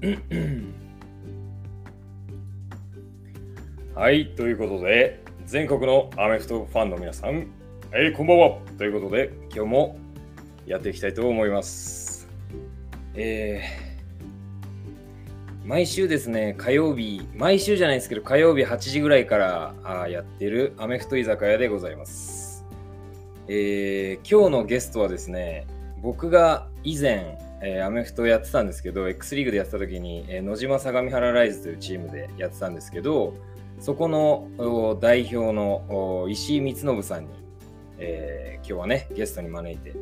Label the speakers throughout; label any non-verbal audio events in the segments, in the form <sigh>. Speaker 1: <clears throat> はい、ということで、全国のアメフトファンの皆さん、えーこんばんはということで、今日もやっていきたいと思います。えー毎週ですね、火曜日、毎週じゃないですけど、火曜日8時ぐらいからあーやってるアメフト居酒屋でございます。えー今日のゲストはですね、僕が以前、えーアメフトやってたんですけど、X リーグでやってた時に、えー野島相模原ライズというチームでやってたんですけど、そこのお代表のお石井光信さんに、えー今日はね、ゲストに招いて、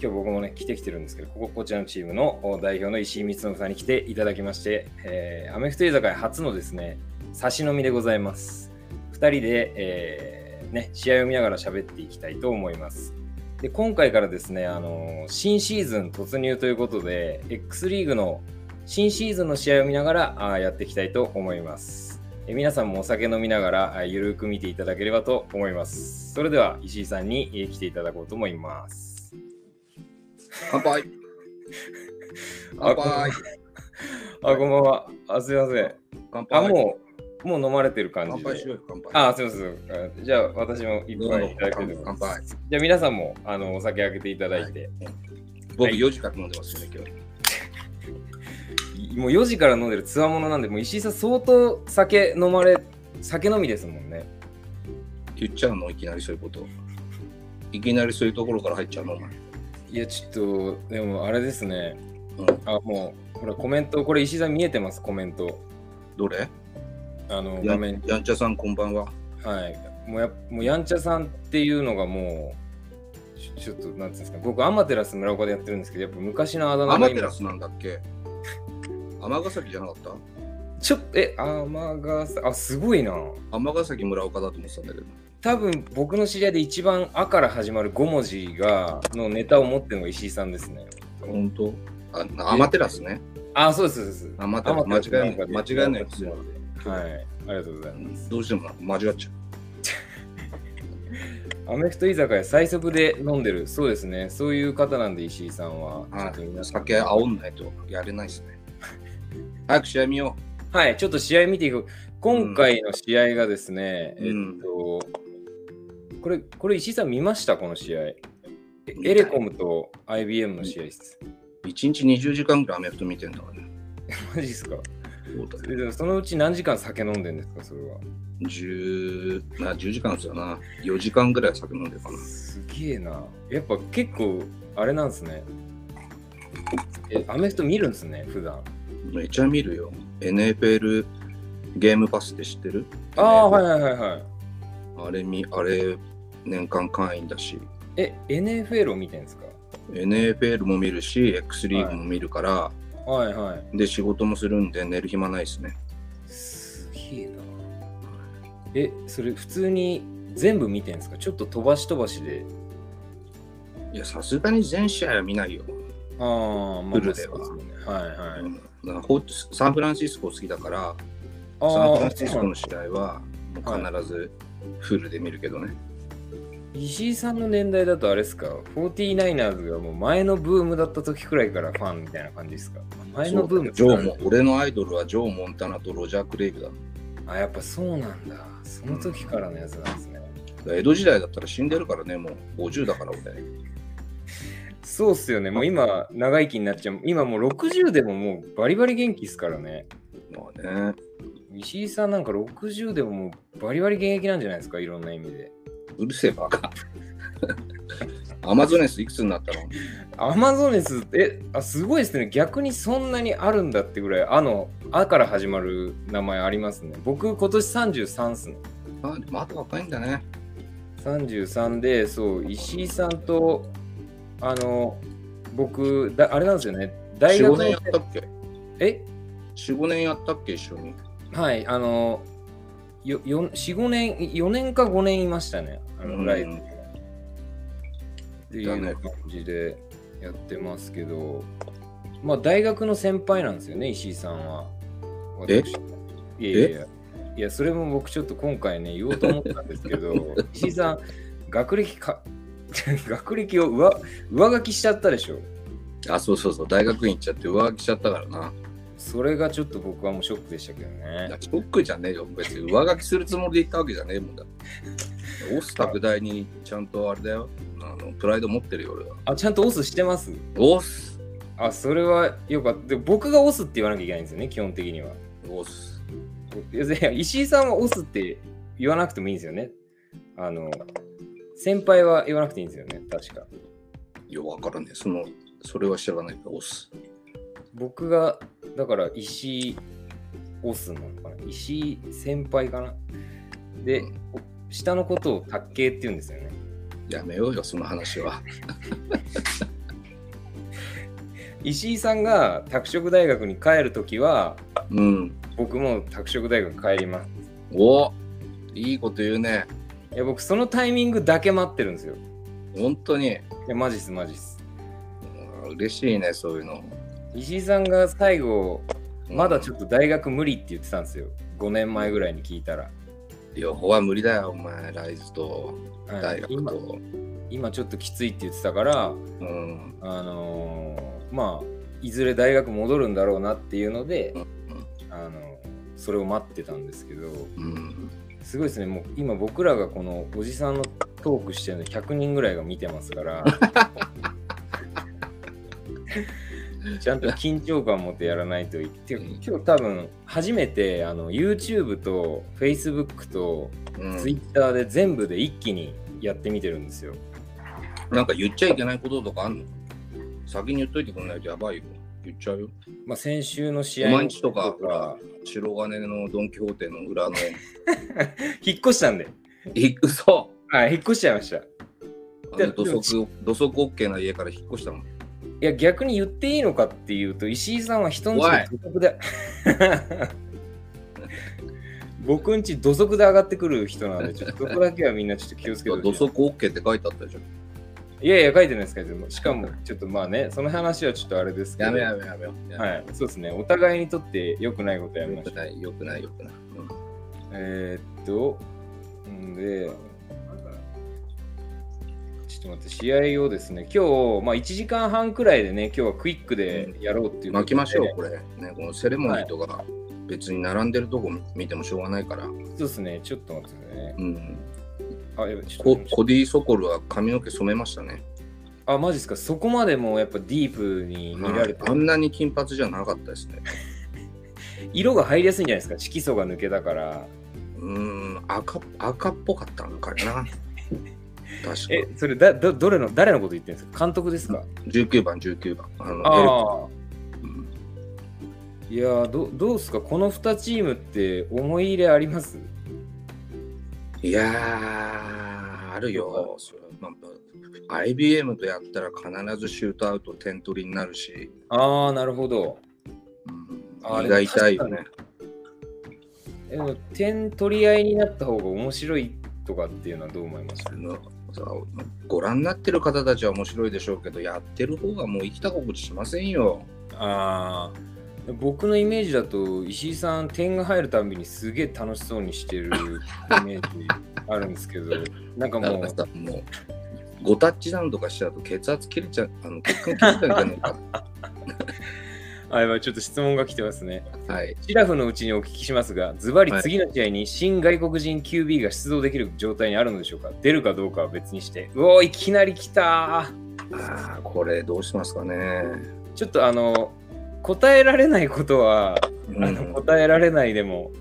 Speaker 1: 今日僕もね、来てきてるんですけど、こここちらのチームのお代表の石井光信さんに来ていただきまして、えーアメフト居酒屋初のですね、差し飲みでございます。2人で、えーね、試合を見ながら喋っていきたいと思います。で今回からですね、あのー新シーズン突入ということで、X リーグの新シーズンの試合を見ながらあーやっていきたいと思います。えー皆さんもお酒飲みながらあーゆるく見ていただければと思います。それでは石井さんにえー来ていただこうと思います。
Speaker 2: 乾杯乾杯
Speaker 1: あ、こんばんは。あ、すいません。
Speaker 2: 乾
Speaker 1: あ、
Speaker 2: 杯
Speaker 1: もう、もう飲まれてる感
Speaker 2: 乾
Speaker 1: じ
Speaker 2: 杯し
Speaker 1: で。
Speaker 2: ようよ乾杯
Speaker 1: あ、すいません。あじゃあ私も一
Speaker 2: どう
Speaker 1: 杯
Speaker 2: ぞ
Speaker 1: いただければ
Speaker 2: 乾杯
Speaker 1: じゃあ皆さんもあのお酒開けていただいて、
Speaker 2: 僕4時から飲んでますよね今日
Speaker 1: いもう4時から飲んでるつわものなんで、もう石井さん相当酒飲まれ、酒飲みですもんね。
Speaker 2: 言っちゃうのいきなりそういうこといきなりそういうところから入っちゃうのお前
Speaker 1: いや、ちょっと、でもあれですね。
Speaker 2: うん
Speaker 1: あ、もう、ほら、コメント、これ石井さん見えてます、コメント。
Speaker 2: どれ
Speaker 1: あの、
Speaker 2: や
Speaker 1: 画面
Speaker 2: んやんちゃさんこんばんは
Speaker 1: はい。もうや、もうやんちゃさんっていうのがもう、ちょちょっと、なんていうんですか、僕、アマテラス村岡でやってるんですけど、やっぱ昔のあだ名
Speaker 2: ア
Speaker 1: が
Speaker 2: マ
Speaker 1: 今
Speaker 2: テラスなんだっけ尼崎じゃなかっ
Speaker 1: ちょっと、え、アマガス、あ、すごいな。
Speaker 2: た尼崎村岡だと思ってたんだけど
Speaker 1: 多分僕の知り合いで一番「あ」から始まる5文字がのネタを持ってるのが石井さんですね。
Speaker 2: 本当あアマテラスね
Speaker 1: あ、そうです、そうです。
Speaker 2: アマテラス間違いない間違いないですよ
Speaker 1: はい。ありがとうございます。
Speaker 2: どうしても間違っちゃ
Speaker 1: アメフト居酒屋最速で飲んでる。そうですね。そういう方なんで、石井さんは。
Speaker 2: う、は
Speaker 1: ちょっと皆
Speaker 2: い、
Speaker 1: さん
Speaker 2: 酒煽んないとやれないですね早く試合見よ
Speaker 1: はい、ちょっと試合見ていく。今回の試合がですね、
Speaker 2: うん
Speaker 1: えっと、これ、これ石井さん見ましたこの試合。え
Speaker 2: 見た
Speaker 1: エレコムと IBM の試合です。
Speaker 2: う1日20時間ぐらいアメフト見てんだからね
Speaker 1: マジですか
Speaker 2: そうだよ
Speaker 1: でそのうち何時間酒飲んでんですかそれは。
Speaker 2: 10まあ10時間ですよな4時間ぐらい酒飲んでるかな
Speaker 1: すげえな。やっぱ結構、あれなんですね。え、アメフト見るんですね、普段。
Speaker 2: めちゃ見るよ NFL ゲームパスって知ってる
Speaker 1: ああ、はい
Speaker 2: い、
Speaker 1: はいはいはい。
Speaker 2: あれみあれ年間会員だし
Speaker 1: え、NFL を見てんですか
Speaker 2: NFL も見るし X リーグも見るから、
Speaker 1: はいはい。
Speaker 2: で仕事もするんで寝る暇ないですね
Speaker 1: すげえな。え、それ普通に全部見てんですかちょっと飛ばし飛ばしで。
Speaker 2: いやさすがに全試合は見ないよ、
Speaker 1: ああ、ま
Speaker 2: フルでは
Speaker 1: そうですよねはいは
Speaker 2: う
Speaker 1: い。
Speaker 2: んだからほサンフランシスコ好きだから
Speaker 1: あ
Speaker 2: サンフ
Speaker 1: あ
Speaker 2: ランシスコの試合は
Speaker 1: はい
Speaker 2: もう必ずフルで見るけどね、
Speaker 1: 石井さんの年代だとあれですか ?49ers がもう前のブームだった時くらいからファンみたいな感じですか前のブーム
Speaker 2: ジョーも俺のアイドルはジョー・モンタナとロジャー・クレイグだ
Speaker 1: あ、やっぱそうなんだ。その時からのやつなんですね。
Speaker 2: 江戸時代だったら死んでるからねもう50だから俺
Speaker 1: そうっすよね。もう今、長生きになっちゃう。今もう60でももうバリバリ元気っすからね。
Speaker 2: まあね
Speaker 1: 石井さんなんか60でももうバリバリ現役なんじゃないですかいろんな意味で。
Speaker 2: うるせえ
Speaker 1: <laughs>
Speaker 2: バカアマゾネスいくつになったの
Speaker 1: アマゾネスって、えあ、すごいですね。逆にそんなにあるんだってぐらい、あの、あから始まる名前ありますね。僕、今年33っすね。
Speaker 2: あまだ若いんだね
Speaker 1: 33で、そう、石井さんと、あの、僕、だあれなんですよね。大学の
Speaker 2: 45年やったっけ
Speaker 1: え
Speaker 2: 45年やったっけ一緒に
Speaker 1: はい、あの、よよ4、5年、4年か5年いましたね、あ
Speaker 2: う
Speaker 1: の
Speaker 2: ん
Speaker 1: ライブにってい
Speaker 2: だね
Speaker 1: う感じでやってますけど、まあ大学の先輩なんですよね、石井さんは。
Speaker 2: え
Speaker 1: 私いやいやいや、いや、それも僕ちょっと今回ね、言おうと思ったんですけ
Speaker 2: <laughs>
Speaker 1: ど、石井さん、学歴か、 <laughs> 学歴を上上書きしちゃったでしょ。
Speaker 2: あそうそうそう大学院行っちゃって上書きしちゃったからな
Speaker 1: それがちょっと僕はもうショックでしたけどね
Speaker 2: いや。ショックじゃねえよ、別に上書きするつもりで言ったわけじゃねえもんだ。オス拡大にちゃんとあれだよ、あのプライド持ってるよ俺は。
Speaker 1: あ、ちゃんとオスしてます
Speaker 2: オス
Speaker 1: あ、それはよかった。で僕がオスって言わなきゃいけないんですよね、基本的には。
Speaker 2: オス
Speaker 1: いやいや石井さんはオスって言わなくてもいいんですよね。あの、先輩は言わなくていいんですよね、確か。
Speaker 2: いや、わからねえ。その、それは知らないけど、オス。
Speaker 1: 僕が、だから石井オスなのかな。石井先輩かな。で、
Speaker 2: うん
Speaker 1: お下のことを卓形って言うんですよね。
Speaker 2: やめようよ、その話は。
Speaker 1: 石井さんが拓殖大学に帰るときは、
Speaker 2: うん。
Speaker 1: 僕も拓殖大学帰ります。
Speaker 2: おいいこと言うね。
Speaker 1: いや、僕そのタイミングだけ待ってるんですよ。
Speaker 2: 本当に。
Speaker 1: いや、マジっす、マジっす。
Speaker 2: うん嬉しいね、そういうの。
Speaker 1: 石井さんが最後、まだちょっと大学無理って言ってたんですよ。5年前ぐらいに聞いたら。
Speaker 2: 両方は無理だよ、お前。ライズと
Speaker 1: はい
Speaker 2: 大学
Speaker 1: 今
Speaker 2: と。
Speaker 1: 今ちょっときついって言ってたから、
Speaker 2: うん。
Speaker 1: あのーまあ、いずれ大学戻るんだろうなっていうので
Speaker 2: うんうん、
Speaker 1: あのそれを待ってたんですけど、
Speaker 2: うん。
Speaker 1: すごいですね、もう今僕らがこのおじさんのトークしてるの100人ぐらいが見てます
Speaker 2: <laughs>
Speaker 1: から、ちゃんと緊張感持ってやらないといって、
Speaker 2: うん
Speaker 1: 今日多分初めてあの YouTube と Facebook と
Speaker 2: うん
Speaker 1: Twitter で全部で一気にやってみてるんですよ。
Speaker 2: なんか言っちゃいけないこととかあんの先に言っといてくんないとやばいよ。言っちゃうよ。
Speaker 1: まあ、先週の試合
Speaker 2: お
Speaker 1: の
Speaker 2: 前んちとか、ほら、白金のドン・キホーテの裏 <laughs> の。
Speaker 1: 引っ越したんで。
Speaker 2: いくそ
Speaker 1: はい、引っ越しちゃいました。い
Speaker 2: あ
Speaker 1: で
Speaker 2: の土足、土足 OK な家から引っ越したもん。
Speaker 1: や、逆に言っていいのかっていうと、石井さんは人んち
Speaker 2: おい
Speaker 1: 土足で。 <laughs> 僕んち土足で上がってくる人
Speaker 2: <laughs>
Speaker 1: なんで、ちょっとそこだけはみんなちょっと気をつけて
Speaker 2: 土
Speaker 1: ほし
Speaker 2: 足 OK って書いてあったじゃん。
Speaker 1: い。いやいや、書いてないですけど、しかも、ちょっとまあね、その話はちょっとあれですけど、
Speaker 2: やめやめやめよ。やめ
Speaker 1: は
Speaker 2: よ
Speaker 1: い、そうですね、お互いにとって良くないことやめ
Speaker 2: よ
Speaker 1: まし
Speaker 2: く <laughs>
Speaker 1: た。
Speaker 2: ない、よくない、よくない。うん
Speaker 1: えーっと、んで、ちょっと待って、試合をですね、今日、まあ1時間半くらいでね、今日はクイックでやろうっていうことで、
Speaker 2: 巻きましょう、これ。ね、このセレモニーとか、別に並んでるとこ見てもしょうがないから。
Speaker 1: そうですね、ちょっと待ってくださいね。
Speaker 2: うん。
Speaker 1: あ、やばいちょ
Speaker 2: コ
Speaker 1: っと
Speaker 2: コディ・ソコルは髪の毛染めましたね。
Speaker 1: あ、マジですか、そこまでもうやっぱディープに見られて
Speaker 2: あ、んなに金髪じゃなかったですね。
Speaker 1: 色が入りやすいんじゃないですか、色素が抜けたから。
Speaker 2: うーん、赤赤っぽかったのかな。確
Speaker 1: え
Speaker 2: か。、
Speaker 1: それだど、どれの、誰のこと言ってるんですか、監督ですか。
Speaker 2: 19番、19番。あのエレ
Speaker 1: ああ、
Speaker 2: うん
Speaker 1: いやーど、どうですか、この2チームって思い入れあります
Speaker 2: いやー、あるよ。それまあ IBM とやったら必ずシュートアウト点取りになるし、
Speaker 1: ああ、なるほど。あ
Speaker 2: うん、
Speaker 1: れ
Speaker 2: 胃が痛いよね。
Speaker 1: でも点取り合いになった方が面白いとかっていうのはどう思います
Speaker 2: あのさご覧になってる方たちは面白いでしょうけど、やってる方がもう生きた心地しませんよ。
Speaker 1: ああ僕のイメージだと石井さん点が入るたびにすげえ楽しそうにして
Speaker 2: <laughs>
Speaker 1: るイメージあるんですけどなんか
Speaker 2: なん
Speaker 1: も
Speaker 2: か
Speaker 1: う
Speaker 2: さ、もう、ごタッチダウンとかしちゃうと血圧切れちゃう、あの血管切れちゃうんじゃないか
Speaker 1: あやばいちょっと質問が来てますね
Speaker 2: <laughs> な。はい。
Speaker 1: シラフのうちにお聞きしますがズバリ
Speaker 2: はい
Speaker 1: 次の試合に新外国人 QB が出動できる状態にあるのでしょうか出るかどうかは別にしてうおーいきなり来たー
Speaker 2: ああ、これどうしますかね。
Speaker 1: ちょっとあの答えられないことは
Speaker 2: うん
Speaker 1: あの答えられないでも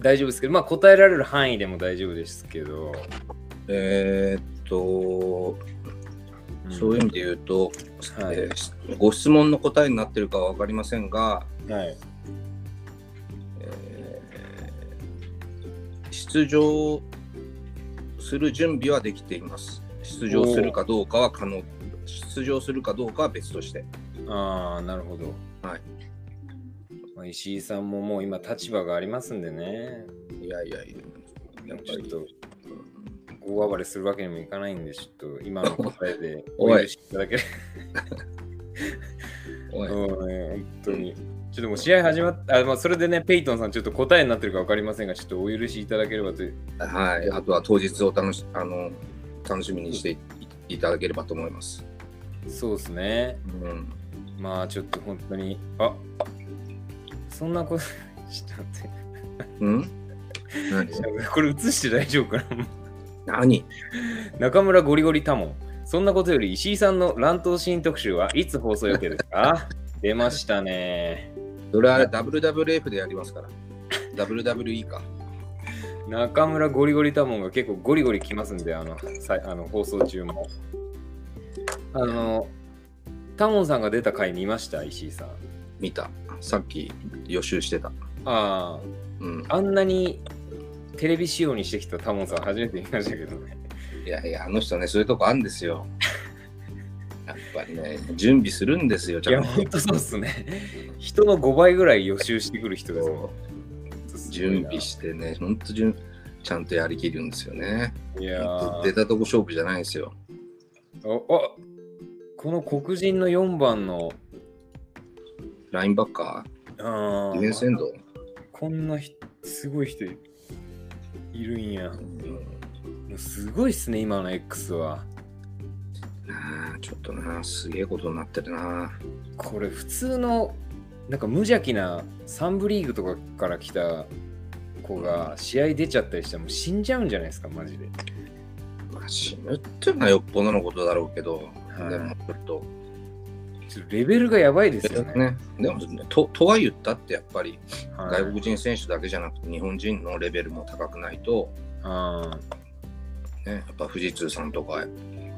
Speaker 1: 大丈夫ですけど、まあ答えられる範囲でも大丈夫ですけど、
Speaker 2: えーっと、そういう意味で言うと、
Speaker 1: はい
Speaker 2: えーご質問の答えになってるかは分かりませんが、
Speaker 1: はい、
Speaker 2: えー出場する準備はできています。出場するかどうかは可能、出場するかどうかは別として。
Speaker 1: ああ、なるほど。
Speaker 2: はい
Speaker 1: まあ、石井さんももう今立場がありますんでね、
Speaker 2: いやいやいや、やっぱ
Speaker 1: ちょっ
Speaker 2: り。
Speaker 1: と大暴れするわけにもいかないんで、ちょっと今の答えで
Speaker 2: <laughs> おい
Speaker 1: 許しいただけれ
Speaker 2: お
Speaker 1: ば
Speaker 2: い、
Speaker 1: もうね本当に。ちょっともう試合始まった、あまあ、それでね、ペイトンさん、ちょっと答えになってるか分かりませんが、ちょっとお許しいただければという。
Speaker 2: はい、あとは当日を楽しあの楽しみにしていいただければと思います。
Speaker 1: そうですね。
Speaker 2: うん
Speaker 1: いまあちょっと本当に、あそんなこと、 <laughs> ちょっと待って
Speaker 2: うん何
Speaker 1: これ映して大丈夫かな
Speaker 2: 何
Speaker 1: 中村ゴリゴリタモン。そんなことより石井さんの乱闘シーン特集はいつ放送予定です
Speaker 2: <laughs>
Speaker 1: か出ましたね。
Speaker 2: それは WWF でやりますから。WWE か。
Speaker 1: 中村ゴリゴリタモンが結構ゴリゴリ来ますんで、あの、さいあの放送中も。あの、タモンさんが出た回見ました石井さん。
Speaker 2: 見た。さっき予習してた。
Speaker 1: あ
Speaker 2: うん。
Speaker 1: あ、あんなにテレビ仕様にしてきたタモンさん初めて見ましたけどね。
Speaker 2: いやいや、あの人ね、そういうとこあるんで
Speaker 1: <laughs>
Speaker 2: すよ。やっぱりね、準備するんですよ、
Speaker 1: い
Speaker 2: ちゃ
Speaker 1: や、
Speaker 2: んと。
Speaker 1: ほんとそうっすね。人の5倍ぐらい予習してくる人ですもん
Speaker 2: そう準備してね、ほんと準ちゃんとやりきるんですよね。
Speaker 1: いやー
Speaker 2: 出たとこ勝負じゃないんですよ。
Speaker 1: おあこの黒人の4番の
Speaker 2: ラインバッカ
Speaker 1: あ
Speaker 2: ー、ディフェンスエ
Speaker 1: ー
Speaker 2: ンド。
Speaker 1: こんなひすごい人いるんや
Speaker 2: うん
Speaker 1: もうすごいっすね今の X は
Speaker 2: なあちょっとな、すげえことになってるな。
Speaker 1: これ普通のなんか無邪気なサンブリーグとかから来た子が試合出ちゃったりしたらもう死んじゃうんじゃないですかマジで
Speaker 2: まあ、死ぬっていうのはよっぽどのことだろうけど、
Speaker 1: い
Speaker 2: でもちょっと。
Speaker 1: ちょっとレベルがやばいですよね
Speaker 2: ね、でもととは言ったってやっぱり
Speaker 1: はい
Speaker 2: 外国人選手だけじゃなくて日本人のレベルも高くないと、
Speaker 1: あ
Speaker 2: ね、やっぱ富士通さんとか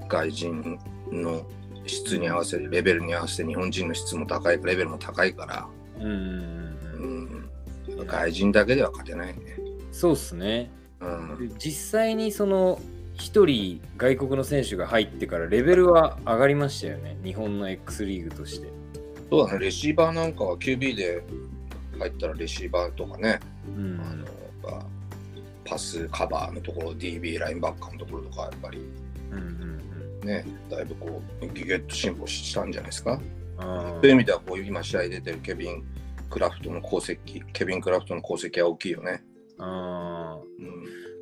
Speaker 2: 外人の質に合わせてレベルに合わせて日本人の質も高いレベルも高いから、
Speaker 1: ーうんうんう
Speaker 2: う
Speaker 1: ん
Speaker 2: ん、
Speaker 1: うん
Speaker 2: 外人だけでは勝てないね。
Speaker 1: そうっすね
Speaker 2: うん、
Speaker 1: で実際にその1人外国の選手が入ってからレベルは上がりましたよね日本の X リーグとして
Speaker 2: そうだねレシーバーなんかは QB で入ったらレシーバーとかね、
Speaker 1: うん
Speaker 2: あのやっぱパスカバーのところ DB ラインバッカーのところとかやっぱり
Speaker 1: うんうん
Speaker 2: ね、だいぶこうギュギュッと進歩したんじゃないですか。
Speaker 1: うん
Speaker 2: という意味ではこう今試合出てるケビン・クラフトの功績ケビン・クラフトの功績は大きいよね。
Speaker 1: あ
Speaker 2: うん、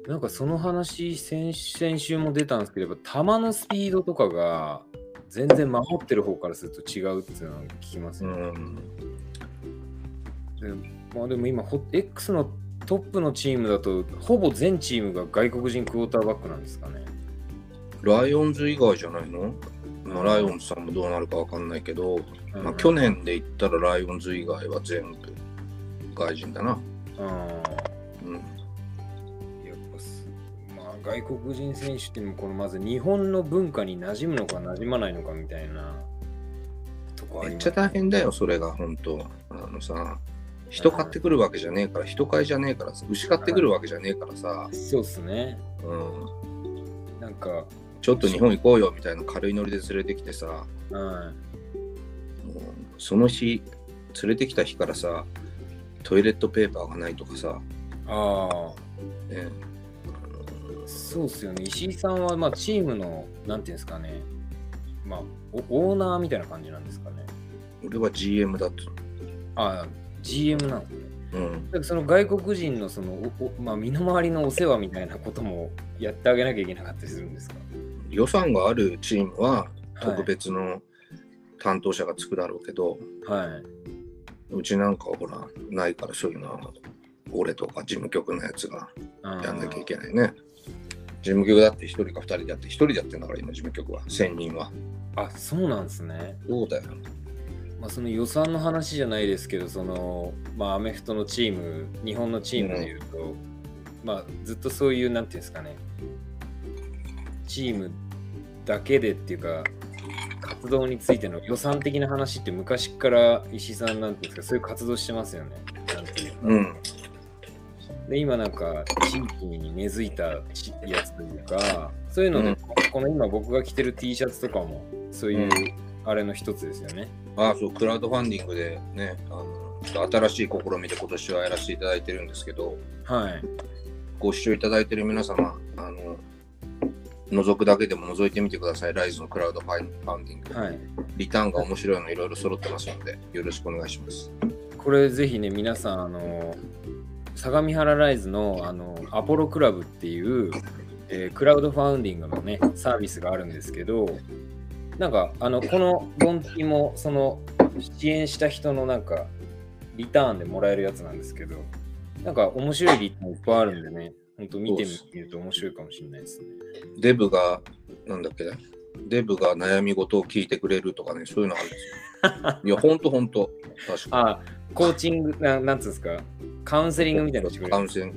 Speaker 1: ーなんかその話先先週も出たんですけどやっぱ球のスピードとかが全然守ってる方からすると違うっていうのは聞きますよね、
Speaker 2: うん
Speaker 1: でまあ、でも今ほ X のトップのチームだとほぼ全チームが外国人クォーターバックなんですかね
Speaker 2: ライオンズ以外じゃないの、まあ、ライオンズさんもどうなるかわかんないけど、まあ、去年で言ったらライオンズ以外は全部外人だな。
Speaker 1: うんうん
Speaker 2: うん
Speaker 1: やっぱす、まあ、外国人選手っていうのもこのまず日本の文化に馴染むのか馴染まないのかみたいなとこあ
Speaker 2: め
Speaker 1: り
Speaker 2: っ
Speaker 1: ま
Speaker 2: ちゃ
Speaker 1: す
Speaker 2: 大変だよ、それが本当。あのさ、人買ってくるわけじゃねえから、人買いじゃねえからさ、牛買ってくるわけじゃねえからさ、
Speaker 1: そうっすね
Speaker 2: うん、
Speaker 1: なんか、
Speaker 2: ちょっと日本行こうよみたいな軽いノリで連れてきてさ、も
Speaker 1: うん、
Speaker 2: うその日、連れてきた日からさ、トイレットペーパーがないとかさ、
Speaker 1: ああ
Speaker 2: ね、
Speaker 1: そうっすよね石井さんはまあチームのなんていうんですかねまあおオーナーみたいな感じなんですかね
Speaker 2: 俺は GM だと。
Speaker 1: ああ GM なんですね
Speaker 2: うん、
Speaker 1: だからその外国人のそのおおまあ、身の回りのお世話みたいなこともやってあげなきゃいけなかったりするんですか
Speaker 2: 予算があるチームは特
Speaker 1: はい
Speaker 2: 別の担当者がつくだろうけど、
Speaker 1: は
Speaker 2: うちなんかはほら、ないからそういうのは、俺とか事務局のやつが
Speaker 1: い
Speaker 2: やんなきゃいけないね。事務局だって1人か2人だって1人でやってんだから今事務局は1000人は
Speaker 1: ああそうなんですね
Speaker 2: そうだよ
Speaker 1: まあ、その予算の話じゃないですけど、そのまあ、アメフトのチーム、日本のチームでいうと、まあ、ずっとそういう、なんていうんですかね、チームだけでっていうか、活動についての予算的な話って昔から石井さんなんていうんですか、そういう活動してますよね。なんていうか
Speaker 2: うん
Speaker 1: で今なんか地域に根付いたやつというかそういうので、
Speaker 2: うん
Speaker 1: この今僕が着てる T シャツとかもそういううんあれの一つですよね。
Speaker 2: ああそうクラウドファンディングでねあのちょっと新しい試みで今年はやらせていただいてるんですけど
Speaker 1: はい。
Speaker 2: ご視聴いただいてる皆様あの覗くだけでも覗いてみてくださいライズのクラウドファンファンディング
Speaker 1: はい
Speaker 2: リターンが面白いのいろいろ揃ってますのでよろしくお願いします
Speaker 1: これぜひね皆さんあの相模原ライズのあのアポロクラブっていう、えークラウドファウンディングのねサービスがあるんですけどなんかあのこのボンティもその支援した人のなんか、リターンでもらえるやつなんですけど、なんか面白いリターンいっぱいあるんでね、本当見てみると面白いかもしれないですね。
Speaker 2: デブが、なんだっけな、デブが悩み事を聞いてくれるとかね、そういうのあるん
Speaker 1: <laughs>
Speaker 2: ですよ。いや、ほんとほんと。確か
Speaker 1: あ、コーチング、ななんつうんですか、カウンセリングみたいなのしてく
Speaker 2: に。
Speaker 1: れる。
Speaker 2: 感染。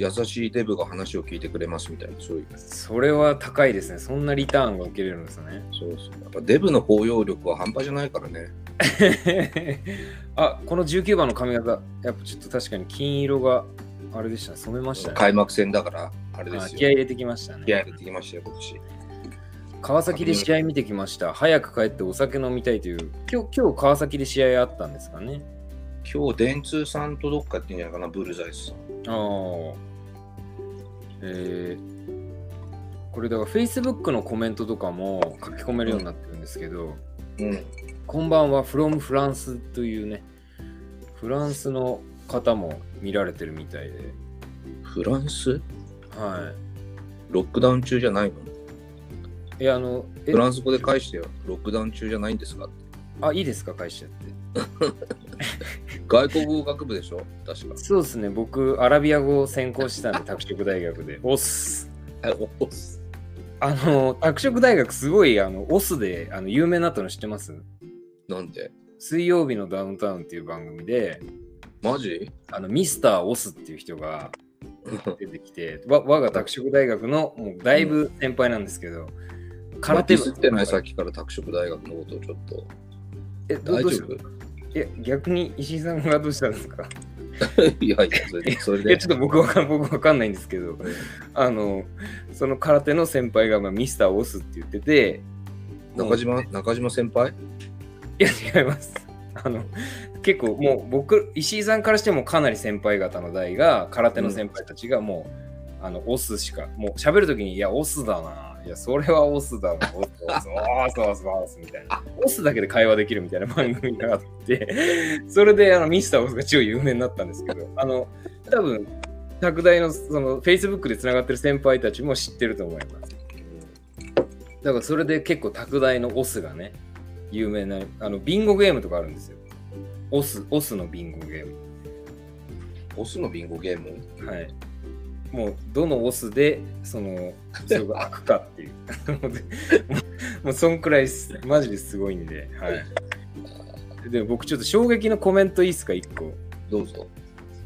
Speaker 2: 優しいデブが話を聞いてくれますみたいな、そういう。
Speaker 1: それは高いですね。そんなリターンが受けれるんですね。
Speaker 2: そうそう。やっぱデブの包容力は半端じゃないからね。
Speaker 1: あこの19番の髪型、やっぱちょっと確かに金色があれでしたね、染めましたね。
Speaker 2: 開幕戦だから、あれで
Speaker 1: あ
Speaker 2: す
Speaker 1: 気合い
Speaker 2: よ。
Speaker 1: 入れてきましたね。
Speaker 2: 気合い入れてきましたよ、今年。
Speaker 1: 川崎で試合見てきました。早く帰ってお酒飲みたいという。今日、今日川崎で試合あったんですかね。
Speaker 2: 今日、電通さんとどっかやってんじゃないかな、ブルーザイスさん。
Speaker 1: ああ。えー、これだから Facebook のコメントとかも書き込めるようになってるんですけど、
Speaker 2: うん。
Speaker 1: こんばんは、from フランスというね、フランスの方も見られてるみたいで、
Speaker 2: フランス
Speaker 1: は
Speaker 2: ロックダウン中じゃないの
Speaker 1: い。いや、あの、え
Speaker 2: フランス語で返してよ。ロックダウン中じゃないんですかって
Speaker 1: あ、いいですか、返しちゃって。
Speaker 2: 外国語学部でしょ確か。
Speaker 1: そうですね、僕、アラビア語を専攻してた
Speaker 2: <laughs>
Speaker 1: んで、拓殖大学で。オス。
Speaker 2: はい、おっす。
Speaker 1: あの、拓殖大学、すごい、あの、オスで、あの、有名になったの知ってます
Speaker 2: なんで
Speaker 1: 水曜日のダウンタウンっていう番組で、
Speaker 2: マジ
Speaker 1: あの、ミスターオスっていう人が出てきて、わ我が拓殖大学の、もう、だいぶ先輩なんですけど、
Speaker 2: 空
Speaker 1: 空
Speaker 2: 手
Speaker 1: 手
Speaker 2: ィ
Speaker 1: 部
Speaker 2: スってないさっきから拓殖大学のことをちょっと。
Speaker 1: え、ど
Speaker 2: 大
Speaker 1: どうし
Speaker 2: 丈
Speaker 1: た
Speaker 2: 夫
Speaker 1: え、逆に石井さんがどうしたんですか
Speaker 2: <laughs> いやいや、そ
Speaker 1: <laughs>
Speaker 2: れで。それ
Speaker 1: いや、
Speaker 2: で
Speaker 1: ちょっと僕わかん僕わかんないんですけど、あの、その空手の先輩が、まあ、ミスターオスって言ってて、もう
Speaker 2: 中島、中島先輩
Speaker 1: いや違います。 <laughs> あの結構もう僕石井さんからしてもかなり先輩方の代が空手の先輩たちがもう、あのオスしかもう喋るときにいやオスだないやそれはオスだ <laughs> なオスオスオスオスオスみたいなオスだけで会話できるみたいな番組があって <laughs> それであのミスターオスが超有名になったんですけ <laughs> どあの多分拓大のその Facebook でつながってる先輩たちも知ってると思いますだからそれで結構拓大のオスがね有名なあのビンゴゲームとかあるんですよオスオスのビンゴゲーム
Speaker 2: オスのビンゴゲーム
Speaker 1: はいもうどのオスでそのそれが開くかっていう <laughs> もうもうそんくらいすマジですごいんで、はい、で僕ちょっと衝撃のコメントいいっすか1個
Speaker 2: どうぞ。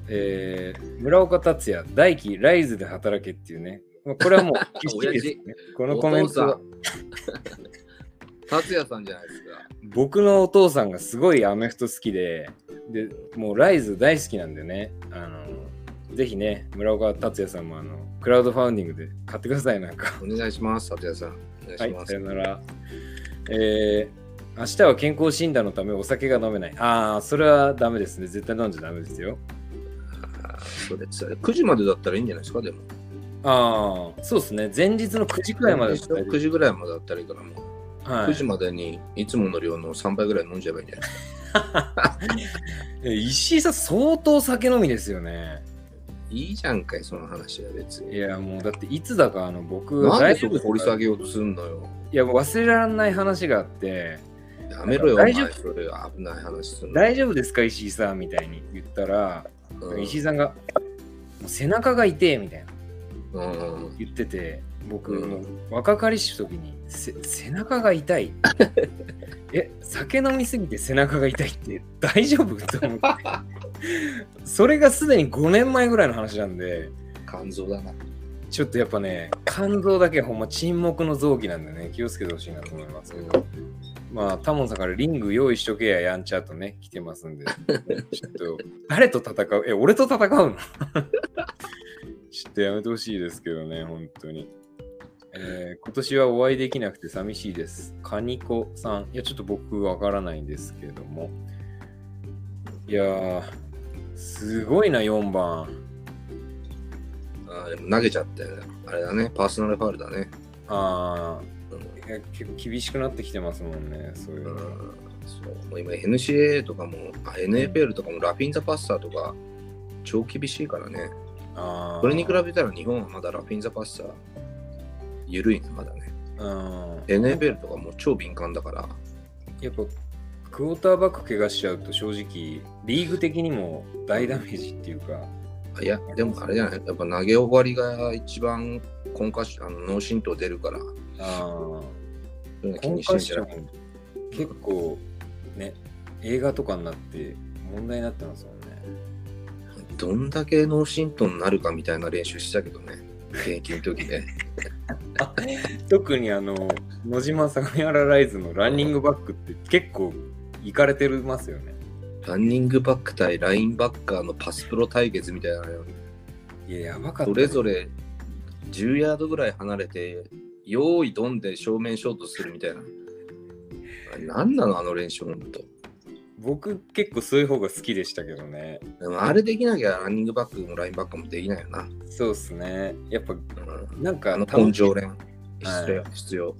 Speaker 1: えー村岡達也、大輝、ライズで働けっていうね。まあこれはもう、必死ですねこのコメントは
Speaker 2: お父さ <laughs> ん。達也さんじゃないですか。
Speaker 1: 僕のお父さんがすごいアメフト好きで、で、もうライズ大好きなんでね、あの、ぜひね、村岡達也さんもあの、クラウドファウンディングで買ってください、なんか。
Speaker 2: お願いします、達也さん。お
Speaker 1: は
Speaker 2: 願い
Speaker 1: い
Speaker 2: し、ます。
Speaker 1: さよなら。えー、明日は健康診断のためお酒が飲めない。ああ、それはダメですね。絶対飲んじゃダメですよ。
Speaker 2: あーそれそれ9時までだったらいいんじゃないですか、でも。
Speaker 1: ああ、そうですね。前日の9時くらいまでだったらいい
Speaker 2: 9時ぐらいまでだったらいいから、もう。
Speaker 1: は
Speaker 2: 9
Speaker 1: い
Speaker 2: 時までにいつもの量の3倍ぐらい飲んじゃえばいいんじゃないですか。
Speaker 1: え石井さん相当酒飲みですよね
Speaker 2: いいじゃんかい、その話は別
Speaker 1: い
Speaker 2: に。
Speaker 1: やもうだっていつだかあの僕
Speaker 2: なんで
Speaker 1: 丈
Speaker 2: そこ
Speaker 1: 夫
Speaker 2: 掘り下げようとすんのよ。
Speaker 1: いやもう忘れられない話があって
Speaker 2: やめろよ、お
Speaker 1: 大
Speaker 2: 前、
Speaker 1: 丈夫
Speaker 2: それ危ない話すんの。
Speaker 1: 大丈夫ですか石井さんみたいに言ったら、
Speaker 2: うん
Speaker 1: 石井さんがもう背中が痛えみたいな
Speaker 2: うん
Speaker 1: 言ってて僕、
Speaker 2: うん
Speaker 1: もう若かりし時にせ背中が痛
Speaker 2: <laughs>
Speaker 1: いえ酒飲みすぎて背中が痛いって大丈夫と思ってそれがすでに5年前ぐらいの話なんで
Speaker 2: 肝臓だな。
Speaker 1: ちょっとやっぱね、肝臓だけほんま沈黙の臓器なんでね、気をつけてほしいなと思いますけど。まあ、タモンさんからリング用意しとけややんちゃとね、来てますんで、ちょっと、誰と戦うえ、俺と戦うの <laughs> ちょっとやめてほしいですけどね、本当に。えー今年はお会いできなくて寂しいです。カニコさん。いや、ちょっと僕わからないんですけども。いやー、すごいな、4番。
Speaker 2: あーでも投げちゃって、あれだね、パーソナルファウルだね。
Speaker 1: あー
Speaker 2: うん
Speaker 1: いや結構厳しくなってきてますもんね、そういう
Speaker 2: う
Speaker 1: の
Speaker 2: ん
Speaker 1: が。
Speaker 2: そうもう今 NCA とかもあ NFL とかもラフィン・ザ・パッサーとか超厳しいからね。
Speaker 1: あー
Speaker 2: それに比べたら日本はまだラフィン・ザ・パッサー緩いね、まだね。
Speaker 1: うん
Speaker 2: NFL とかもう超敏感だから。
Speaker 1: やっぱクォーターバック怪我しちゃうと正直、リーグ的にも大ダメージっていうか、
Speaker 2: いや、でもあれじゃない、やっぱ投げ終わりが一番コンカッション、あの脳震盪出るから、そう
Speaker 1: あ
Speaker 2: いうの
Speaker 1: ー
Speaker 2: 気
Speaker 1: コン
Speaker 2: にし
Speaker 1: カッ
Speaker 2: てんじ
Speaker 1: シ
Speaker 2: ゃ
Speaker 1: ョ
Speaker 2: ない
Speaker 1: ン、結構ね、映画とかになって問題になってますもんね。
Speaker 2: どんだけ脳震盪になるかみたいな練習したけどね、現役の時ね。 <laughs>
Speaker 1: 特にあの野島相模原ライズのランニングバックって結構いかれてますよね。
Speaker 2: ランニングバック対ラインバッカーのパスプロ対決みたいなのよ
Speaker 1: いや、やばかった。
Speaker 2: それぞれ10ヤードぐらい離れて、用意ドンで正面衝突するみたいな。あれ何なの、あの練習、ほんと。
Speaker 1: 僕結構そういう方が好きでしたけどね。
Speaker 2: でもあれできなきゃランニングバックもラインバックもできないよな。
Speaker 1: そうっすね。やっぱ
Speaker 2: うん
Speaker 1: なん
Speaker 2: あ
Speaker 1: か
Speaker 2: の
Speaker 1: 多分
Speaker 2: 根性練必
Speaker 1: は
Speaker 2: 要必要。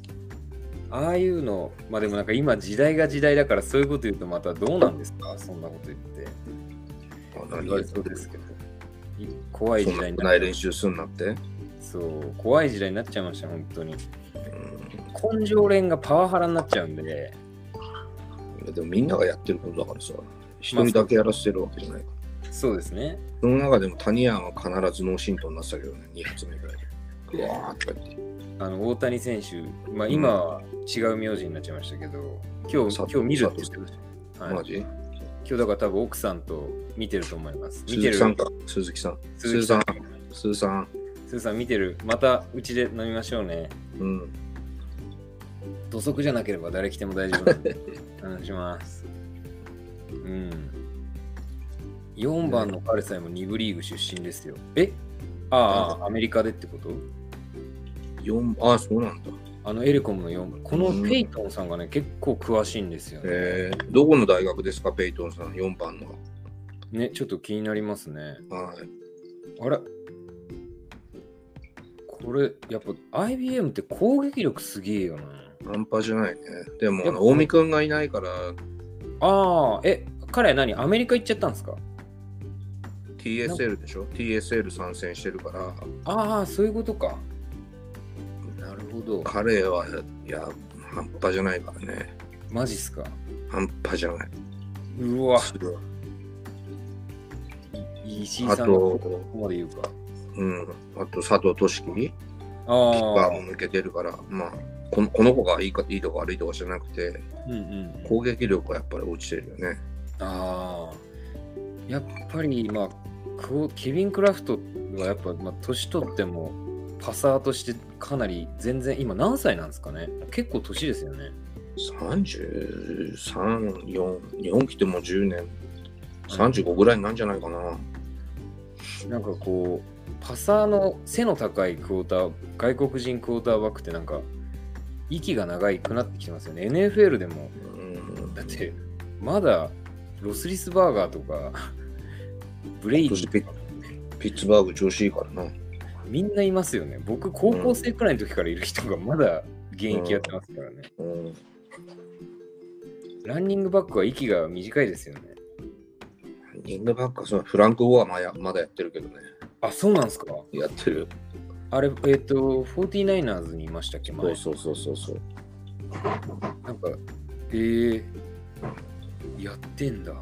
Speaker 1: ああいうの、まあでもなんか今時代が時代だからそういうこと言うとまたどうなんですかそんなこと言って。言われそうですけど。い怖い
Speaker 2: そ
Speaker 1: 時
Speaker 2: んな
Speaker 1: 代に
Speaker 2: 少
Speaker 1: な
Speaker 2: な
Speaker 1: っ
Speaker 2: い練習すんなって。
Speaker 1: そう怖い時代になっちゃいました、本当に。
Speaker 2: う
Speaker 1: 根性連がパワハラになっちゃうんで、
Speaker 2: ん、でもみんながやってることだからさ、一人だけやらせてるわけじゃないから。
Speaker 1: そうですね。
Speaker 2: その中でも谷山は必ず脳震盪になってたけどね、2発目ぐらいで。うわーってやって。
Speaker 1: あの大谷選手、まあ、今は違う名字になっちゃいましたけど、今日
Speaker 2: さ
Speaker 1: 今日見るって言ってました、はい、
Speaker 2: マ
Speaker 1: 今
Speaker 2: ジ
Speaker 1: 日だから多分奥さんと見てると思います。見て
Speaker 2: 鈴木
Speaker 1: る
Speaker 2: さんか、鈴木さん。
Speaker 1: 鈴木さん。
Speaker 2: 鈴木さん。
Speaker 1: 鈴木さん見てる。またうちで飲みましょうね。
Speaker 2: うん。
Speaker 1: 土足じゃなければ誰来ても大丈夫なんで。お願いします。うん。4番の彼さえも2部リーグ出身ですよ。えああ、アメリカでってこと
Speaker 2: 四あ、そうなんだ。
Speaker 1: あのエレコムの4番。このペイトンさんがね、結構詳しいんですよね。
Speaker 2: えー、どこの大学ですか、ペイトンさん、4番の
Speaker 1: ね、ちょっと気になりますね。
Speaker 2: は。はい。
Speaker 1: あれこれ、やっぱ IBM って攻撃力すげえよな。
Speaker 2: 半端じゃないね。でも、
Speaker 1: や
Speaker 2: あ
Speaker 1: っぱ
Speaker 2: の近江君がいないから、
Speaker 1: ああ、え、彼は何アメリカ行っちゃったんですか
Speaker 2: TSL でしょ ?TSL 参戦してるから、
Speaker 1: ああ、そういうことか。なるほど。
Speaker 2: 彼は、いや、半端じゃないからね。
Speaker 1: マジっすか。
Speaker 2: 半端じゃない。
Speaker 1: うわ、
Speaker 2: すごい
Speaker 1: い石井
Speaker 2: あ、
Speaker 1: さんのことこまで言うか。
Speaker 2: うん、あと佐藤俊樹キ
Speaker 1: あ
Speaker 2: ッカー
Speaker 1: あ
Speaker 2: も、抜けてるから、まあ、このこの子がいいかいいとか悪いとかじゃなくて、
Speaker 1: うんうん。
Speaker 2: 攻撃力がやっぱり落ちてるよね。
Speaker 1: ああ、やっぱり、まあ、クオケビン・クラフトはやっぱ、まあ、年取っても、パサーとしてかなり全然、今何歳なんですかね結構年ですよね。
Speaker 2: 33、4、日本来ても10年、35ぐらいなんじゃないかな。
Speaker 1: なんかこう、パサーの背の高いクォーター、外国人クォーターバックってなんか、息が長くなってきてますよね。NFL でも、
Speaker 2: うん、
Speaker 1: だって、まだロスリスバーガーとか、ブレイデ
Speaker 2: 今年
Speaker 1: ィ
Speaker 2: ピッピッツバーグ調子いいからな。
Speaker 1: みんないますよね。僕、高校生くらいの時からいる人がまだ現役やってますからね。
Speaker 2: うん、
Speaker 1: ランニングバックは息が短いですよね。
Speaker 2: リングバックはそうフランク・ウォアまやまだやってるけどね。
Speaker 1: あ、そうなんですか。
Speaker 2: やってる。
Speaker 1: あれ、えっ、と、49ers にいましたっけ、
Speaker 2: そ
Speaker 1: 前
Speaker 2: う。そうそうそうそう。
Speaker 1: なんか、えー、やってんだ。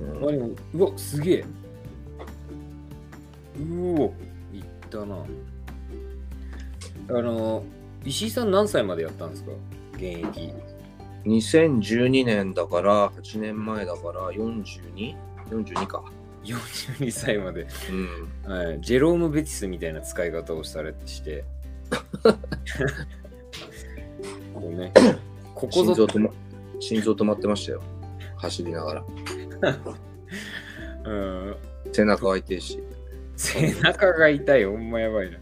Speaker 2: うん
Speaker 1: あでもうわすげえうおいったなあの石井さん何歳までやったんですか現役
Speaker 2: 2012年だから8年前だから 42?42 42か。
Speaker 1: 42歳まで、
Speaker 2: うん。
Speaker 1: はい、ジェローム・ベティスみたいな使い方をされてしてこう
Speaker 2: <coughs>
Speaker 1: ねここ
Speaker 2: 心臓
Speaker 1: ぞ
Speaker 2: 止ま心臓止まってましたよ。走りながら。
Speaker 1: うん
Speaker 2: 背中開いてるし。
Speaker 1: 背中が痛いほんまやばいな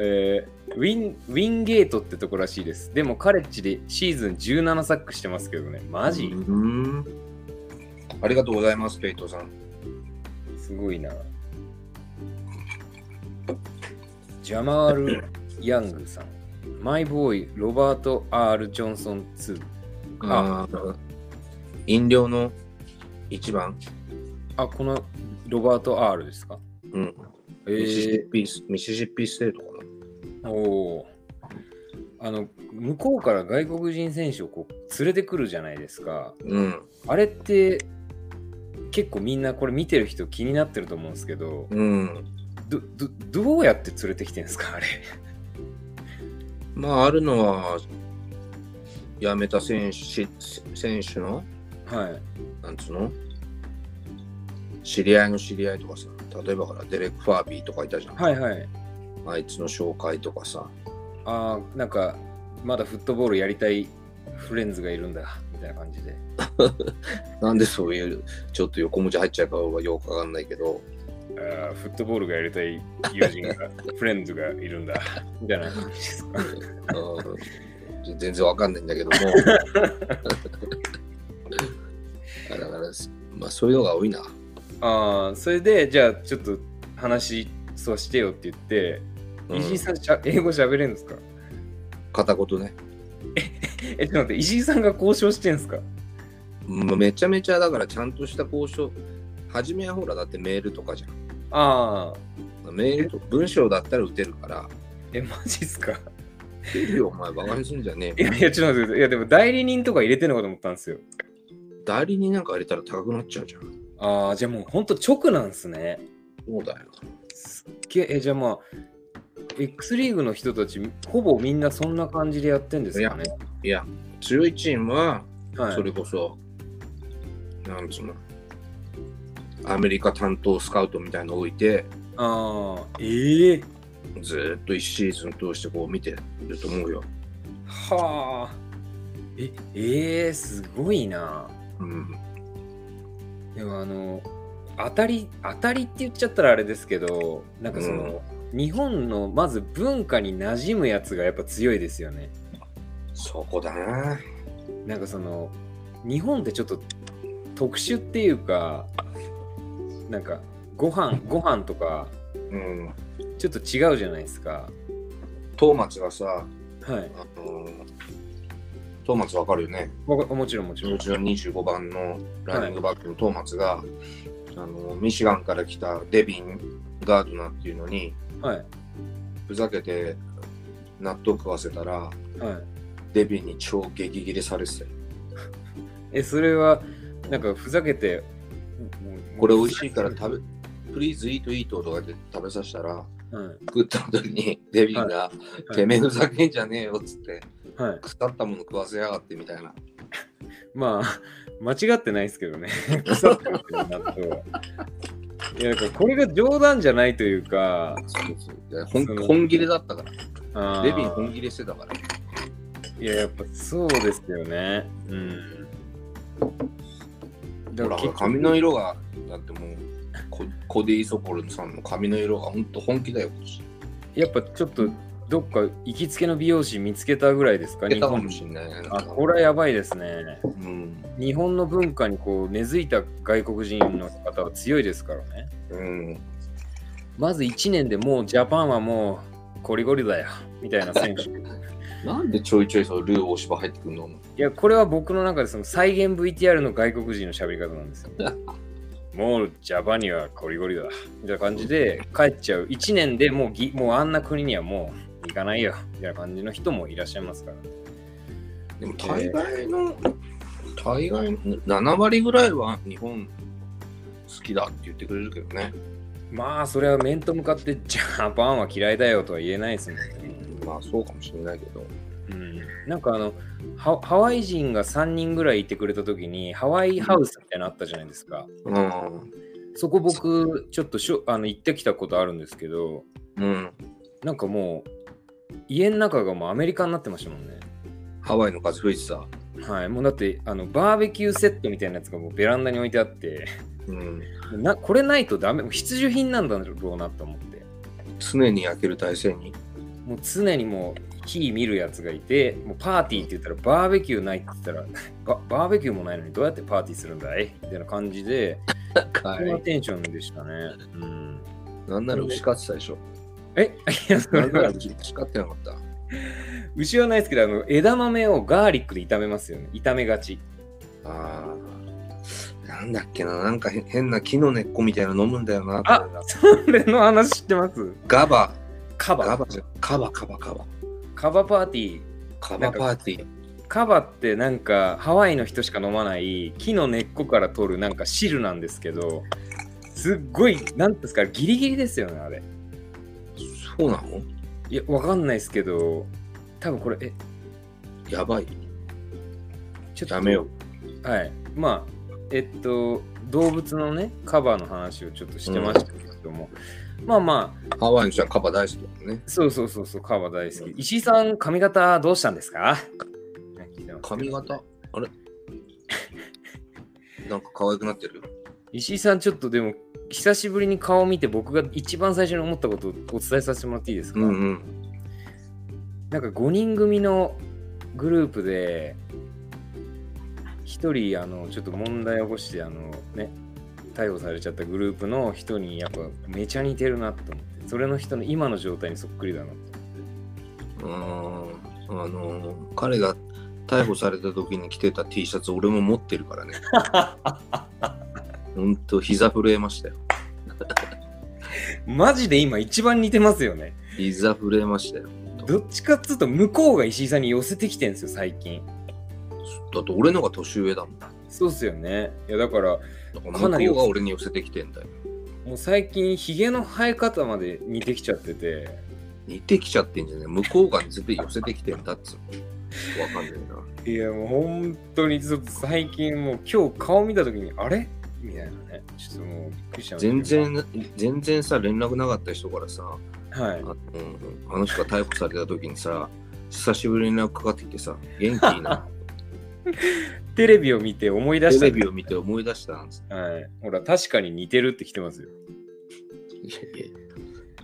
Speaker 1: えーウィンウィンゲートってとこらしいです。でもカレッジでシーズン17サックしてますけどね。マジ、
Speaker 2: うーん。ありがとうございます、ペイトさん。
Speaker 1: すごいな。ジャマール・ヤングさん。マイボーイ、ロバート・ R ・ジョンソン2。あ
Speaker 2: あー飲料の1番。
Speaker 1: あ、このロバート・ R ですか
Speaker 2: うん。
Speaker 1: え
Speaker 2: ミシシ
Speaker 1: ー
Speaker 2: ッ、ピス、ミシシッピステートかな。
Speaker 1: おお。あの、向こうから外国人選手をこう連れてくるじゃないですか。
Speaker 2: うん、
Speaker 1: あれって結構みんなこれ見てる人気になってると思うんですけど、
Speaker 2: うん。
Speaker 1: どどどうやって連れてきてるんですかあれ。
Speaker 2: まあ、あるのは、辞めた選手選手の、
Speaker 1: はい。
Speaker 2: なんつうの知り合いの知り合いとかさ、例えばからデレック・ファービーとかいたじゃん。
Speaker 1: はいはい。
Speaker 2: あいつの紹介とかさ、
Speaker 1: ああ、なんかまだフットボールやりたいフレンズがいるんだみたいな感じで。
Speaker 2: なんでそういう、ちょっと横文字入っちゃうかはよくわかんないけ
Speaker 1: <laughs>
Speaker 2: ど、
Speaker 1: あーフットボールがやりたい友人が、フレンズがいるんだ <laughs> みたいな感じですか。
Speaker 2: うん全然わかんないんだ
Speaker 1: <laughs>
Speaker 2: けども。だから、まあそういうのが多いな。
Speaker 1: ああ、それでじゃあちょっと話そうしてよって言って、
Speaker 2: うん
Speaker 1: 石井さんしゃ英語喋れるんですか
Speaker 2: 片言ね。
Speaker 1: え、ちょっと待って、石井さんが交渉してんすか
Speaker 2: もうめちゃめちゃだからちゃんとした交渉。初めはほらだってメールとかじゃん。
Speaker 1: ああ、
Speaker 2: メールと文章だったら打てるから。
Speaker 1: え、マジっすか
Speaker 2: 打てるよ、お前バカにすんじゃね
Speaker 1: い
Speaker 2: えよ。
Speaker 1: や、いやちょっと待ってください。いや、でも代理人とか入れてんのかと思ったんですよ。
Speaker 2: 代理になんか入れたら高くなっちゃうじゃん。
Speaker 1: ああ、じゃあもうほんと直なんすね。
Speaker 2: そうだよ。
Speaker 1: すっげえ、え、じゃあまあ、X リーグの人たち、ほぼみんなそんな感じでやってんですかね。
Speaker 2: いや、強いチームは
Speaker 1: はい、
Speaker 2: それこそ、なんつうの、アメリカ担当スカウトみたいの置いて、
Speaker 1: ああ、ええ
Speaker 2: ずーっと1シーズン通してこう見てると思うよ。
Speaker 1: はあ。え、ええすごいな。
Speaker 2: うん。
Speaker 1: でもあの、当たり、当たりって言っちゃったらあれですけど、なんかその、日本のまず文化に馴染むやつがやっぱ強いですよね。
Speaker 2: そこだな。
Speaker 1: なんかその日本ってちょっと特殊っていうかなんかご飯ご飯とか
Speaker 2: うん。
Speaker 1: ちょっと違うじゃないですか
Speaker 2: トーマツがさ、
Speaker 1: はい
Speaker 2: あのートーマツわかるよね。
Speaker 1: ももちろんもちろん
Speaker 2: うちの25番のランニングバックのトーマツが、あのーミシガンから来たデビン・ガードナーっていうのに、
Speaker 1: はい
Speaker 2: ふざけて納豆食わせたら、
Speaker 1: はい
Speaker 2: デビンに超激ギレされてたよ
Speaker 1: えそれはなんかふざけて
Speaker 2: これ美味しいから食べ、プリーズイートイートとかで食べさせたら、
Speaker 1: べはい
Speaker 2: 食った時にデビーが、
Speaker 1: い
Speaker 2: てめえふざけんじゃねえよっつって、
Speaker 1: はい
Speaker 2: 腐ったもの食わせやがってみたいな。
Speaker 1: まあ <laughs> 間違ってないですけ <laughs> どね腐ってますよ納豆はいやだからこれが冗談じゃないというか
Speaker 2: そうそういや本
Speaker 1: その
Speaker 2: 本切れだったか
Speaker 1: あ
Speaker 2: ら、
Speaker 1: ー
Speaker 2: デビー本切れしてたから。
Speaker 1: いや、やっぱそうですよね。うん。だ
Speaker 2: ほら、
Speaker 1: 結局
Speaker 2: 髪の色が、だってもう、ココディ・ソコルさんの髪の色が本当本気だよ。
Speaker 1: やっぱちょっとどっか行きつけの美容師見つけたぐらいですか
Speaker 2: いけ
Speaker 1: 日
Speaker 2: たかも
Speaker 1: 本
Speaker 2: しんないね。
Speaker 1: あ、これはやばいですね。
Speaker 2: うん。
Speaker 1: 日本の文化にこう根付いた外国人の方は強いですからね。
Speaker 2: うん。
Speaker 1: まず1年でもうジャパンはもうゴリゴリだよみたいな選手。い
Speaker 2: なんでちょいちょいそうルー大芝入ってくるの
Speaker 1: や、これは僕の中でその再現 VTR の外国人の喋り方なんですよ。もうジャパンにはゴリゴリだみたいな感じで帰っちゃう1年でもうぎもうあんな国にはもう行かないよみたいな感じの人もいらっしゃいますから
Speaker 2: でも大概の、大概の7割ぐらいは日本好きだって言ってくれるけどね。
Speaker 1: まあそれは面と向かってジャパンは嫌いだよとは言えないですもんね、
Speaker 2: まあそうかもしれないけど。
Speaker 1: うん、なんかあのハハワイ人が3人ぐらいいてくれた時にハワイハウスみたいなのあったじゃないですか
Speaker 2: うん。
Speaker 1: そこ僕ちょっとしょあの行ってきたことあるんですけど
Speaker 2: うん。
Speaker 1: なんかもう家の中がもうアメリカになってましたもんね
Speaker 2: ハワイの風吹いてた。
Speaker 1: はい、もうだってあのバーベキューセットみたいなやつがもうベランダに置いてあって
Speaker 2: うん。
Speaker 1: なこれないとダメ必需品なんだろうなと思って
Speaker 2: 常に焼ける体勢に。
Speaker 1: もう常にもう火見るやつがいてもうパーティーって言ったらバーベキューないって言ったら <laughs> ババーベキューもないのにどうやってパーティーするんだいみたいな感じで、
Speaker 2: は
Speaker 1: こんな。テンションでしたね、うん、
Speaker 2: なんなら牛飼ってたでしょ。
Speaker 1: え <laughs> いやそれ
Speaker 2: なんなら
Speaker 1: は
Speaker 2: 牛飼ってなかった。
Speaker 1: 牛はないですけどあの枝豆をガーリックで炒めますよね炒めがち
Speaker 2: ああ。なんだっけな、なんか変変な木の根っこみたいなの飲むんだよな。
Speaker 1: あそれの話知ってます
Speaker 2: ガバ、
Speaker 1: カ
Speaker 2: ガ
Speaker 1: バ
Speaker 2: バじゃん、カバ、カバ、カバ。
Speaker 1: カバパーティー
Speaker 2: カバパーティー。
Speaker 1: カバってなんかハワイの人しか飲まない木の根っこから取るなんか汁なんですけどすっごいなんですかギリギリですよねあれ
Speaker 2: そうなの
Speaker 1: いやわかんないですけど多分これえ
Speaker 2: やばい。
Speaker 1: ちょっと
Speaker 2: ダメよ。
Speaker 1: はいまあえっと動物のねカバの話をちょっとしてましたけども、まあまあ
Speaker 2: ハワイの人はカバ大好きだもんね。
Speaker 1: そうそうそうそうカバ大好き石井さん髪型どうしたんですか <laughs> ね聞いてますけど
Speaker 2: 髪型あれ <laughs> なんか可愛くなってる
Speaker 1: 石井さんちょっとでも久しぶりに顔を見て僕が一番最初に思ったことをお伝えさせてもらっていいですか、
Speaker 2: うんうん。
Speaker 1: なんか5人組のグループで1人あのちょっと問題を起こしてあのね逮捕されちゃったグループの人にやっぱめちゃ似てるなと思ってそれの人の今の状態にそっくりだなと
Speaker 2: うーんあのー彼が逮捕された時に着てた T シャツ俺も持ってるから <laughs> ね。ほんと膝震えましたよ。
Speaker 1: マジで今一番似てますよね
Speaker 2: 膝震えましたよ。
Speaker 1: どっちかっつうと向こうが石井さんに寄せてきてんですよ最近
Speaker 2: だって俺のが年上だもん。だ
Speaker 1: そうっすよねいやだから
Speaker 2: から
Speaker 1: かなり
Speaker 2: 向こうが俺に寄せてきてんだよ。
Speaker 1: もう最近ヒゲの生え方まで似てきちゃってて
Speaker 2: 似てきちゃってんじゃねえ向こうが絶対寄せてきてんだっつうのわかん <laughs> ないな。
Speaker 1: いやもう本当にちょっと最近もう今日顔見た時にあれみたいなねちょっともうびっくりしちゃう
Speaker 2: 全然、全然さ、連絡なかった人からさ、
Speaker 1: はい
Speaker 2: あのあの人が逮捕された時にさ、久しぶりに連絡かかってきてさ、元気いいな。
Speaker 1: テレビを見て思い出し
Speaker 2: テ
Speaker 1: た
Speaker 2: レビを見て思い出したんです。
Speaker 1: はいほら確かに似てるって来てますよ
Speaker 2: いやいや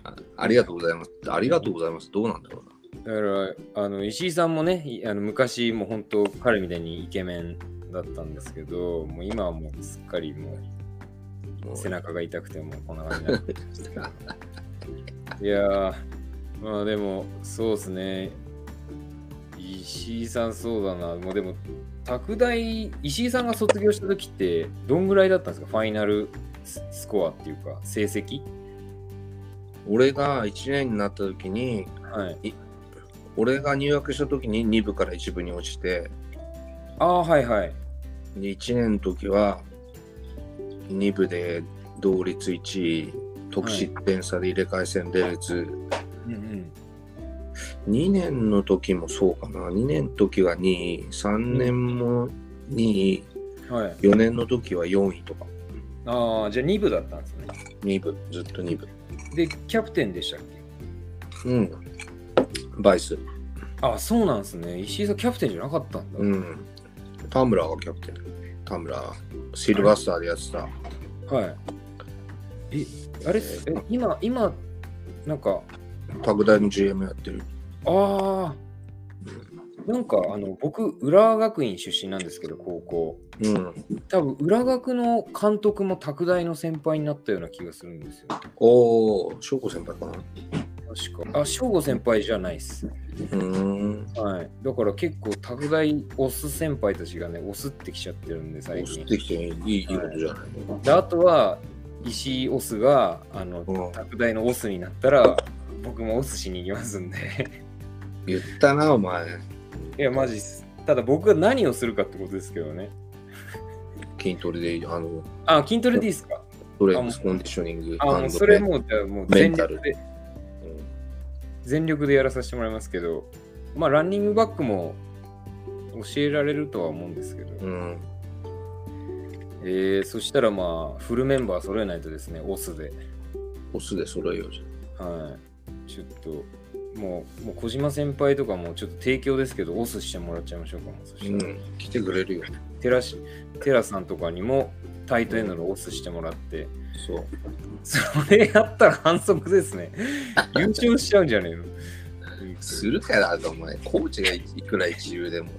Speaker 2: あありがとうございます。ありがとうございます。どうなんだろう
Speaker 1: だ
Speaker 2: な。
Speaker 1: からあの石井さんもねいあの昔もう本当彼みたいにイケメンだったんですけどもう今はもうすっかりも
Speaker 2: も
Speaker 1: う
Speaker 2: う
Speaker 1: 背中が痛くてもうこんな感じになって <laughs> いやー、まあでも、そうですね。石井さん、そうだな。もうでも、拓大、石井さんが卒業した時って、どんぐらいだったんですかファイナルススコアっていうか、成績
Speaker 2: 俺が1年になった時に、
Speaker 1: はい。
Speaker 2: 俺が入学した時に2部から1部に落ちて、
Speaker 1: ああ、はいはい。
Speaker 2: で1年の時は2部で同率1位得失点差で入れ替え戦で列、
Speaker 1: うんうん。
Speaker 2: 2年の時もそうかな2年の時は2位3年も2位
Speaker 1: はい。
Speaker 2: 4年の時は4位とか
Speaker 1: ああ、じゃあ2部だったんですね。
Speaker 2: 2部ずっと2部
Speaker 1: で、キャプテンでしたっけ
Speaker 2: うんバイス
Speaker 1: ああ、そうなんですね。石井さん、キャプテンじゃなかったんだ。
Speaker 2: うん田村がキャプテン田村シルバスターでやってた
Speaker 1: はい。え、あれ、え今、今、なんか、
Speaker 2: 拓大の GM やってる
Speaker 1: ああ。なんかあの僕、浦和学院出身なんですけど、高校。
Speaker 2: うん
Speaker 1: 多分浦学の監督も拓大の先輩になったような気がするんですよ。
Speaker 2: おお翔子先輩かな
Speaker 1: 確か。あ、省吾先輩じゃないっす。
Speaker 2: うーん
Speaker 1: はい。だから結構、拓大オス先輩たちがね、オスってきちゃってるんで、最
Speaker 2: 押し
Speaker 1: 近。
Speaker 2: てきていいいいことじゃないの、
Speaker 1: で、あとは、石井オスが、あの、
Speaker 2: うん
Speaker 1: 拓大のオスになったら、僕もオスしに行きますんで。
Speaker 2: 言ったな、お前。
Speaker 1: いや、マジっす。ただ僕が何をするかってことですけどね。
Speaker 2: 筋トレでいい、あの、
Speaker 1: あ、筋トレでいいですか
Speaker 2: トレーニング、コンディショニング、
Speaker 1: あ、もうそれもう、じゃあもう
Speaker 2: メ
Speaker 1: 全
Speaker 2: ンタル
Speaker 1: 力で、全力でやらさせてもらいますけど、まあ、ランニングバックも教えられるとは思うんですけど、
Speaker 2: うん。
Speaker 1: えー、そしたらまあ、フルメンバー揃えないとですね、オスで。
Speaker 2: オスで揃えようじ
Speaker 1: はい。ちょっと、もう、もう小島先輩とかもちょっと提供ですけど、オスしてもらっちゃいましょうかもうそ
Speaker 2: ゃ
Speaker 1: し
Speaker 2: ん。う
Speaker 1: たら、
Speaker 2: ん。来てくれるよ。
Speaker 1: テラしテラさんとかにも、タイトエンドのオスしてもらって、
Speaker 2: そう。
Speaker 1: それやったら反則ですね。優勝しちゃうんじゃねえの
Speaker 2: するから、お前。コーチがいくら一流でも、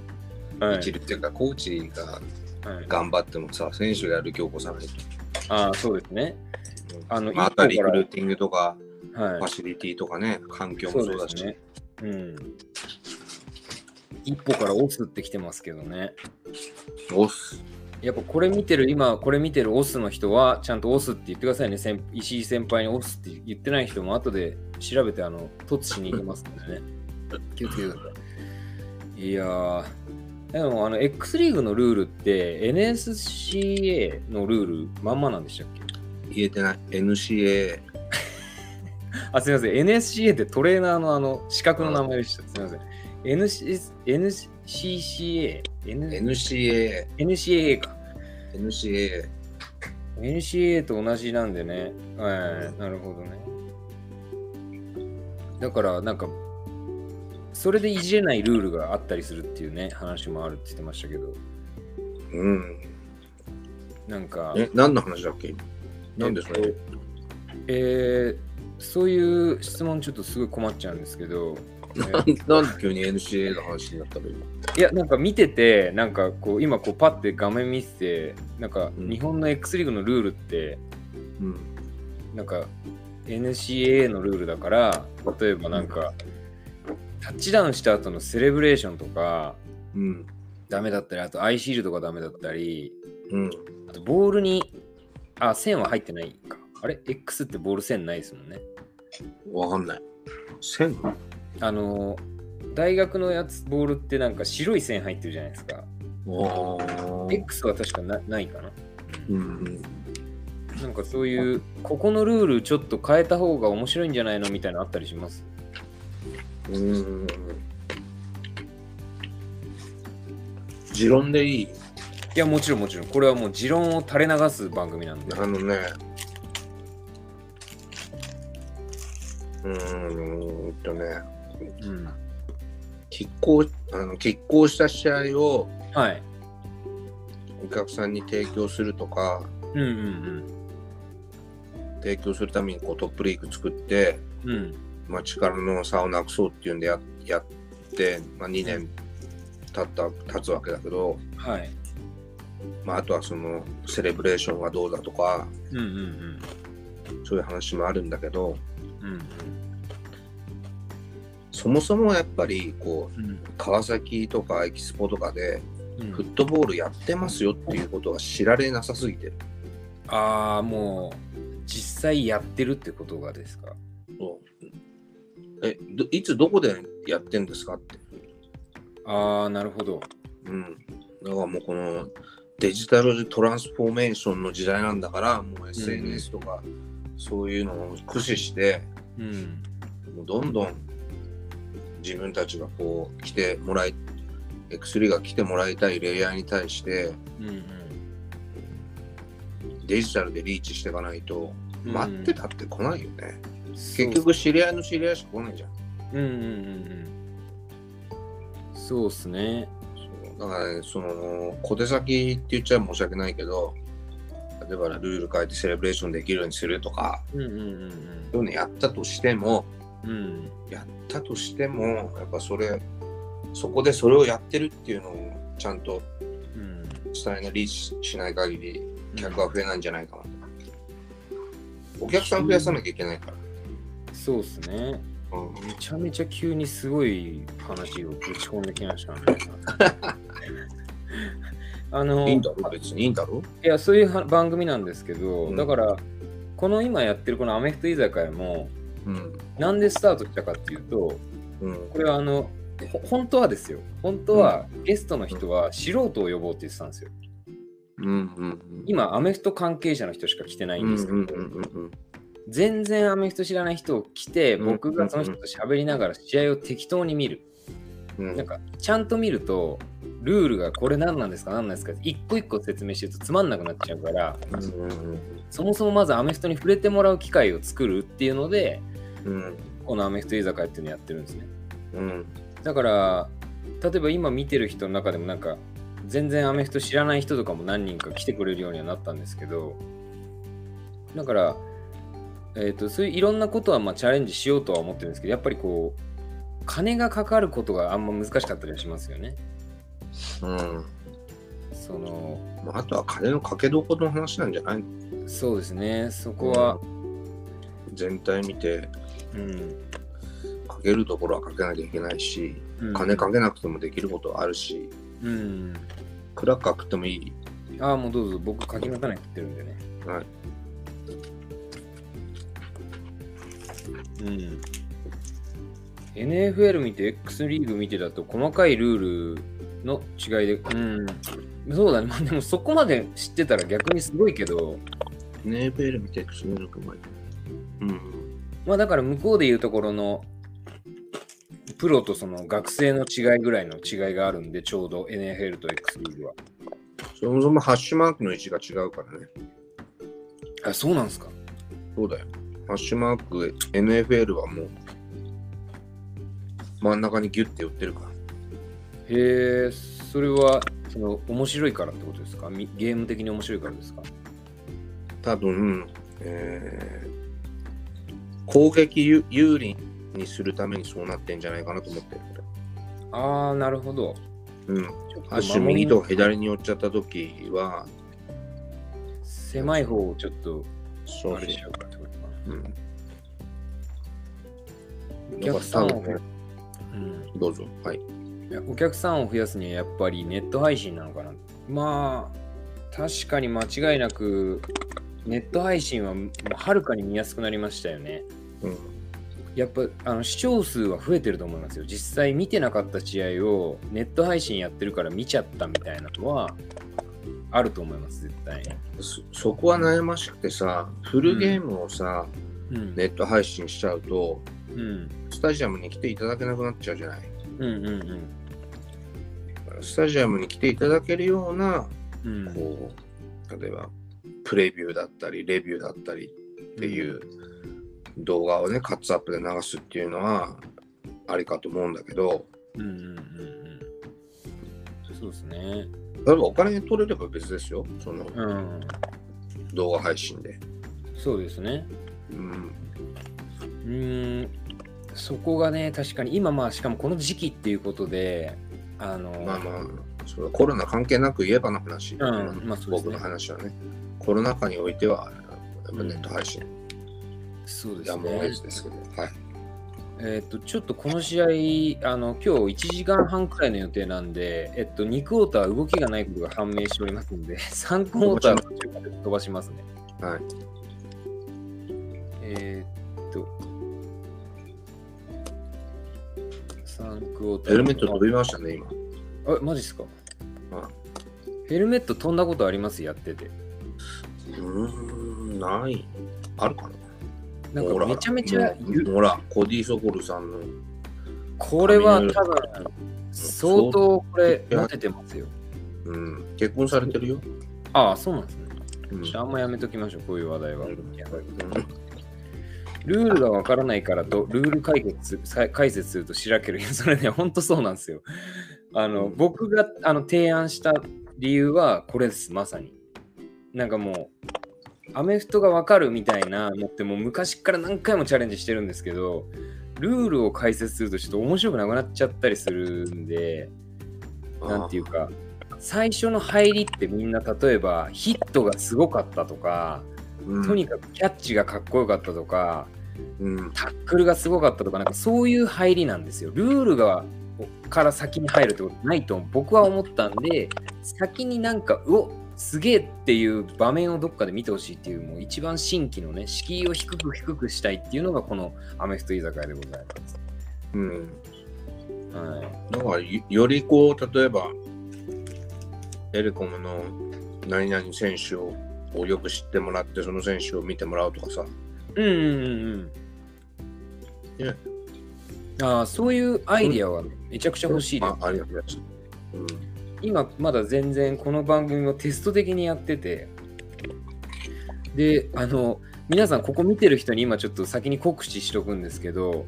Speaker 1: はい
Speaker 2: 一流っていうか、コーチが
Speaker 1: はい、
Speaker 2: 頑張ってもさ、選手がやる気を起こさないと。
Speaker 1: ああ、そうですね。あの
Speaker 2: まあ、
Speaker 1: 一歩から
Speaker 2: あとはリクルーティングとか、
Speaker 1: はい
Speaker 2: ファ。シリティとかね、環境も
Speaker 1: そ
Speaker 2: そう
Speaker 1: う
Speaker 2: だ
Speaker 1: で
Speaker 2: し。
Speaker 1: すね。うん。一歩からオスってきてますけどね。
Speaker 2: オス。
Speaker 1: やっぱこれ見てる、今これ見てるオスの人は、ちゃんとオスって言ってくださいね。先石井先輩にオスって言ってない人も後で調べて、あの、突しに行きますんでね。気をつけてください。いやー、でもあの X リーグのルールって NSCA のルールまんまなんでしたっけ
Speaker 2: 言えてない。NCA。
Speaker 1: あすみません NSCA ってトレーナーのあの資格の名前でしたすみません NC NCCA N
Speaker 2: NCA。
Speaker 1: NCAA か
Speaker 2: NCA。
Speaker 1: NCAA と同じなんでね。はい、なるほどね。だから、なんか、それでいじれないルールがあったりするっていうね、話もあるって言ってましたけど、
Speaker 2: うん。
Speaker 1: なんか、
Speaker 2: え、何の話だっけ <laughs> なんでそれ、
Speaker 1: えーそういう質問ちょっとすごい困っちゃうんですけど、えー
Speaker 2: なんで急に NCA の話になったの今。
Speaker 1: いや、なんか見てて、なんかこう、今こう、パッて画面見てて、なんか、
Speaker 2: うん
Speaker 1: 日本の X リーグのルールって、
Speaker 2: うん。
Speaker 1: なんか NCAA のルールだから例えばなんか、タッチダウンした後のセレブレーションとか
Speaker 2: うん。
Speaker 1: ダメだったりあとアイシールドがダメだったり
Speaker 2: うん。
Speaker 1: あとボールにあ線は入ってないかあれ X ってボール線ないですもんね
Speaker 2: わかんない。線
Speaker 1: あの大学のやつボールってなんか白い線入ってるじゃないですか
Speaker 2: お
Speaker 1: X は確かなないかな
Speaker 2: うん。
Speaker 1: なんかそういうここのルールちょっと変えた方が面白いんじゃないのみたいなのあったりします
Speaker 2: うん。持論でいい。
Speaker 1: いやもちろんもちろんこれはもう持論を垂れ流す番組なんで
Speaker 2: あのね。うーんとね、
Speaker 1: うん
Speaker 2: 拮抗あの拮抗した試合を
Speaker 1: はい。
Speaker 2: お客さんに提供するとか、
Speaker 1: うんうん
Speaker 2: 提供するためにこうトップリーグ作って、
Speaker 1: うん。うん。
Speaker 2: まあ、力の差をなくそうっていうんでややって、まあ、2年経った経つわけだけど、
Speaker 1: はい。
Speaker 2: まあ、あとはそのセレブレーションがどうだとか
Speaker 1: うんうん
Speaker 2: そういう話もあるんだけど
Speaker 1: うん。うん
Speaker 2: そもそもやっぱりこう
Speaker 1: うん。
Speaker 2: 川崎とかエキスポとかで
Speaker 1: うん
Speaker 2: フットボールやってますよっていうことが知られなさすぎてる。
Speaker 1: ああ、もう、実際やってるってことがですか。
Speaker 2: えどいつどこでやってんですかって。
Speaker 1: ああ、なるほど。
Speaker 2: うん。だからもうこのデジタルトランスフォーメーションの時代なんだから、もう SNS とかそういうのを駆使して、
Speaker 1: うん。
Speaker 2: もうどんどん自分たちがこう来てもらい、X3 が来てもらいたいレイヤーに対して、
Speaker 1: うん
Speaker 2: デジタルでリーチしていかないと、
Speaker 1: うん。
Speaker 2: 待ってたって来ないよね。
Speaker 1: うん。結
Speaker 2: 結局知り合いの知り合いしか来ないじゃん。
Speaker 1: うんうんうんうん。そうっすね。
Speaker 2: そうだからね、その小手先って言っちゃ申し訳ないけど、例えばルール変えてセレブレーションできるようにするとか、
Speaker 1: うんうん
Speaker 2: そういうのやったとしても、
Speaker 1: うんうん。うん。
Speaker 2: やったとしても、やっぱそれ、そこでそれをやってるっていうのをちゃんと
Speaker 1: うん。
Speaker 2: 伝えなリーチしない限り、客は増えないんじゃないかなと。お客さん増やさなきゃいけないか
Speaker 1: そうっすね。
Speaker 2: ら。うん
Speaker 1: めちゃめちゃ急にすごい話をぶち込んできました <laughs> ね。あの、
Speaker 2: いいんだろ別にいいんだろ
Speaker 1: いや、そういうは番組なんですけど、
Speaker 2: うん
Speaker 1: だから、この今やってるこのアメフト居酒屋も、
Speaker 2: うん。
Speaker 1: なんでスタートしたかっていうと、
Speaker 2: うん。
Speaker 1: これはあの、ほ本当はですよ。本当はゲストの人は素人を呼ぼうって言ってたんですよ。
Speaker 2: うん。うん。
Speaker 1: 今、アメフト関係者の人しか来てない
Speaker 2: うんん。
Speaker 1: ですけ
Speaker 2: う
Speaker 1: ど、
Speaker 2: ん。うん。
Speaker 1: 全然アメフト知らない人を来て、
Speaker 2: うん
Speaker 1: 僕がその人と喋りながら試合を適当に見る。
Speaker 2: うん。
Speaker 1: なんか、ちゃんと見ると、ルールがこれ何なんですか何なんですかって一個一個説明してるとつまんなくなっちゃうから、そもそもまずアメフトに触れてもらう機会を作るっていうので、
Speaker 2: うん。
Speaker 1: このアメフト居酒屋っていうのやってるんですね。
Speaker 2: うん。
Speaker 1: だから、例えば今見てる人の中でもなんか、全然アメフト知らない人とかも何人か来てくれるようにはなったんですけど、だから、えー、とそういういろんなことはまあチャレンジしようとは思ってるんですけど、やっぱりこう、金がかかることがあんま難しかったりはしますよね。
Speaker 2: うん。
Speaker 1: その、
Speaker 2: まあ、あとは金のかけどころの話なんじゃないの
Speaker 1: そうですね、そこは、
Speaker 2: 全体見て
Speaker 1: うん。
Speaker 2: かけるところはかけなきゃいけないし
Speaker 1: うん
Speaker 2: 金かけなくてもできることはあるし
Speaker 1: うん。
Speaker 2: クラッカー食ってもいい
Speaker 1: ああ、もうどうぞ、僕、書きまかないって言ってるんでね。
Speaker 2: は
Speaker 1: う
Speaker 2: い。
Speaker 1: ん。NFL 見て、X リーグ見てだと、細かいルールの違いで、うん、そうだね、まあ、でもそこまで知ってたら逆にすごいけど、
Speaker 2: ネーベルみたいなすごい6枚。うん。
Speaker 1: まあだから向こうでいうところの、プロとその学生の違いぐらいの違いがあるんで、ちょうど NFL と X リーグは。
Speaker 2: そもそもハッシュマークの位置が違うからね。
Speaker 1: あ、そうなんですか。
Speaker 2: そうだよ。ハッシュマーク、NFL はもう、真ん中にギュッて寄ってるから。
Speaker 1: へえ、それは、その、面白いからってことですかみゲーム的に面白いからですか
Speaker 2: 多分、えー攻撃有有利にするためにそうなってんじゃないかなと思ってる。
Speaker 1: ああ、なるほど。
Speaker 2: うん。
Speaker 1: ちょっと
Speaker 2: 足
Speaker 1: 守り
Speaker 2: 右と左に寄っちゃった時は、
Speaker 1: 狭い方をちょっと、
Speaker 2: そ
Speaker 1: あ
Speaker 2: う
Speaker 1: れしよ
Speaker 2: そう
Speaker 1: かってことか
Speaker 2: う。うん。
Speaker 1: な。お
Speaker 2: だか
Speaker 1: 客
Speaker 2: ら
Speaker 1: さん
Speaker 2: 多
Speaker 1: を、
Speaker 2: 分ね、
Speaker 1: うん、
Speaker 2: どうぞ。はい。
Speaker 1: いやお客さんを増やすにはやっぱりネット配信なのかなまあ確かに間違いなくネット配信はもうはるかに見やすくなりましたよね
Speaker 2: うん。
Speaker 1: やっぱあの視聴数は増えてると思いますよ実際見てなかった試合をネット配信やってるから見ちゃったみたいなのはあると思います絶対
Speaker 2: そそこは悩ましくてさ、フルゲームをさ、
Speaker 1: うん、
Speaker 2: ネット配信しちゃうと、
Speaker 1: うん、
Speaker 2: スタジアムに来ていただけなくなっちゃうじゃない。
Speaker 1: うんうん
Speaker 2: スタジアムに来ていただけるような、
Speaker 1: うんうん
Speaker 2: こう、例えば、プレビューだったり、レビューだったりっていう動画をね、カッツアップで流すっていうのは、ありかと思うんだけど、
Speaker 1: うんうんうんうんそうですね
Speaker 2: 例えばお金取れれば別ですよ、その
Speaker 1: うん
Speaker 2: 動画配信で。
Speaker 1: そうですね
Speaker 2: うん、
Speaker 1: うーんそこがね確かに今まあしかもこの時期っていうことであの
Speaker 2: まあまあ、それはコロナ関係なく言えばの話、
Speaker 1: うんまあそうですね
Speaker 2: 僕の話はね、コロナ禍においては、やっぱネット配信、
Speaker 1: そうで
Speaker 2: や
Speaker 1: す
Speaker 2: むを得
Speaker 1: ね
Speaker 2: ずですけど、はい。
Speaker 1: えっとちょっとこの試合あの今日1時間半くらいの予定なんでえっと2クォーター動きがないことが判明しておりますので3クォーターの途中まで飛ばしますね
Speaker 2: はい
Speaker 1: えーっと3クォーター
Speaker 2: ヘルメット飛びましたね、今。
Speaker 1: あマジっすか
Speaker 2: あ
Speaker 1: ヘルメット飛んだことありますやってて
Speaker 2: うーん、ない。あるかな
Speaker 1: なん
Speaker 2: ほ
Speaker 1: からめちゃめちゃゆ
Speaker 2: ほら、コディ・ソコルさんの。
Speaker 1: これは
Speaker 2: 髪の
Speaker 1: 多
Speaker 2: 色
Speaker 1: 分相当これモテてますよ。
Speaker 2: うん、結婚されてるよ。
Speaker 1: ああ、そうなんですね。
Speaker 2: うん
Speaker 1: ちょっとあんまやめときましょう、こういう話題は。
Speaker 2: うん
Speaker 1: やばいルールがわからないからと、ルール解決さ解説するとしらける。いやそれね、ほんとそうなんですよ。あの、
Speaker 2: うん
Speaker 1: 僕があの提案した理由はこれです、まさに。なんかもう、アメフトがわかるみたいなのって、もう昔から何回もチャレンジしてるんですけど、ルールを解説するとちょっと面白くなくなっちゃったりするんで、なんていうか、最初の入りってみんな例えばヒットがすごかったとか、
Speaker 2: うん、
Speaker 1: とにかくキャッチがかっこよかったとか、
Speaker 2: うん、
Speaker 1: タックルがすごかったとか、なんかそういう入りなんですよ。ルールがから先に入るってことないと僕は思ったんで、先になんか、うおすげえっていう場面をどっかで見てほしいっていう、もう一番新規のね、敷居を低く低くしたいっていうのがこのアメフト居酒屋でございます。
Speaker 2: うん。
Speaker 1: はい。
Speaker 2: だから、よよりこう、例えば、エレコムの何々選手ををよく知ってもらって、その選手を見てもらうとかさ、
Speaker 1: うんうんうんうん。
Speaker 2: ね
Speaker 1: ああ、そういうアイディアはめちゃくちゃ欲しいです
Speaker 2: あ。ありがとうございます。うん
Speaker 1: 今まだ全然この番組をテスト的にやっててであの皆さんここ見てる人に今ちょっと先に告知しとくんですけど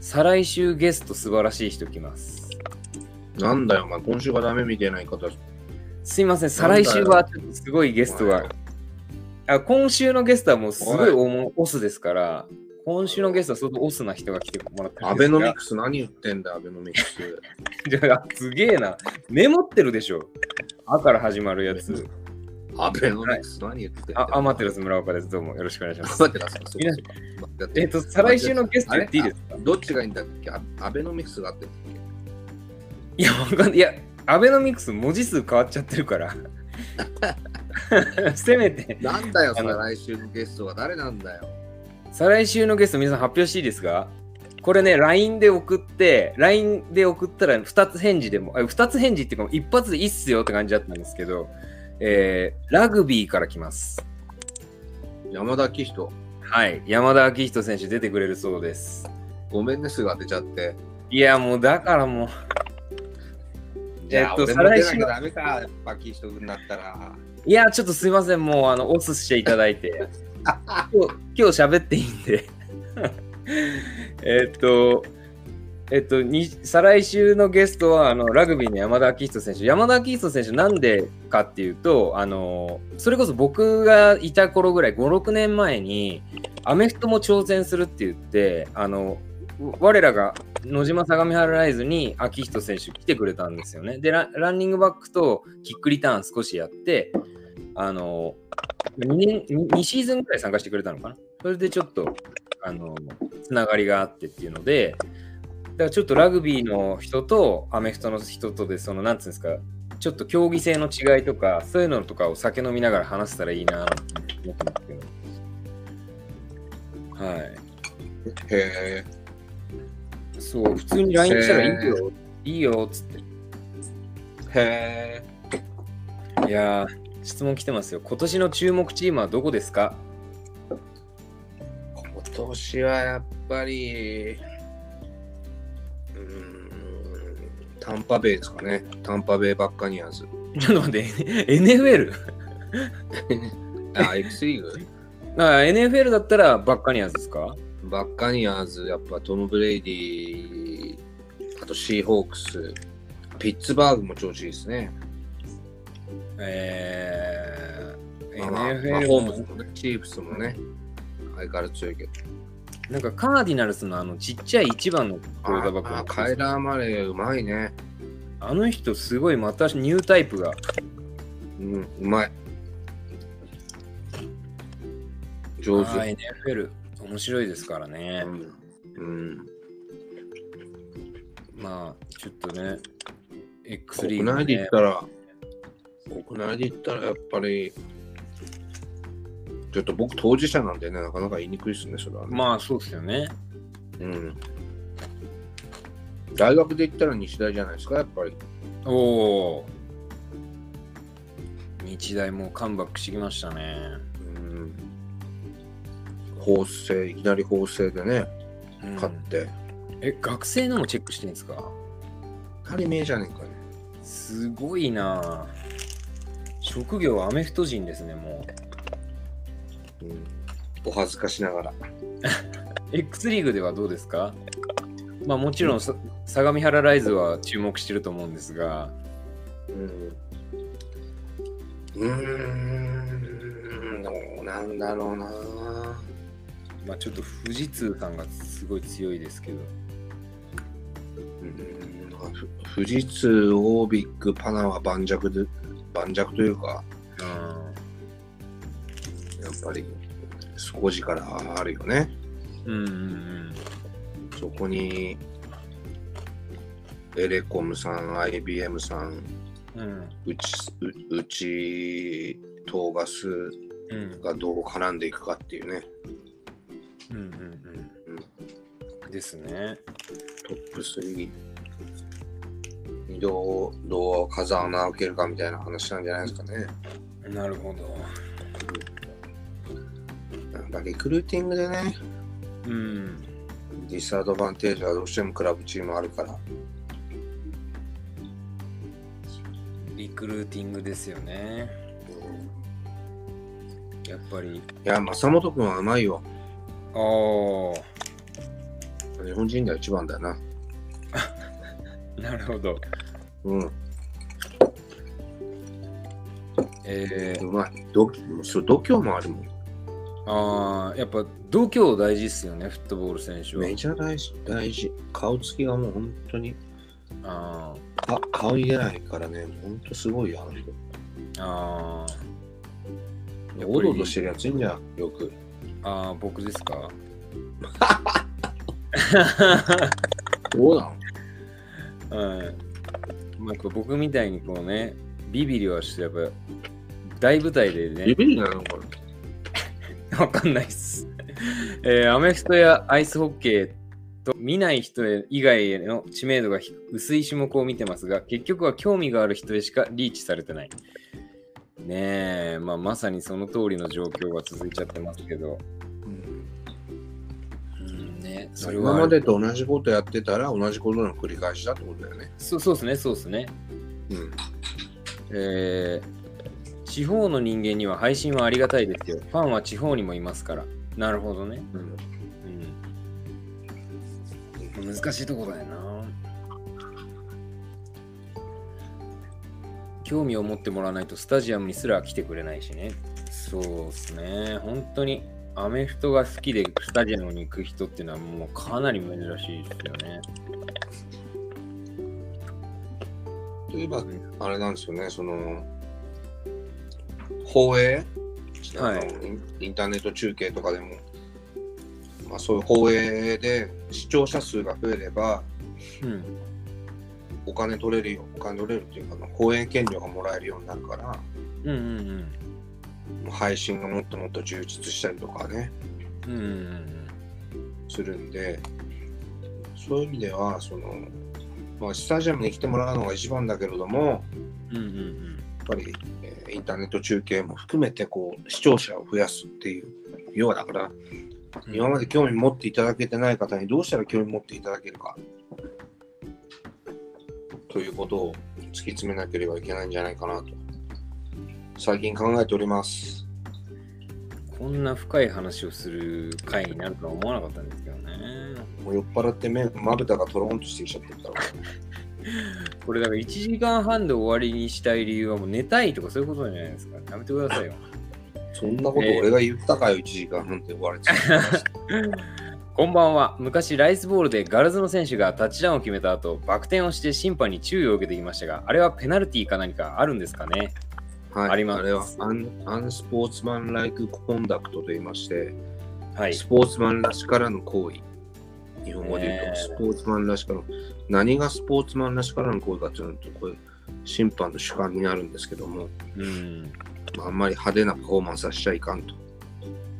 Speaker 1: 再来週ゲスト素晴らしい人来ます
Speaker 2: なんだよ、お前、今週がダメみたいな言い方。
Speaker 1: すいません再来週はちょっとすごいゲストがあ今週のゲストはもうすごい大物オスですから今週のゲストは相当オスな人が来てもらってる
Speaker 2: ア
Speaker 1: んで
Speaker 2: ベ
Speaker 1: すが
Speaker 2: ノミクス何言ってんだよ、アベノミ
Speaker 1: <laughs>
Speaker 2: クス。
Speaker 1: じゃあ <laughs> すげえなメモってるでしょあから始まるやつ
Speaker 2: アベノミクス何言ってんだよ
Speaker 1: あアマテラス村岡ですどうもよろしくお <laughs> 願いします
Speaker 2: 頑張ってください。そうかそうか
Speaker 1: えっと、再来週のゲスト言っていいですか
Speaker 2: どっちがいいんだっけアアベノミクスがあってんだっ
Speaker 1: いや、わかんない。いや、アベノミクス文字数変わっちゃってるから。 <laughs> せめて、
Speaker 2: けなんだよ、
Speaker 1: あ
Speaker 2: 再
Speaker 1: の
Speaker 2: 来週のゲストは誰なんだよ。
Speaker 1: 再来週のゲスト、皆さん発表していいですかこれね、LINE で送って、LINE で送ったら2つ返事でも、あ2つ返事っていうか、一発でいいっすよって感じだったんですけど、えーラグビーから来ます。
Speaker 2: 山田明人、
Speaker 1: はい、山田明人選手出てくれるそうです。
Speaker 2: ごめんね、すぐ当てちゃって。
Speaker 1: いや、もうだからもう、
Speaker 2: じゃあ、
Speaker 1: えっと
Speaker 2: 俺も出
Speaker 1: 再
Speaker 2: な
Speaker 1: 来週
Speaker 2: きゃダメか、やっぱ明人になったら。
Speaker 1: いや、ちょっとすいません、もうあの、オスしていただいて、今日今日喋っていいんで。 <laughs> えっと、えっと、に再来週のゲストはあのラグビーの山田明人選手。山田明人選手、なんでかっていうと、あのそれこそ僕がいた頃ぐらい、5、6年前に、アメフトも挑戦するって言って、あの我らが野島相模原ライズに秋人選手来てくれたんですよね。で、ラランニングバックとキックリターン少しやって、あの、2, 年に2シーズンぐらい参加してくれたのかな。それでちょっと、あの、つながりがあってっていうので、だからちょっとラグビーの人とアメフトの人とで、その、なんつうんですか、ちょっと競技性の違いとか、そういうのとかを酒飲みながら話せたらいいなと思ってますけど。はい。
Speaker 2: へえ。
Speaker 1: そう、普通に LINE したらいいよ、いいよ、つって。
Speaker 2: へえ。
Speaker 1: いやー、質問来てますよ。今年の注目チームはどこですか <laughs>
Speaker 2: 今年はやっぱり、うーん、タンパベイですかね。タンパベイばっかニアーズ。
Speaker 1: ちょっと待って、NFL?
Speaker 2: あ、X リーグ
Speaker 1: あ NFL だったらバッカニアーズですか
Speaker 2: バッカニアーズ、やっぱトム・ブレイディ、あとシーホークス、ピッツバーグも調子いいですね。
Speaker 1: えー、
Speaker 2: まあまあ
Speaker 1: NFL
Speaker 2: まあホー
Speaker 1: も
Speaker 2: ムズもね、チーフスもね、相変わらず強いけど。
Speaker 1: なんかカーディナルスのあのちっちゃい1番のク
Speaker 2: あ
Speaker 1: ォーターバック
Speaker 2: ーあーカイラー・マレー、うまいね。
Speaker 1: あの人すごいまたニュータイプが。
Speaker 2: うん、うまい。上
Speaker 1: あ
Speaker 2: 手。
Speaker 1: ー NFL 面白いですからね。
Speaker 2: うんうん、
Speaker 1: まあちょっとね、X リ
Speaker 2: 国
Speaker 1: ーグ、
Speaker 2: 内で言っ
Speaker 1: ね、
Speaker 2: たら、国内で言ったらやっぱり、ちょっと僕当事者なんでね、なかなか言いにくいですね、それはね、
Speaker 1: まあそうですよね。
Speaker 2: うん。大学で言ったら日大じゃないですか、やっぱり。
Speaker 1: おお。日大もうカムバックしてきましたね。
Speaker 2: うん。法制、いきなり法制でね、
Speaker 1: うん
Speaker 2: 勝って。や
Speaker 1: え、学生のもチェックしてるんですか
Speaker 2: はり名じゃねえかね。
Speaker 1: すごいなぁ職業はアメフト人ですね、もう。
Speaker 2: うん。お恥ずかしながら。
Speaker 1: X リーグではどうですかまあもちろんさ、相模原ライズは注目してると思うんですが、
Speaker 2: うん。うーん、どうなんだろうな。
Speaker 1: まあちょっと富士通さんがすごい強いですけど。
Speaker 2: うーんまあふ富士通、オービック、パナは盤石で、盤石というか、やっぱり底力あるよね。
Speaker 1: うんうんうん
Speaker 2: そこに、エレコムさん、IBM さん、
Speaker 1: うん。うん。
Speaker 2: うち、ううち、東ガス
Speaker 1: うん。
Speaker 2: がどう絡んでいくかっていうね、
Speaker 1: うんうんうん。ですね。
Speaker 2: トップ3。にどう、どう風穴を開けるかみたいな話なんじゃないですかね。
Speaker 1: なるほど。
Speaker 2: やっぱリクルーティングでね、
Speaker 1: うん。
Speaker 2: ディスアドバンテージはどうしてもクラブチームあるから。
Speaker 1: リクルーティングですよね。やっぱり。
Speaker 2: いや、正本君はうまいよ。
Speaker 1: ああ。
Speaker 2: 日本人では一番だよな。
Speaker 1: なるほど。
Speaker 2: うん、う
Speaker 1: えー、
Speaker 2: まい。度もうそれ度胸もあるもん。
Speaker 1: あーやっぱ度胸大事っすよね、フットボール選手は
Speaker 2: め。ちゃ大事、大事。顔つきがもう本当に、
Speaker 1: あー
Speaker 2: か顔入れないからね、本当すごいよ、あの人。
Speaker 1: あー
Speaker 2: おどおどしてるやついいんじゃん、よく。
Speaker 1: あー、僕ですか
Speaker 2: どうなの
Speaker 1: はい。まあ、やっぱ僕みたいにこうね、ビビりはして、やっぱ大舞台でね
Speaker 2: ビ、ビりなのこれ。
Speaker 1: <laughs> わかんないっす。えーアメフトやアイスホッケーと見ない人へ以外への知名度が低薄い種目を見てますが、結局は興味がある人へしかリーチされてない。ねえ、まあ、まさにその通りの状況が続いちゃってますけど、うんね、それは
Speaker 2: 今までと同じことやってたら同じことの繰り返しだってことだよね。
Speaker 1: そうそうですね、そうですね。
Speaker 2: うん。
Speaker 1: えー地方の人間には配信はありがたいですよ。ファンは地方にもいますから。なるほどね。
Speaker 2: う
Speaker 1: う
Speaker 2: ん、
Speaker 1: ん、難しいとこだよな。興味を持ってもらわないとスタジアムにすら来てくれないしね。そうですね。本当にアメフトが好きでスタジアムに行く人っていうのはもうかなり珍しいですよね。
Speaker 2: といえば、あれなんですよね、その、放映、
Speaker 1: はい
Speaker 2: あのインインターネット中継とかでも、まあ、そういう放映で視聴者数が増えれば、
Speaker 1: うん。
Speaker 2: お金取れるよ、お金取れるっていうか、あの放映権料がもらえるようになるから、
Speaker 1: うんうんうん。
Speaker 2: もう配信がもっともっと充実したりとかね、
Speaker 1: うんうんうん。
Speaker 2: するんで、そういう意味では、その、まあ、スタジアムに来てもらうのが一番だけれども、
Speaker 1: うんうんうん。
Speaker 2: やっぱり、えーインターネット中継も含めてこう視聴者を増やすっていう要はだから今まで興味持っていただけてない方にどうしたら興味持っていただけるかということを突き詰めなければいけないんじゃないかなと最近考えております
Speaker 1: こんな深い話をする回になるとは思わなかったんですけどね。
Speaker 2: もう酔っ払って目まぶたがとろんとしてきちゃってるから
Speaker 1: これだから1時間半で終わりにしたい理由はもう寝たいとかそういうことじゃないですか。やめてくださいよ。
Speaker 2: そんなこと俺が言ったかよ1時間半って終われちゃう
Speaker 1: こんばんは。昔、ライスボールでガラズの選手がタッチダウンを決めた後、バク転をして審判に注意を受けていましたが、あれはペナルティーか何かあるんですかね
Speaker 2: は
Speaker 1: <laughs>
Speaker 2: い
Speaker 1: あります
Speaker 2: あれはアンアンスポーツマンライクコンダクトと言いまして
Speaker 1: はい
Speaker 2: ス。ポーツマンらしからぬ行為。日本語で言う
Speaker 1: ね
Speaker 2: と、スポーツマンらしからぬ。何がスポーツマンらしからぬ行為かというのと、これ、審判の主観になるんですけども、
Speaker 1: うん。
Speaker 2: まあ、あんまり派手なパフォーマンスはしちゃいかんと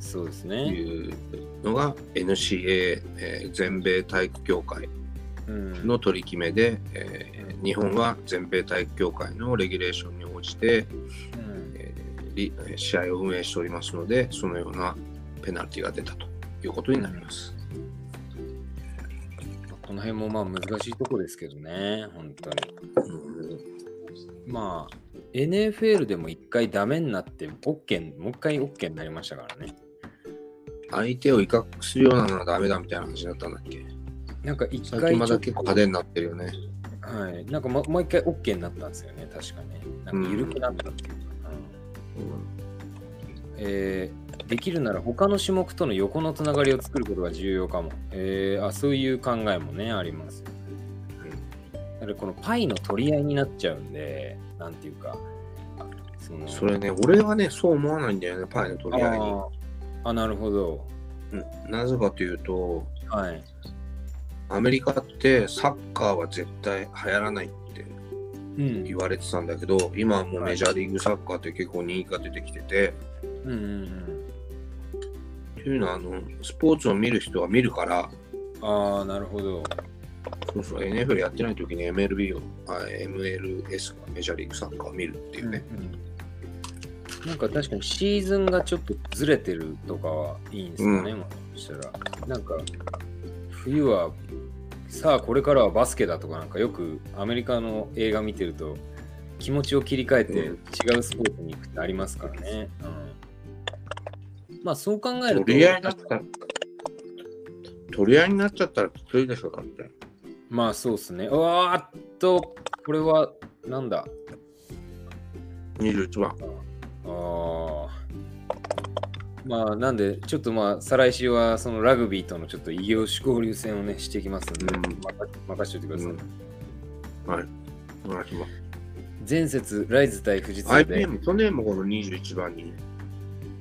Speaker 1: そうです
Speaker 2: い
Speaker 1: ね。
Speaker 2: うのが NCA、えー全米体育協会
Speaker 1: うん。
Speaker 2: の取り決めで、えー日本は全米体育協会のレギュレーションに応じて、
Speaker 1: うん
Speaker 2: えーり試合を運営しておりますので、そのようなペナルティが出たということになります。
Speaker 1: この辺もまあ難しいとこですけどね、本当に。
Speaker 2: うん
Speaker 1: まあ、NFL でも一回ダメになって、OK、もう一回 OK になりましたからね。
Speaker 2: 相手を威嚇するようなのはダメだみたいな話だったんだっけ
Speaker 1: なんか一
Speaker 2: 最
Speaker 1: 回
Speaker 2: 近ま
Speaker 1: ちょ
Speaker 2: だ
Speaker 1: っと
Speaker 2: 結構派手になってるよね。
Speaker 1: はい。なんかももう一回 OK になったんですよね、確かね。なんか緩くなったっていうか。うんえーできるなら他の種目との横のつながりを作ることが重要かも。えーあそういう考えもね、ありますよね。だからこのパイの取り合いになっちゃうんで、なんていうか、その
Speaker 2: それね、俺はね、そう思わないんだよね、パイの取り合いに。
Speaker 1: あーあ、なるほど。
Speaker 2: うんなぜかというと、
Speaker 1: はい。
Speaker 2: アメリカってサッカーは絶対流行らないって
Speaker 1: うん。
Speaker 2: 言われてたんだけど、今はもうメジャーリーグサッカーって結構人気が出てきてて、
Speaker 1: うんうんうん。
Speaker 2: というのはあの、スポーツを見る人は見るから、
Speaker 1: ああ、なるほど。
Speaker 2: そうそう NFL やってない時に MLB を、あ MLS か、メジャーリーグサッカーを見るっていうね。
Speaker 1: うんなんか確かにシーズンがちょっとずれてるとかはいいんですかね、
Speaker 2: う
Speaker 1: もしかしたら。なんか冬はさあこれからはバスケだとかなんかよくアメリカの映画見てると気持ちを切り替えて
Speaker 2: う
Speaker 1: 違うスポーツに行くってありますからね。うん、まあそう考えると。
Speaker 2: 取り合いになったら、取り合いになっちゃったらきついでしょ、だって。
Speaker 1: まあそうですね。うわーっと、これはなんだ
Speaker 2: 21番。
Speaker 1: ああ。まあ、なんで、ちょっとまあ、再来週は、そのラグビーとのちょっと異業種交流戦をね、していきますんで、
Speaker 2: うん
Speaker 1: 任任しておいてください。
Speaker 2: はい。お願いします。
Speaker 1: 前節、ライズ対富士通で、
Speaker 2: IPM、去年もこの21番に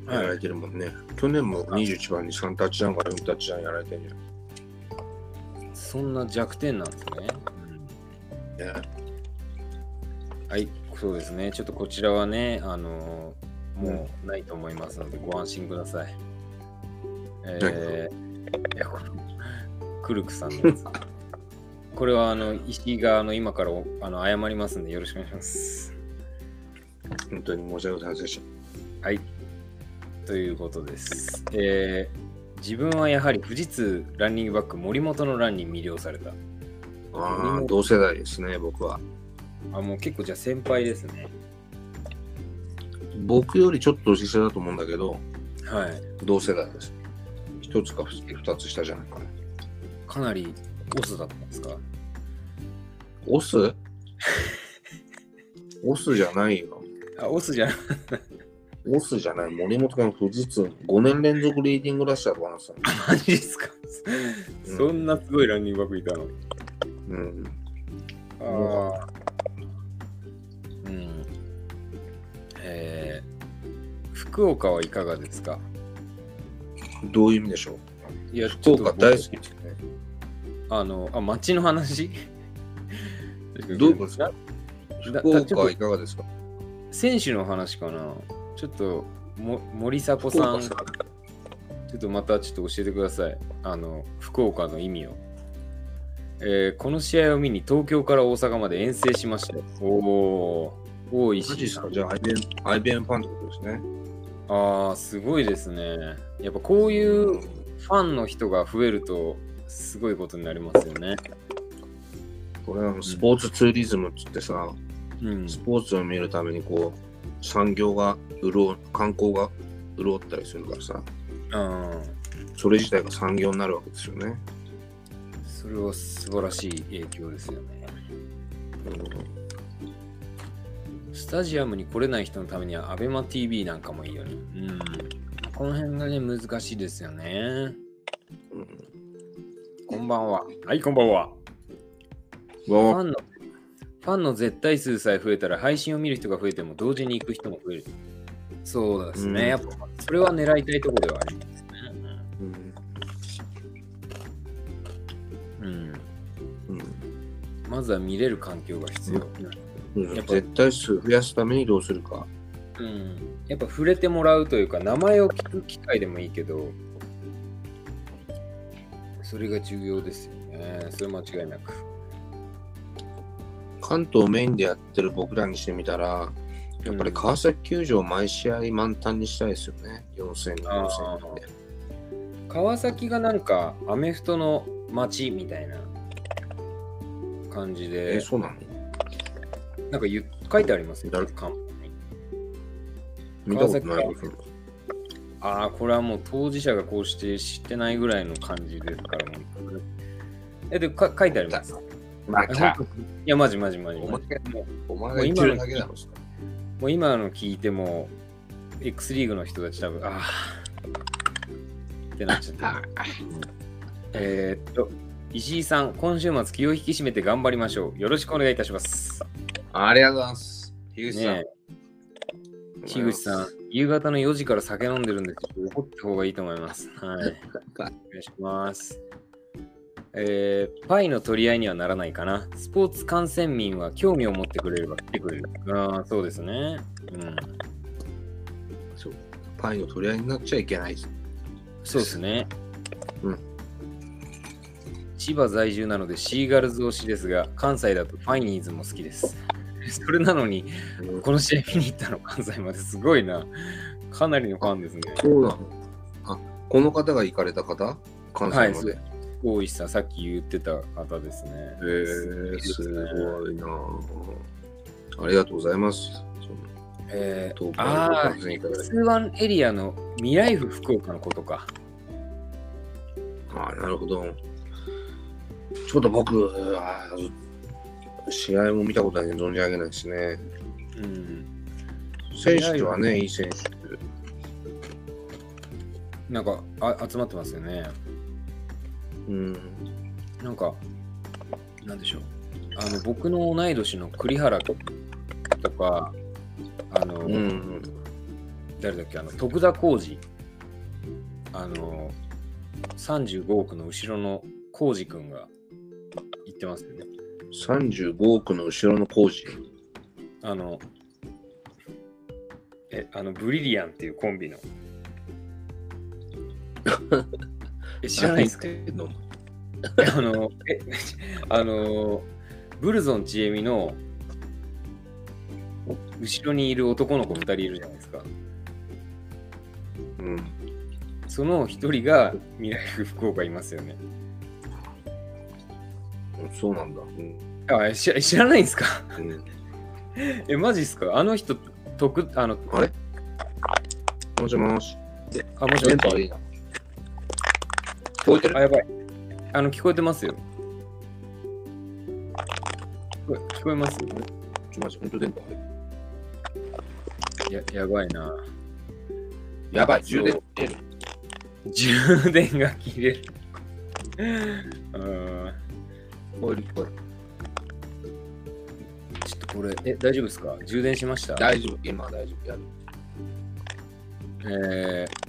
Speaker 2: やら
Speaker 1: は
Speaker 2: れ
Speaker 1: い、
Speaker 2: てるもんね。去年も21番に3タッチダウンから4タッチダウンやられてるじゃん。
Speaker 1: そんな弱点なんですね。
Speaker 2: ね
Speaker 1: はい、そうですね。ちょっとこちらはね、あのーもうないと思いますので、ご安心ください。えーいやこクルクさんのやつ。これはあの石井があの今からおあの謝りますんでよろしくお願いします。
Speaker 2: 本当に申し訳ございませんでし
Speaker 1: はい。ということです。えー自分はやはり富士通ランニングバック森本のランに魅了された。
Speaker 2: た。ああ、同世代ですね、僕は。
Speaker 1: あ、もう結構じゃあ先輩ですね。
Speaker 2: 僕よりちょっと年下だと思うんだけど、
Speaker 1: はい。
Speaker 2: 同世代です。一つか二つ下じゃないかな。
Speaker 1: かなりオスだったんですか
Speaker 2: オス
Speaker 1: <laughs>
Speaker 2: オスじゃないよ。
Speaker 1: あ、オスじゃな
Speaker 2: オスじゃない。森本君、富士通5年連続リーディングラッシャーとかなってたんだよ
Speaker 1: マジですか、
Speaker 2: うん
Speaker 1: そんなすごいランニングバックいたの
Speaker 2: うん。
Speaker 1: ああ。うん。えー、福岡はいかがですか
Speaker 2: どういう意味でしょう
Speaker 1: いや、
Speaker 2: 福岡大好
Speaker 1: き。
Speaker 2: きですね。
Speaker 1: あの、あ、町の話
Speaker 2: どういうことですか
Speaker 1: だ
Speaker 2: 福
Speaker 1: だち
Speaker 2: 岡
Speaker 1: ょ
Speaker 2: は
Speaker 1: っ
Speaker 2: いかがですか
Speaker 1: と選手の話かなちょっと、も森迫
Speaker 2: 福
Speaker 1: さん、
Speaker 2: 岡
Speaker 1: ち
Speaker 2: さ
Speaker 1: ょっとまたちょっと教えてください。あの、福岡の意味を。えー、この試合を見に東京から大阪まで遠征しましたよ。おー、多い
Speaker 2: マジ
Speaker 1: し
Speaker 2: ですかじゃあ IBM, IBM ファンってことですね。
Speaker 1: ああ、すごいですね。やっぱこういうファンの人が増えると、すごいことになりますよね。
Speaker 2: これあのスポーツツーリズムっつってさ、
Speaker 1: うん。
Speaker 2: スポーツを見るためにこう産業が潤う観光が潤ったりするからさ
Speaker 1: あ
Speaker 2: それ自体が産業になるわけですよね。
Speaker 1: ーそれは素晴らしい影響ですよね。スタジアムに来れない人のためには、アベマ t v なんかもいいよね。うん。この辺がね、難しいですよね。
Speaker 2: うん
Speaker 1: こんばんは。はい、こんばんは。フ
Speaker 2: うん、
Speaker 1: ァンの、ファンの絶対数さえ増えたら、配信を見る人が増えても、同時に行く人も増える。そうですね。
Speaker 2: うん
Speaker 1: やっぱ、それは狙いたいところではありますね。
Speaker 2: うん
Speaker 1: うん。
Speaker 2: うん
Speaker 1: まずは見れる環境が必要。
Speaker 2: うん
Speaker 1: やっぱ
Speaker 2: 絶対数増やすためにどうするか。
Speaker 1: うん。やっぱ触れてもらうというか、名前を聞く機会でもいいけど、それが重要ですよね。それ間違いなく。
Speaker 2: 関東メインでやってる僕らにしてみたら、やっぱり川崎球場を毎試合満タンにしたいですよね。4000人、
Speaker 1: あー
Speaker 2: 4000人で。
Speaker 1: 川崎がなんか、アメフトの街みたいな感じ
Speaker 2: え
Speaker 1: で。
Speaker 2: そうなの
Speaker 1: なんかゆ書いてありますよ、
Speaker 2: 誰
Speaker 1: 看板に
Speaker 2: 見たことないけど。
Speaker 1: ああ、これはもう当事者がこうして知ってないぐらいの感じですから、もうえ、で、か書いてあります。
Speaker 2: ま
Speaker 1: あ本当いや、まじまじまじ
Speaker 2: お
Speaker 1: ま
Speaker 2: 前
Speaker 1: じ。
Speaker 2: もお前が言ってるだけだろ。それ
Speaker 1: もう今の聞いても、X リーグの人たち多分、ああ、ってなっちゃった。えーっと、石井さん、今週末気を引き締めて頑張りましょう。よろしくお願いいたします。
Speaker 2: ありがとうございます。樋口さん。
Speaker 1: ねえ樋口さん、夕方の4時から酒飲んでるんで、ちょっと怒った方がいいと思います。はい。お願いします。えーパイの取り合いにはならないかな。スポーツ観戦民は興味を持ってくれれば来てくれる。ああ、そうですね。うん。
Speaker 2: そう。パイの取り合いになっちゃいけない。
Speaker 1: そうですね。
Speaker 2: うん。
Speaker 1: 千葉在住なのでシーガルズ推しですが、関西だとファイニーズも好きです。 <laughs> それなのに、
Speaker 2: うん
Speaker 1: この試合見に行ったの関西まですごいな。かなりのファンですね。
Speaker 2: そうなのあ、この方が行かれた方関西ま
Speaker 1: はいそ
Speaker 2: で。
Speaker 1: う大石さん、さっき言ってた方ですね。
Speaker 2: へえすごいなありがとうございます。そ
Speaker 1: えー
Speaker 2: の東海道
Speaker 1: ああ、
Speaker 2: 関西に行かれた
Speaker 1: X1 エリアの未来府福岡のことか。
Speaker 2: ああ、なるほど。ちょっと僕、あー試合も見たことないんで存じ上げないですね。
Speaker 1: うん。
Speaker 2: 選手はね、いい選手。
Speaker 1: なんかあ集まってますよね。
Speaker 2: うん。
Speaker 1: なんか、なんでしょう。あの僕の同い年の栗原君とか、あの、
Speaker 2: うん。
Speaker 1: 誰だっけ、あの徳田浩二。あの、35億の後ろの浩二君が言ってますよね。
Speaker 2: 35億の後ろの工事。
Speaker 1: あの、え、あの、ブリリアンっていうコンビの。 <laughs> え、知らないですか
Speaker 2: けど。
Speaker 1: あの、え、あの、ブルゾンちえみの後ろにいる男の子2人いるじゃないですか。うん。その1人が未来福岡いますよね。
Speaker 2: そうなんだ。うん
Speaker 1: あえ知ら知らないんですか
Speaker 2: うん
Speaker 1: え、マジっすかあの人、特、あの、
Speaker 2: あれもしもし。
Speaker 1: あ、もし
Speaker 2: 電
Speaker 1: も
Speaker 2: 波
Speaker 1: し
Speaker 2: 悪いな。聞こえてる
Speaker 1: あ、やばい。あの、聞こえてますよ。聞こえ聞こえます
Speaker 2: ちょマジ本当電波悪い。
Speaker 1: や、やばいな。
Speaker 2: やばい、充電切れる。
Speaker 1: 充電が切れる。うん。
Speaker 2: 聞こえる聞こえる
Speaker 1: ちょっとこれ、え、大丈夫ですか充電しました
Speaker 2: 大丈夫、今は大丈夫。やる。
Speaker 1: えー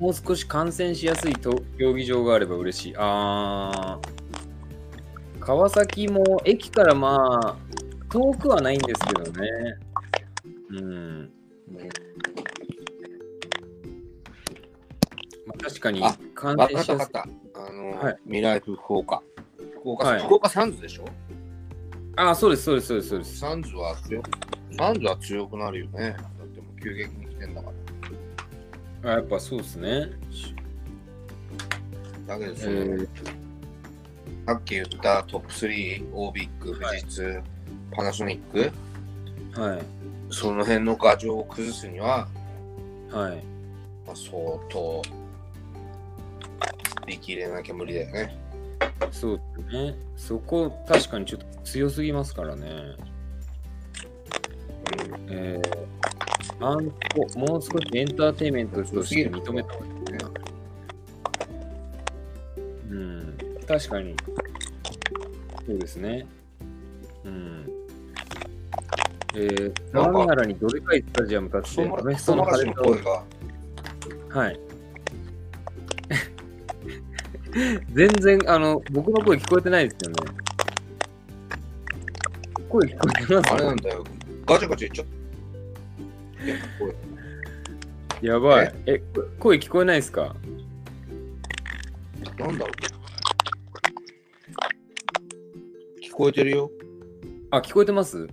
Speaker 1: もう少し感染しやすいと競技場があれば嬉しい。あー川崎も駅からまあ、遠くはないんですけどね。うん。まあ、確かに
Speaker 2: あ
Speaker 1: 感
Speaker 2: わ
Speaker 1: 染
Speaker 2: かっ
Speaker 1: したやす
Speaker 2: わかっ
Speaker 1: い。
Speaker 2: た。あの、
Speaker 1: はい
Speaker 2: 未来福岡。福岡、
Speaker 1: はい
Speaker 2: 福岡サンズでしょ
Speaker 1: あー、そうです、そうです、そうです、そうです。
Speaker 2: サンズは強く、サンズは強くなるよね。だってもう急激に来てんだから。
Speaker 1: あやっぱそうですね。
Speaker 2: だけどその、
Speaker 1: え
Speaker 2: さっき言ったトップ3、オービック、富士通、パナソニック、
Speaker 1: ーはい。
Speaker 2: その辺の牙城を崩すには、
Speaker 1: はい。
Speaker 2: まあ、相当、力入れなきゃ無理だよね。
Speaker 1: そうですね。そこ、確かにちょっと強すぎますからね。
Speaker 2: うん
Speaker 1: えー、あんこもう少しエンターテインメントとして認めた方がいいな。うん、確かに。そうですね。うん。えー、
Speaker 2: なんか
Speaker 1: 相模原にどれかいスタジアムかつ
Speaker 2: そ
Speaker 1: て、
Speaker 2: の
Speaker 1: アメフ
Speaker 2: そ
Speaker 1: ト
Speaker 2: の
Speaker 1: の
Speaker 2: 話
Speaker 1: 晴
Speaker 2: の
Speaker 1: れた
Speaker 2: 声が、
Speaker 1: はい。全然、あの、僕の声聞こえてないですよね。声聞こえてます
Speaker 2: あれなんだよ。ガチャガチャ言っちゃいや
Speaker 1: <laughs>
Speaker 2: これ
Speaker 1: やばい。え、声聞こえないですか
Speaker 2: なんだろう。聞こえてるよ。
Speaker 1: あ、聞こえてます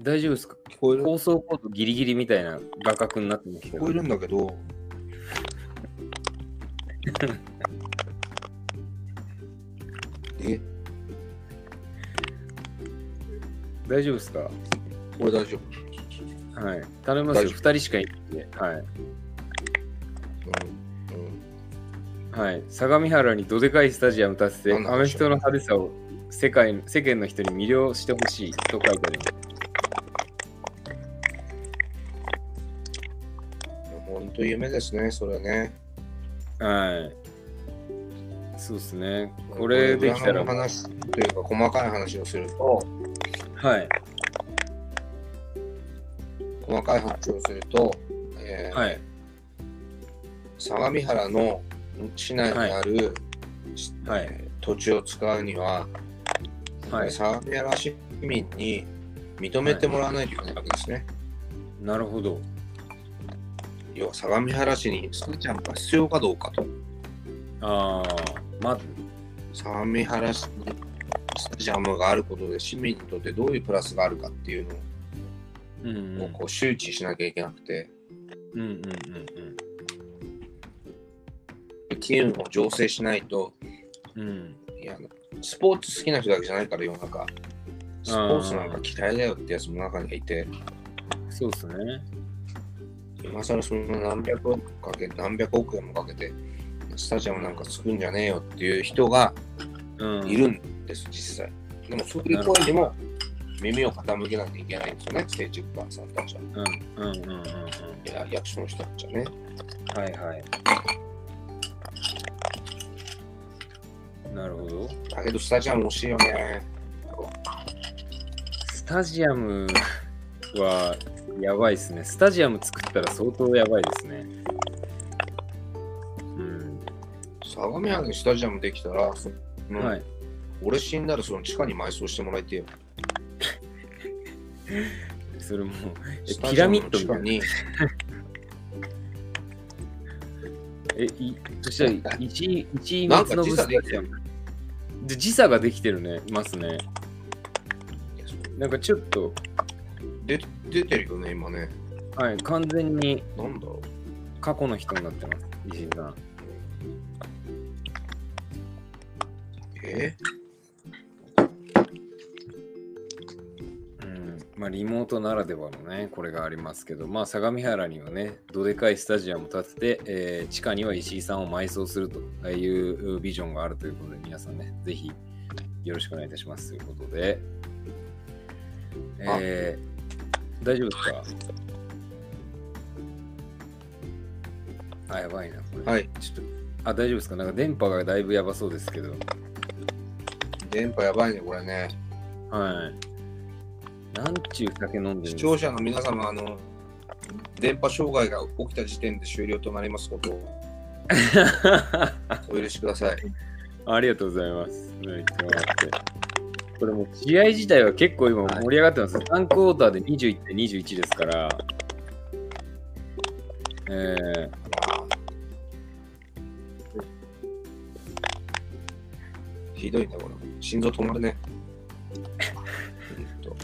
Speaker 1: 大丈夫ですか
Speaker 2: 聞こえる。
Speaker 1: 放送コードギリギリみたいな画角になってますけ
Speaker 2: 聞
Speaker 1: ど
Speaker 2: こえ。るんだ
Speaker 1: <laughs>
Speaker 2: けど。え、
Speaker 1: 大丈夫ですかは
Speaker 2: これ大丈夫。
Speaker 1: い。頼みますよ。
Speaker 2: 大丈
Speaker 1: 2
Speaker 2: 夫
Speaker 1: 人しかいないんで。はい。
Speaker 2: うん
Speaker 1: はい。相模原にどでかいスタジアム建てて、
Speaker 2: なんだ
Speaker 1: アメフトの派手さを世界世間の人に魅了してほしいと書いてあります。
Speaker 2: うん。本当夢ですね、それね。
Speaker 1: はい。そうですね。これできた
Speaker 2: 裏
Speaker 1: ら
Speaker 2: の。話というか、細かい話をすると、
Speaker 1: はい。
Speaker 2: 細かい話をすると、えー
Speaker 1: はい。
Speaker 2: 相模原の市内にある、し
Speaker 1: はい
Speaker 2: えー土地を使うには、
Speaker 1: はい。
Speaker 2: 相模原市民に認めてもらわないといけないわけですね。
Speaker 1: なるほど。
Speaker 2: 要は相模原市にスーちゃんが必要かどうかと。
Speaker 1: ああ、まず。
Speaker 2: 相模原市にスタジアムがあることで市民にとってどういうプラスがあるかっていう
Speaker 1: うんうん。
Speaker 2: のをこう周知しなきゃいけなくて、
Speaker 1: うんうんうん
Speaker 2: 機運を醸成しないと、
Speaker 1: うん。うん。
Speaker 2: いや、スポーツ好きな人だけじゃないから世の中、スポーツなんか嫌いだよってやつも中にはいて、
Speaker 1: そうですね。
Speaker 2: 今更そんな何百億かけ、何百億円もかけて、スタジアムなんか作るんじゃねえよっていう人が
Speaker 1: うん。
Speaker 2: いるんです、実際。でもそういう声にも耳を傾けなきゃいけないんですよね、ステージッカーさんたちは。
Speaker 1: うんうんうんうんうん。
Speaker 2: いや役所の人たちはね。
Speaker 1: はいはい。なるほど。
Speaker 2: だけどスタジアム欲しいよね。
Speaker 1: スタジアムはやばいですね。スタジアム作ったら相当やばいですね。うん。
Speaker 2: 相模原にスタジアムできたら、その
Speaker 1: はい。
Speaker 2: 俺死んだらその地下に埋葬してもらいてよ。
Speaker 1: それもう、え
Speaker 2: スタ
Speaker 1: ピ
Speaker 2: ジ
Speaker 1: ラ
Speaker 2: アム
Speaker 1: ミ
Speaker 2: の
Speaker 1: ッドみたいな。
Speaker 2: 地
Speaker 1: え、いそしたら一一
Speaker 2: なん
Speaker 1: 松
Speaker 2: か
Speaker 1: の
Speaker 2: 時
Speaker 1: ぶ
Speaker 2: 差
Speaker 1: さ
Speaker 2: できちゃう。
Speaker 1: で時差ができてるね、ますね。
Speaker 2: いやそう
Speaker 1: なんかちょっと、
Speaker 2: で出てるよね、今ね。
Speaker 1: はい、完全に
Speaker 2: なんだろう。
Speaker 1: 過去の人になってます、石井さん。
Speaker 2: え
Speaker 1: うんまあ、リモートならではのね、これがありますけど、まあ、相模原にはね、どでかいスタジアムを建てて、えー地下には石井さんを埋葬するというビジョンがあるということで、皆さんね、ぜひよろしくお願いいたしますということで、
Speaker 2: あ
Speaker 1: えー大丈夫ですかあ、やばいな、これ。
Speaker 2: はい。
Speaker 1: ちょっと、あ、大丈夫ですかなんか電波がだいぶやばそうですけど、
Speaker 2: 電波やばいね、これね。
Speaker 1: はい。なんちゅう酒飲んでるんで
Speaker 2: 視
Speaker 1: すか <laughs>
Speaker 2: 聴者の皆様、あの、電波障害が起きた時点で終了となりますことをお許しください。
Speaker 1: ありがとうございます。言ってもらって。これもう試合自体は結構今盛り上がってます。3クォーターで21対21ですから。えー、
Speaker 2: ひどいね、これ。心臓止まる <laughs> ね。ほんと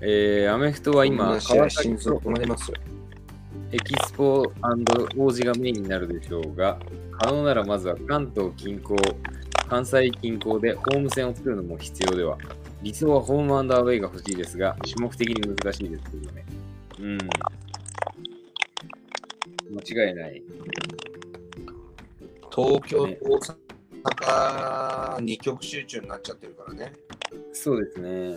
Speaker 1: えー、アメフトは
Speaker 2: こん
Speaker 1: 今、
Speaker 2: な試合
Speaker 1: 川
Speaker 2: 心
Speaker 1: 崎
Speaker 2: 臓
Speaker 1: と
Speaker 2: 止まりますよ。
Speaker 1: エキスポ王子がメインになるでしょうが、可能ならまずは関東近郊、関西近郊でホーム戦を作るのも必要では、理想はホームアンダーウェイが欲しいですが、種目的に難しいですけどね。うん。間違いない。
Speaker 2: 東京
Speaker 1: ね、
Speaker 2: 大阪、二極集中になっちゃってるからね。
Speaker 1: そうですね。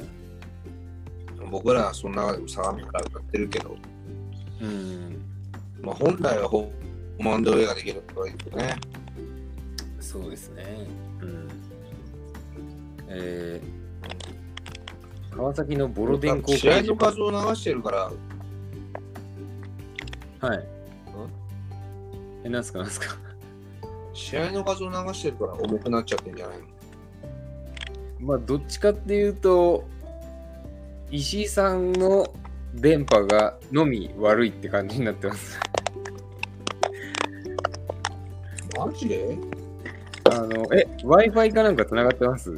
Speaker 2: 僕らはその中でも相模原歌ってるけど、
Speaker 1: うん。
Speaker 2: まあ、本来はホームアンドウェイができるとはいいけどね。
Speaker 1: そうですね。うん。えー、川崎のボロデン高
Speaker 2: 試合の画像を流してるから、
Speaker 1: はい。え、なんすかなんすか
Speaker 2: 試合の画像を流してるから重くなっちゃってんじゃないの
Speaker 1: まあどっちかっていうと石井さんの電波がのみ悪いって感じになってます。 <laughs>
Speaker 2: マジ <laughs> で
Speaker 1: あのえ w i f i かなんかつながってます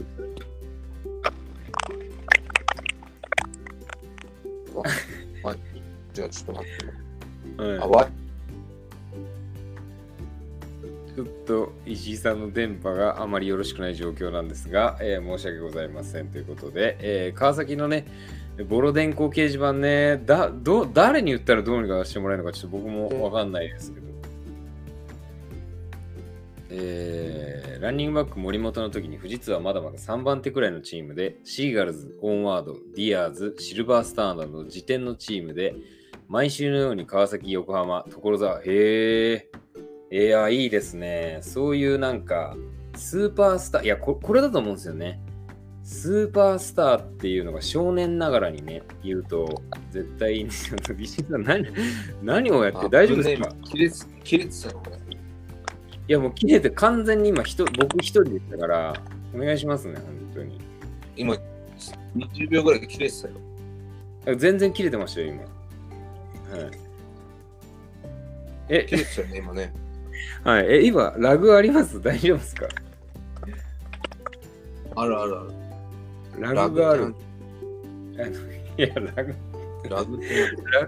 Speaker 2: じゃあちょっと待って。
Speaker 1: うん
Speaker 2: あ、わ
Speaker 1: ちょっと石井さんの電波があまりよろしくない状況なんですが、えー申し訳ございませんということで、えー川崎のねボロ電光掲示板ねだどう誰に言ったらどうにかしてもらえるのかちょっと僕もわかんないですけど、えーランニングバック森本の時に富士通はまだまだ3番手くらいのチームでシーガルズ、オンワード、ディアーズ、シルバースターなどの時点のチームで毎週のように川崎、横浜、所沢、へえ。いや、いいですね。そういうなんか、スーパースター、いやこ、これだと思うんですよね。スーパースターっていうのが少年ながらにね、言うと、絶対に、ちょっと石井さん何、何をやって、大丈夫ですか
Speaker 2: 切れつ切れてたよ、これ。
Speaker 1: いやもう切れて完全に今人僕一人でしたからお願いしますね本当に
Speaker 2: 今、20秒ぐらいで切れてたよ。
Speaker 1: あ全然切れてましたよ今はいえ
Speaker 2: 切れてたよね、今ね。
Speaker 1: はいえ今ラグあります <laughs> 大丈夫ですか
Speaker 2: あるあるある。
Speaker 1: ラグがあるいやラグ
Speaker 2: ラグってなんだ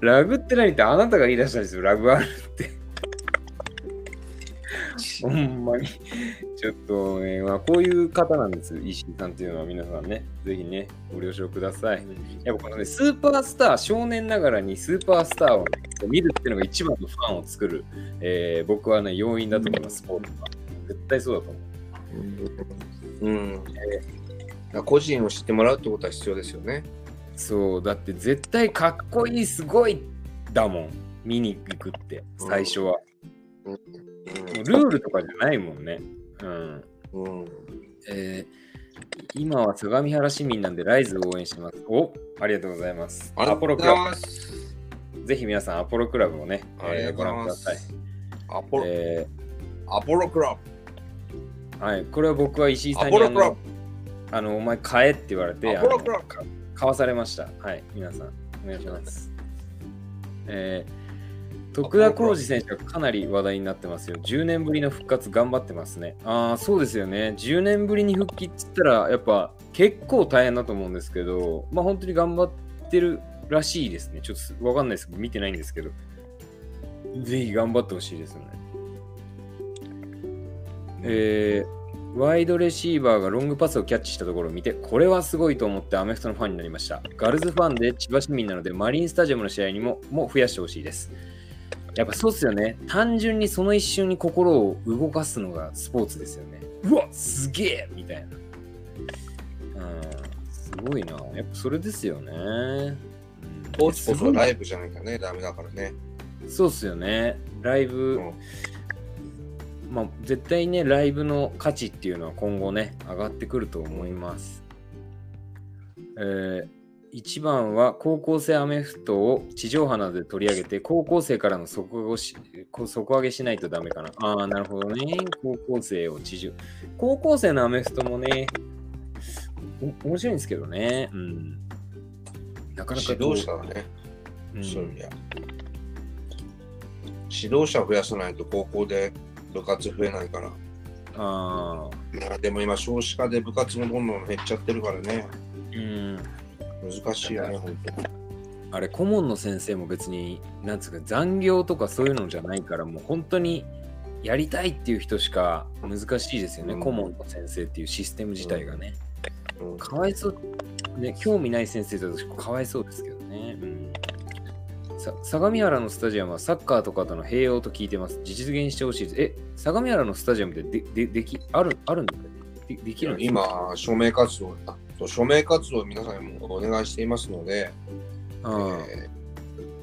Speaker 1: ラグって何ってあなたが言い出したんですよラグあるほんまに。ちょっとね、まあ、こういう方なんです、石井さんっていうのは皆さんね、ぜひね、ご了承ください。やっぱこのね、スーパースター、少年ながらにスーパースターを、ね、見るっていうのが一番のファンを作る、えー僕はね、要因だと思います、スポーツは。絶対そうだと思う。
Speaker 2: うん。だから個人を知ってもらうってことは必要ですよね。
Speaker 1: そう、だって絶対かっこいい、すごいだもん、見に行くって、最初は。もうルールとかじゃないもんね。うん。
Speaker 2: うん。うん
Speaker 1: えー今は相模原市民なんでライズを応援します。おありがとうございます。
Speaker 2: ありが
Speaker 1: ア
Speaker 2: と
Speaker 1: ポ
Speaker 2: う
Speaker 1: ロ
Speaker 2: ご
Speaker 1: ク
Speaker 2: ざい
Speaker 1: ラ
Speaker 2: ます。
Speaker 1: ブ、ぜひ皆さんアポロクラブをね、
Speaker 2: あり
Speaker 1: え
Speaker 2: が
Speaker 1: ー
Speaker 2: とう
Speaker 1: ご覧く
Speaker 2: ございま
Speaker 1: だ
Speaker 2: す
Speaker 1: さい。。
Speaker 2: アポロ、
Speaker 1: え
Speaker 2: アポロクラ
Speaker 1: ーはい、これは僕は石井
Speaker 2: ブ。
Speaker 1: さん
Speaker 2: ア
Speaker 1: にあ
Speaker 2: ポロクラ
Speaker 1: の
Speaker 2: ブ。
Speaker 1: あのお前買えって言われて、
Speaker 2: ア
Speaker 1: あ
Speaker 2: ポ
Speaker 1: の
Speaker 2: ロクラブ
Speaker 1: 買わされました。はい、皆さん、お願いします。えー徳田浩二選手がかなり話題になってますよ。10年ぶりの復活頑張ってますね。ああ、そうですよね。10年ぶりに復帰っつったら、やっぱ結構大変だと思うんですけど、まあ本当に頑張ってるらしいですね。ちょっとわかんないです。見てないんですけど。ぜひ頑張ってほしいですよね。えーワイドレシーバーがロングパスをキャッチしたところを見て、これはすごいと思ってアメフトのファンになりました。ガールズファンで千葉市民なので、マリンスタジアムの試合にももう増やしてほしいです。やっぱそうっすよね。単純にその一瞬に心を動かすのがスポーツですよね。うわすげえみたいな。うん、すごいな。やっぱそれですよね。うん
Speaker 2: ポーツこそラ
Speaker 1: す
Speaker 2: イブじゃないかね、ダメだからね。
Speaker 1: ごいそうっすよね。ライブ、
Speaker 2: うん
Speaker 1: まあ、絶対ね、ライブの価値っていうのは今後ね、上がってくると思います。え1番は高校生アメフトを地上波などで取り上げて、高校生からの底上げしこ底上げしないとダメかな。ああ、なるほどね。高校生を地上。高校生のアメフトもね、お面白いんですけどね。うん。なかなか
Speaker 2: 指導者だね、
Speaker 1: う
Speaker 2: そういうん意味では指導者を増やさないと高校で部活増えないから。
Speaker 1: ああ、
Speaker 2: まあでも今少子化で部活もどんどん減っちゃってるからね。
Speaker 1: うん。
Speaker 2: 難しいよね、本当に。
Speaker 1: あれ顧問の先生も別になんつうか残業とかそういうのじゃないからもう本当にやりたいっていう人しか難しいですよね、
Speaker 2: うん
Speaker 1: 顧問の先生っていうシステム自体がね、
Speaker 2: うん
Speaker 1: かわいそうね興味ない先生だとかわいそうですけどね、うんさ相模原のスタジアムはサッカーとかとの併用と聞いてます実現してほしいですえ相模原のスタジアムでででできあるあるんだねでできるんですか
Speaker 2: 今、署名活動、あそう署名活動を皆さんにもお願いしていますので、
Speaker 1: ああ
Speaker 2: えー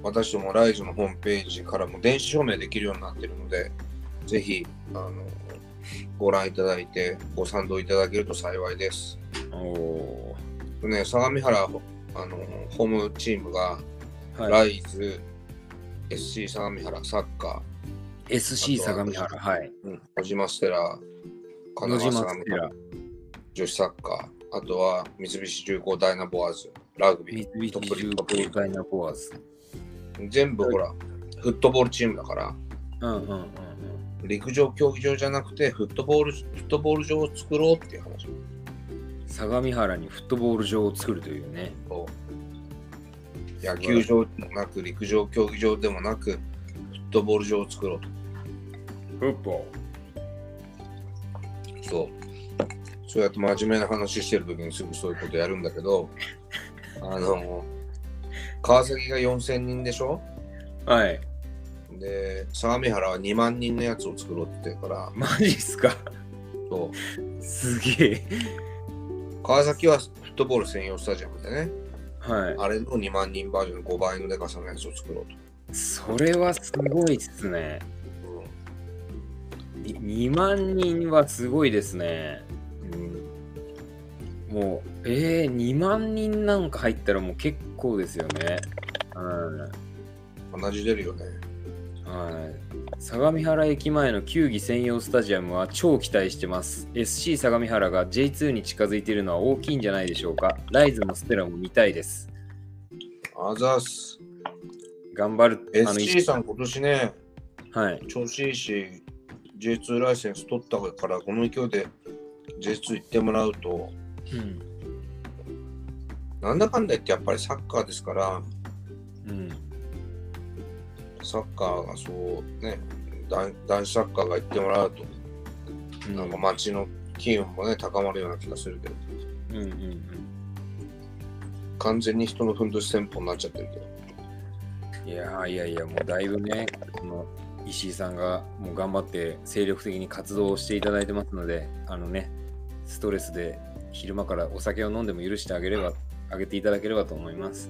Speaker 2: 私どもライズのホームページからも電子署名できるようになっているので、ぜひあのご覧いただいて、ご賛同いただけると幸いです。
Speaker 1: お
Speaker 2: ね、相模原あのホームチームが、
Speaker 1: ーはい
Speaker 2: ライズ、SC 相模原サッカ
Speaker 1: SC 相模原はい
Speaker 2: ー、うん、小島ステラ、金
Speaker 1: 野
Speaker 2: 沢
Speaker 1: 島
Speaker 2: 相
Speaker 1: ス
Speaker 2: 模
Speaker 1: テ
Speaker 2: 原
Speaker 1: ラ
Speaker 2: 女子サッカー、あとは三菱重工ダイナボアーズ、ラグビ
Speaker 1: 三
Speaker 2: ー、
Speaker 1: 菱重工ダイナボアーズ。
Speaker 2: 全部ほら、フットボールチームだから、
Speaker 1: うんうんうんうん。
Speaker 2: 陸上競技場じゃなくてフットボールフットボール場を作ろうっていう話
Speaker 1: 相模原にフットボール場を作るというね。
Speaker 2: と野球場でもなく陸上競技場でもなくフットボール場を作ろうと
Speaker 1: フット
Speaker 2: そうそうやって真面目な話してる時にすぐそういうことやるんだけどあの川崎が4000人でしょ
Speaker 1: はい。
Speaker 2: で相模原は2万人のやつを作ろうって言ってるから
Speaker 1: マジっすか
Speaker 2: そ
Speaker 1: すげえ。
Speaker 2: う川崎はフットボール専用スタジアムでね
Speaker 1: は
Speaker 2: あれの2万人バージョンの5倍のデカさのやつを作ろうと。
Speaker 1: い。それはすごいっすね。
Speaker 2: うん
Speaker 1: に2万人はすごいですね。もう、えー、2万人なんか入ったらもう結構ですよね。うん。
Speaker 2: 同じ出るよね。
Speaker 1: はい、相模原駅前の球技専用スタジアムは超期待してます。SC 相模原が J2 に近づいているのは大きいんじゃないでしょうか。ライズもステラも見たいです。
Speaker 2: あざっす。
Speaker 1: 頑張る。
Speaker 2: SC さん今年ね、
Speaker 1: あのはい。
Speaker 2: 調子いいし、J2 ライセンス取ったから、この勢いで J2 行ってもらうと、
Speaker 1: うん。
Speaker 2: なんだかんだ言ってやっぱりサッカーですから、
Speaker 1: うん。
Speaker 2: サッカーがそうね、男男子サッカーが行ってもらうと、
Speaker 1: うん。
Speaker 2: なんか街の機運もね、高まるような気がするけど、
Speaker 1: うんうんうん
Speaker 2: 完全に人のふんどし戦法になっちゃってるけど。
Speaker 1: いやーいやいや、もうだいぶね、この石井さんがもう頑張って精力的に活動をしていただいてますので、あのね、ストレスで昼間からお酒を飲んでも許してあげれば、あげていただければと思います。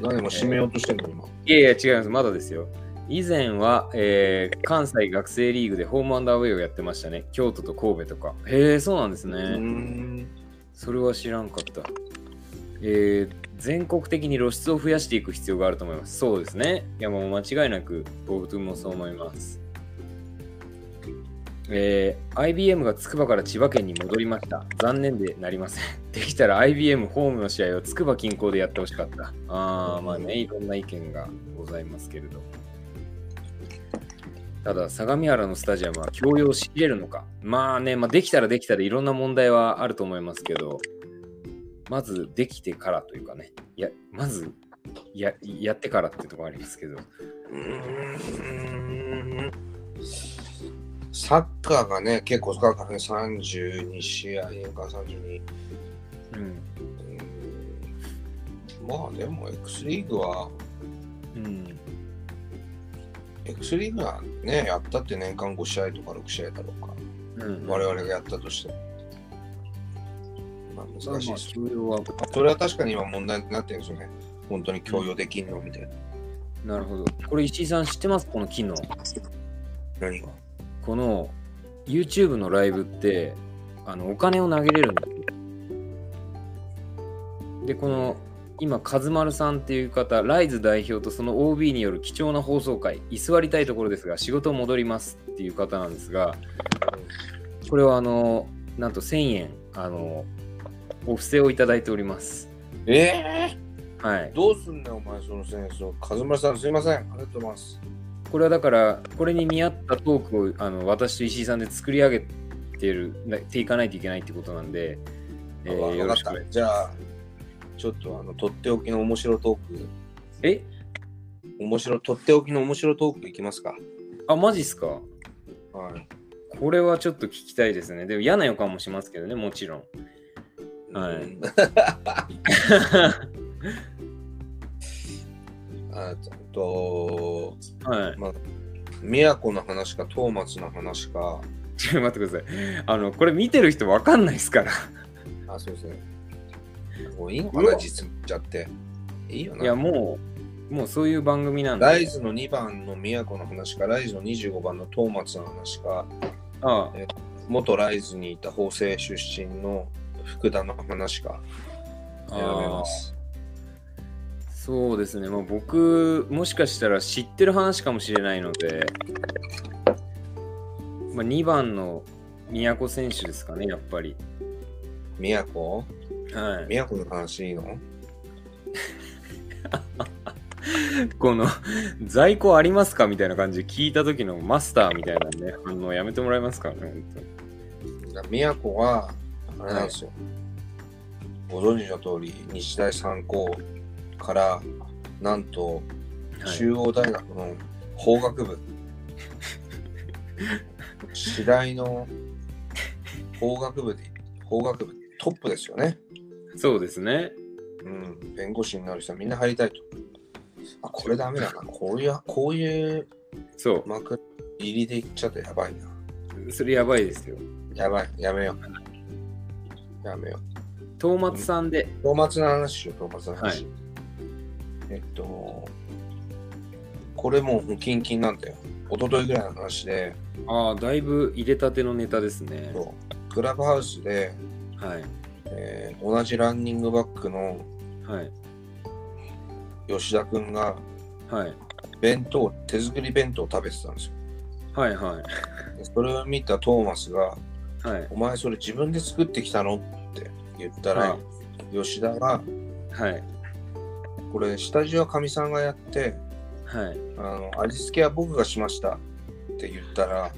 Speaker 2: 何でも締めようとしてるの、今。
Speaker 1: いやいや、違います。まだですよ。以前は、えー関西学生リーグでホームアンダーウェイをやってましたね。京都と神戸とか。へえ、そうなんですね。
Speaker 2: うーん。
Speaker 1: それは知らんかった。えー全国的に露出を増やしていく必要があると思います。そうですね。いや、もう間違いなく、僕もそう思います。えー IBM が筑波から千葉県に戻りました。残念でなりません。 <laughs> できたら IBM ホームの試合を筑波近郊でやってほしかった。ああ、まあね、いろんな意見がございますけれど。ただ、相模原のスタジアムは強要しきれるのか。まあね、まあ、できたらできたでいろんな問題はあると思いますけど、まずできてからというかね、やまずややってからってところありますけど、
Speaker 2: サッカーがね、結構、サッカーね、32試合か32。
Speaker 1: うん。
Speaker 2: うんまあでも、X リーグは、
Speaker 1: うん、
Speaker 2: X リーグはね、やったって年間5試合とか6試合だろうか。
Speaker 1: うん
Speaker 2: 我々がやったとしても。まあ
Speaker 1: まあ
Speaker 2: 難しい
Speaker 1: まあ
Speaker 2: です。
Speaker 1: 強要は、
Speaker 2: それは確かに今問題になってるんですよね。本当に強要できんのみたいな。
Speaker 1: なるほど。これ、石井さん知ってますこの機能。
Speaker 2: 何が
Speaker 1: この YouTube のライブってあのお金を投げれるんだよでこの今カズマルさんっていう方ライズ代表とその OB による貴重な放送回居座りたいところですが仕事戻りますっていう方なんですがこれはあのなんと1000円あのお布施をいただいております
Speaker 2: ええ
Speaker 1: はい
Speaker 2: どうすんねんお前その戦争。カズマさんすいません。ありがとうございます。
Speaker 1: これはだからこれに見合ったトークをあの私と石井さんで作り上げてるなていかないといけないってことなんで、えー
Speaker 2: わ
Speaker 1: よ
Speaker 2: か
Speaker 1: ろ
Speaker 2: っ
Speaker 1: しくお願い
Speaker 2: た。じゃあ、ちょっとあの、とっておきの面白トーク、
Speaker 1: え
Speaker 2: 面白、とっておきの面白トークいきますか。
Speaker 1: あマジっすか
Speaker 2: はい。
Speaker 1: これはちょっと聞きたいですねでも嫌な予感もしますけどねもちろん <laughs> はい
Speaker 2: うん。 <laughs> あと、
Speaker 1: はい
Speaker 2: 宮古の話か、トーマツの話か、
Speaker 1: ちょっと待ってくださいあのこれ見てる人わかんないっすから
Speaker 2: あ、そうですね。もういいのかな、
Speaker 1: うわ
Speaker 2: 実っちゃって。いいよ
Speaker 1: いや
Speaker 2: な。
Speaker 1: もうもうそういう番組なんで
Speaker 2: ライズの2番の宮古の話か、ライズの25番のトーマツの話か、
Speaker 1: あ
Speaker 2: 元ライズにいた法政出身の福田の話か
Speaker 1: あ
Speaker 2: 選べます。
Speaker 1: そうですね、まあ、僕もしかしたら知ってる話かもしれないので、まあ、2番の宮古選手ですかねやっぱり
Speaker 2: 宮古
Speaker 1: はい
Speaker 2: 宮古の話いいの
Speaker 1: この在庫ありますかみたいな感じで聞いた時のマスターみたいなね反応やめてもらえますからね本当に
Speaker 2: 宮古は、あれなんですよ。ご存知の通り、日大三高から、なんと中央大学の法学部、次第の法学部で、法学部トップですよね。
Speaker 1: そうですね
Speaker 2: うん、弁護士になる人はみんな入りたいと。あ、これダメだな。こういう、こういう
Speaker 1: そ
Speaker 2: 幕入りでいっちゃったらやばいな。
Speaker 1: うそれやばいですよ
Speaker 2: やばい、やめよう。やめよ
Speaker 1: トーマツさんで
Speaker 2: う。トーマツの話しよう、トーマツの話。
Speaker 1: は
Speaker 2: えっと、これもうキンキンなんだよ。一昨日ぐらいの話で、
Speaker 1: ああだいぶ入れたてのネタですね
Speaker 2: そうクラブハウスで、
Speaker 1: はい
Speaker 2: えー同じランニングバックの
Speaker 1: はい
Speaker 2: 吉田君が
Speaker 1: はい
Speaker 2: 弁当、手作り弁当を食べてたんですよ。
Speaker 1: はいはい
Speaker 2: でそれを見たトーマスが、
Speaker 1: はい
Speaker 2: お前それ自分で作ってきたのって言ったら、
Speaker 1: は
Speaker 2: 吉田が、
Speaker 1: はい
Speaker 2: これスタジオはかみさんがやって、
Speaker 1: はい
Speaker 2: あの味付けは僕がしましたって言ったら、
Speaker 1: はい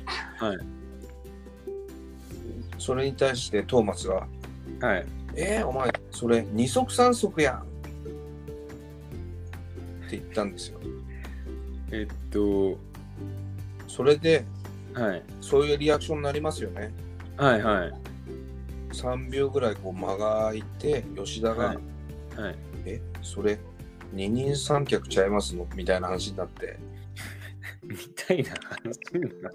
Speaker 2: それに対してトーマスが、
Speaker 1: はい
Speaker 2: えー、お前それ二足三足やんって言ったんですよ。
Speaker 1: えっと
Speaker 2: それで、
Speaker 1: はい
Speaker 2: そういうリアクションになりますよね。
Speaker 1: はいはい
Speaker 2: 3秒ぐらいこう間が空いて、吉田が、
Speaker 1: はいはい <laughs>
Speaker 2: え、それ二人三脚ちゃいますのみたいな話になって。
Speaker 1: みたいな話になる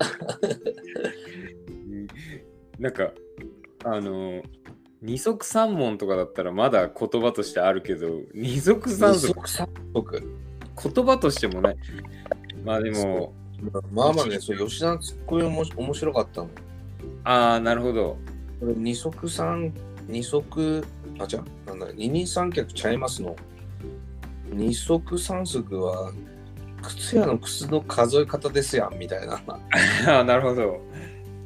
Speaker 1: <laughs> なんかあの二足三門とかだったらまだ言葉としてあるけど二足三足
Speaker 2: 三足。
Speaker 1: 言葉としてもねまあで
Speaker 2: そ
Speaker 1: も
Speaker 2: まあまあね、そう吉田のツッコミも面白かったの。
Speaker 1: ああなるほど <laughs>
Speaker 2: これ二足三、二足、あ、じゃなんだ、二人三脚ちゃいますの。二足三足は、靴屋の靴の数え方ですやん、みたいな。
Speaker 1: ああなるほど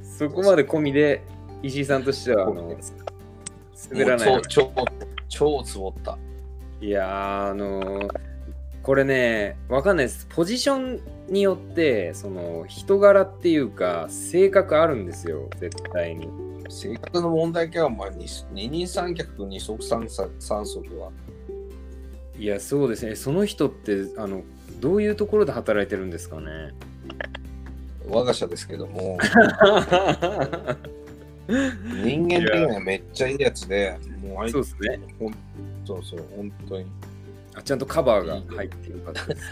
Speaker 1: そこまで込みで石井さんとしてはあの滑らない
Speaker 2: もう超、超、超つぼった。
Speaker 1: いやーあのーこれねわかんないですポジションによってその人柄っていうか性格あるんですよ絶対に
Speaker 2: 性格の問題かお前二二人三脚と二足三足三足はい
Speaker 1: やそうですねその人ってあのどういうところで働いてるんですかね
Speaker 2: 我が社ですけども人間的にはめっちゃいいやつでもうあいつ
Speaker 1: そうですね
Speaker 2: ほんそうそう本当に
Speaker 1: あちゃんとカバーが入ってよかったです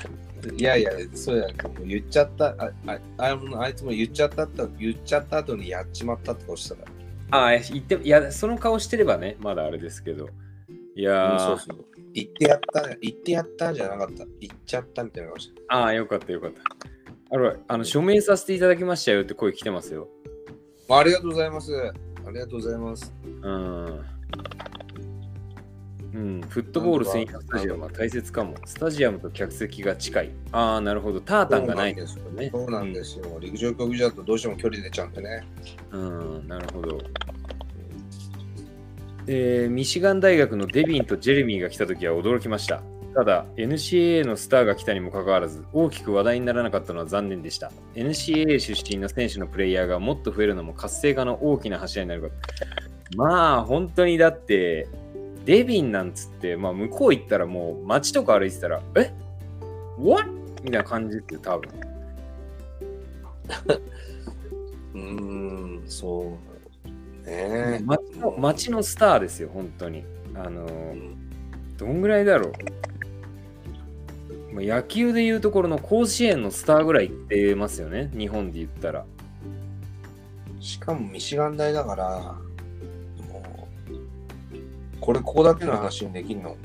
Speaker 2: いやいやそうやもう言っちゃったあああのあいつも言っちゃったって言っちゃった後にやっちまったってことしたら
Speaker 1: ああ言っていやその顔してればねまだあれですけどいや
Speaker 2: うん
Speaker 1: ー
Speaker 2: そうそう言ってやった言ってやったじゃなかった言っちゃったみたいな顔して
Speaker 1: ああよかったよかったあれあの署名させていただきましたよって声来てますよ
Speaker 2: ありがとうございます。ありがとうございます。
Speaker 1: うんうん、フットボール専用スタジアムは大切かも。スタジアムと客席が近い。ああ、なるほど。タータンがない
Speaker 2: そうですよ
Speaker 1: ね
Speaker 2: そうなんですよ。陸上競技場だとどうしても距離出ちゃうんでね。
Speaker 1: うん、なるほど。えーミシガン大学のデビンとジェレミーが来た時は驚きました。ただ、NCAA のスターが来たにもかかわらず、大きく話題にならなかったのは残念でした。NCAA 出身の選手のプレイヤーがもっと増えるのも活性化の大きな柱になるかと。まあ、本当にだって、デビンなんつって、まあ、向こう行ったらもう街とか歩いてたら、え ?What? みたいな感じですよ、多分。
Speaker 2: うーん、そう。ねえ。
Speaker 1: 街の街のスターですよ、本当に。あのー
Speaker 2: うん
Speaker 1: どんぐらいだろう、まあ、野球でいうところの甲子園のスターぐらい行ってますよね、日本で言ったら。
Speaker 2: しかもミシガン大だから、もう、これここだけの話にできるの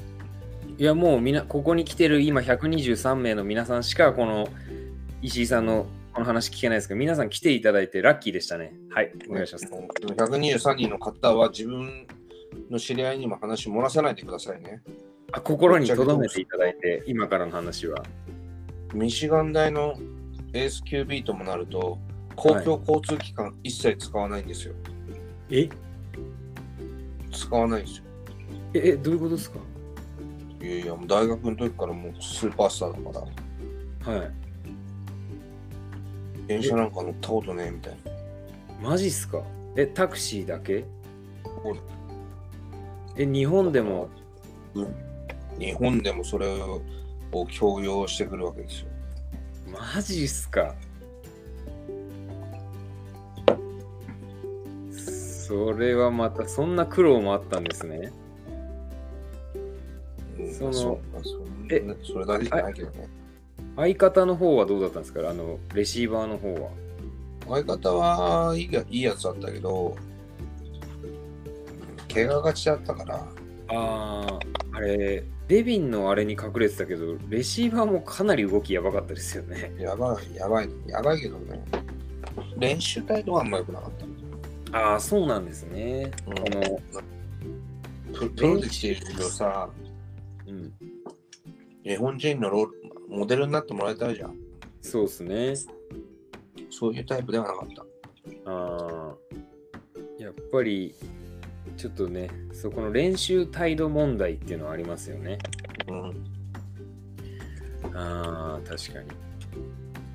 Speaker 1: いや、もうみな、ここに来てる今123名の皆さんしか、この石井さんのこの話聞けないですけど、皆さん来ていただいてラッキーでしたね。はい、お願いします。
Speaker 2: もう123人の方は自分の知り合いにも話漏らさないでくださいね。
Speaker 1: あ心に留めていただいて、今からの話は。
Speaker 2: ミシガン大のエース QB ともなると、公共交通機関一切使わないんですよ。
Speaker 1: え
Speaker 2: 使わないんですよ。
Speaker 1: え、えどういうことですか
Speaker 2: いやいや、もう大学の時からもうスーパースターだから、
Speaker 1: はい。
Speaker 2: 電車なんか乗ったことねえみたいな。
Speaker 1: マジっすかえ、タクシーだけ
Speaker 2: うん
Speaker 1: え、日本でも
Speaker 2: 日本でもそれを強要してくるわけですよ。
Speaker 1: マジっすかそれはまたそんな苦労もあったんですね。
Speaker 2: うん
Speaker 1: その
Speaker 2: うそ
Speaker 1: え
Speaker 2: えそれだけじゃないけどね。
Speaker 1: 相方の方はどうだったんですかあのレシーバーの方は。
Speaker 2: 相方はいいがいいやつだったけど、うん怪我がちだったから、
Speaker 1: ああ、あれ、デビンのあれに隠れてたけど、レシーバーもかなり動きやばかったですよね。
Speaker 2: やばい、やばい、やばいけどね。練習態度はあんま良くなかった。
Speaker 1: ああ、そうなんですね。
Speaker 2: うん
Speaker 1: この、
Speaker 2: ププロで来ているけどさ、
Speaker 1: うん、
Speaker 2: 日本人のロールモデルになってもらいたいじゃん。
Speaker 1: そうですね。
Speaker 2: そういうタイプではなかった。
Speaker 1: あーやっぱりちょっとねそこの練習態度問題っていうのはありますよね
Speaker 2: うん、
Speaker 1: あー確かに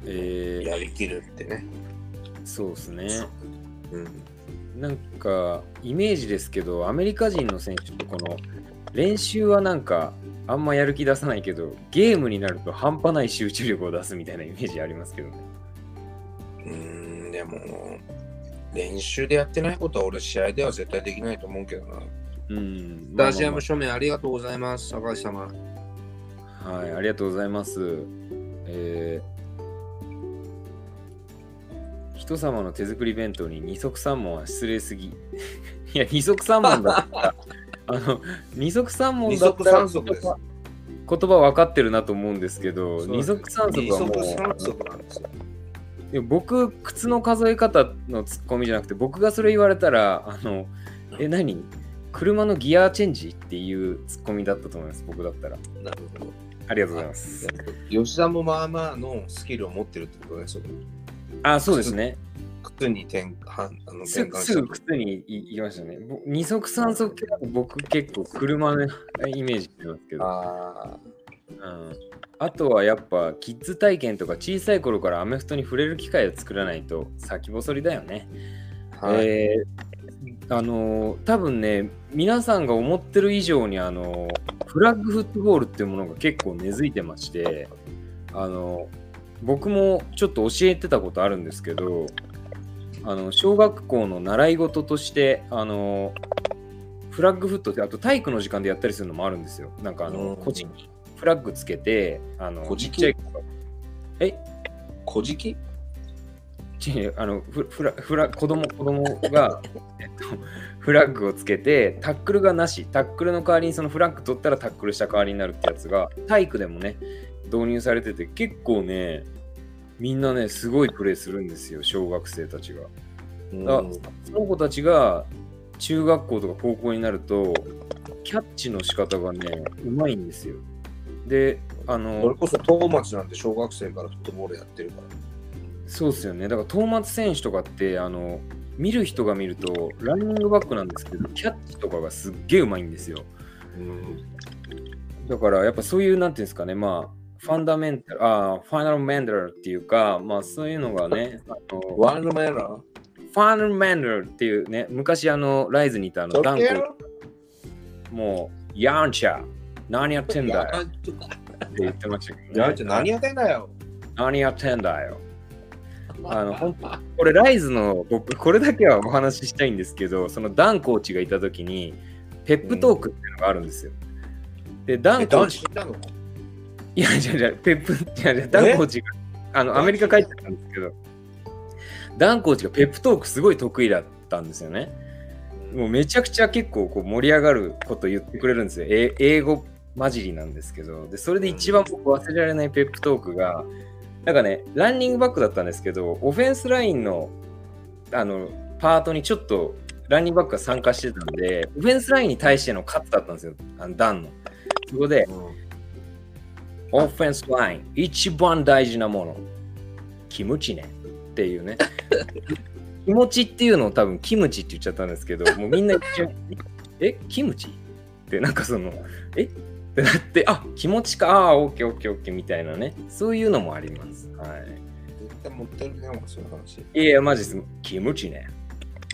Speaker 1: えー、
Speaker 2: やりきるってね。
Speaker 1: そうですね
Speaker 2: うん、
Speaker 1: なんかイメージですけどアメリカ人の選手ってこの練習はなんかあんまやる気出さないけどゲームになると半端ない集中力を出すみたいなイメージありますけどね
Speaker 2: うーんでも、練習でやってないことは俺、試合では絶対できないと思うけどな。
Speaker 1: うんス
Speaker 2: スタジアム署名ありがとうございます、高橋様。
Speaker 1: はい、ありがとうございます。えー、人様の手作り弁当に二足三門は失礼すぎ。 <laughs> いや、二足三門だった
Speaker 2: <laughs>
Speaker 1: ら。あの、二足三門
Speaker 2: 二
Speaker 1: だっ
Speaker 2: 足
Speaker 1: たら
Speaker 2: 三足です。
Speaker 1: 言葉分かってるなと思うんですけど、
Speaker 2: そう
Speaker 1: 二足三足
Speaker 2: 二
Speaker 1: はも
Speaker 2: 足三
Speaker 1: う
Speaker 2: 足なんですよ。
Speaker 1: でも僕、靴の数え方のツッコミじゃなくて、僕がそれ言われたら、あの、え、何車のギアチェンジっていうツッコミだったと思います、僕だったら。
Speaker 2: なるほど。
Speaker 1: ありがとうございます。
Speaker 2: 吉田もまあまあのスキルを持ってるってことね、その
Speaker 1: あ、そうですね。
Speaker 2: 靴に転換あの
Speaker 1: す
Speaker 2: 転換
Speaker 1: ぐ
Speaker 2: し
Speaker 1: す
Speaker 2: た
Speaker 1: ぐ。靴に行きましたね。ぼ二足三足系だと僕結構車のイメージしてますけど。
Speaker 2: ああ、
Speaker 1: うんあとはやっぱキッズ体験とか小さい頃からアメフトに触れる機会を作らないと先細りだよね。
Speaker 2: はい。
Speaker 1: えーあのー多分ね皆さんが思ってる以上にあのーフラッグフットボールっていうものが結構根付いてましてあのー僕もちょっと教えてたことあるんですけどあの小学校の習い事としてあのーフラッグフットってあと体育の時間でやったりするのもあるんですよ。なんかあの個人フラッグつけて、あの、
Speaker 2: こじき
Speaker 1: ちっちゃい子がえ
Speaker 2: こじき
Speaker 1: ちあのフフラフラ子供子供が、 <laughs> えっと、フラッグをつけてタックルがなしタックルの代わりにそのフラッグ取ったらタックルした代わりになるってやつが体育でもね導入されてて結構ねみんなねすごいプレーするんですよ小学生たちが。あその子たちが中学校とか高校になるとキャッチの仕方がねうまいんですよ。であの
Speaker 2: それこそ東町なんて小学生からフットボールやってるから。
Speaker 1: そうですよね。だから、トーマツ選手とかって、あの、見る人が見ると、ランニングバックなんですけど、キャッチとかがすっげえうまいんですよ。だから、やっぱそういう、なんていうんですかね、まあ、ファンダメンタル、ああ、ファンダメンタルっていうか、まあ、そういうのがね、あのフ
Speaker 2: ワンルメラ
Speaker 1: ァンダメンタルっていうね、昔、あの、ライズにいたあの、ダン
Speaker 2: や
Speaker 1: コ、もう、やんちゃ、何やってんだよ
Speaker 2: んち
Speaker 1: って言ってましたけど、ね、
Speaker 2: ゃ何やってんだよ。
Speaker 1: 何やってんだよ。あの本これライズの僕これだけはお話ししたいんですけどそのダンコーチがいた時にペップトークっていうのがあるんですよ、でダ
Speaker 2: え
Speaker 1: ンコー
Speaker 2: 男
Speaker 1: チ
Speaker 2: 子いたの
Speaker 1: いやいやいやペップいやいやダンコーチがあのアメリカ帰ってたんですけどダンコーチがペップトークすごい得意だったんですよねもうめちゃくちゃ結構こう盛り上がること言ってくれるんですよ。え英語混じりなんですけど。で、それで一番僕忘れられないペップトークが、なんかね、ランニングバックだったんですけど、オフェンスラインのあのパートにちょっとランニングバックが参加してたんで、オフェンスラインに対してのカットだったんですよ、あのダンの。そこで、オフェンスライン、一番大事なもの、キムチねっていうね。 <laughs> 気持ちっていうのを多分キムチって言っちゃったんですけど、もうみんな一瞬、 <laughs> え、キムチってなんかその、えってなって、あ気持ちか、ああ、オッケーオッケーオッケーみたいなね、そういうのもあります。はい。
Speaker 2: 絶対持ってるね、もうそういう話。
Speaker 1: いやいや、マジです。キムチね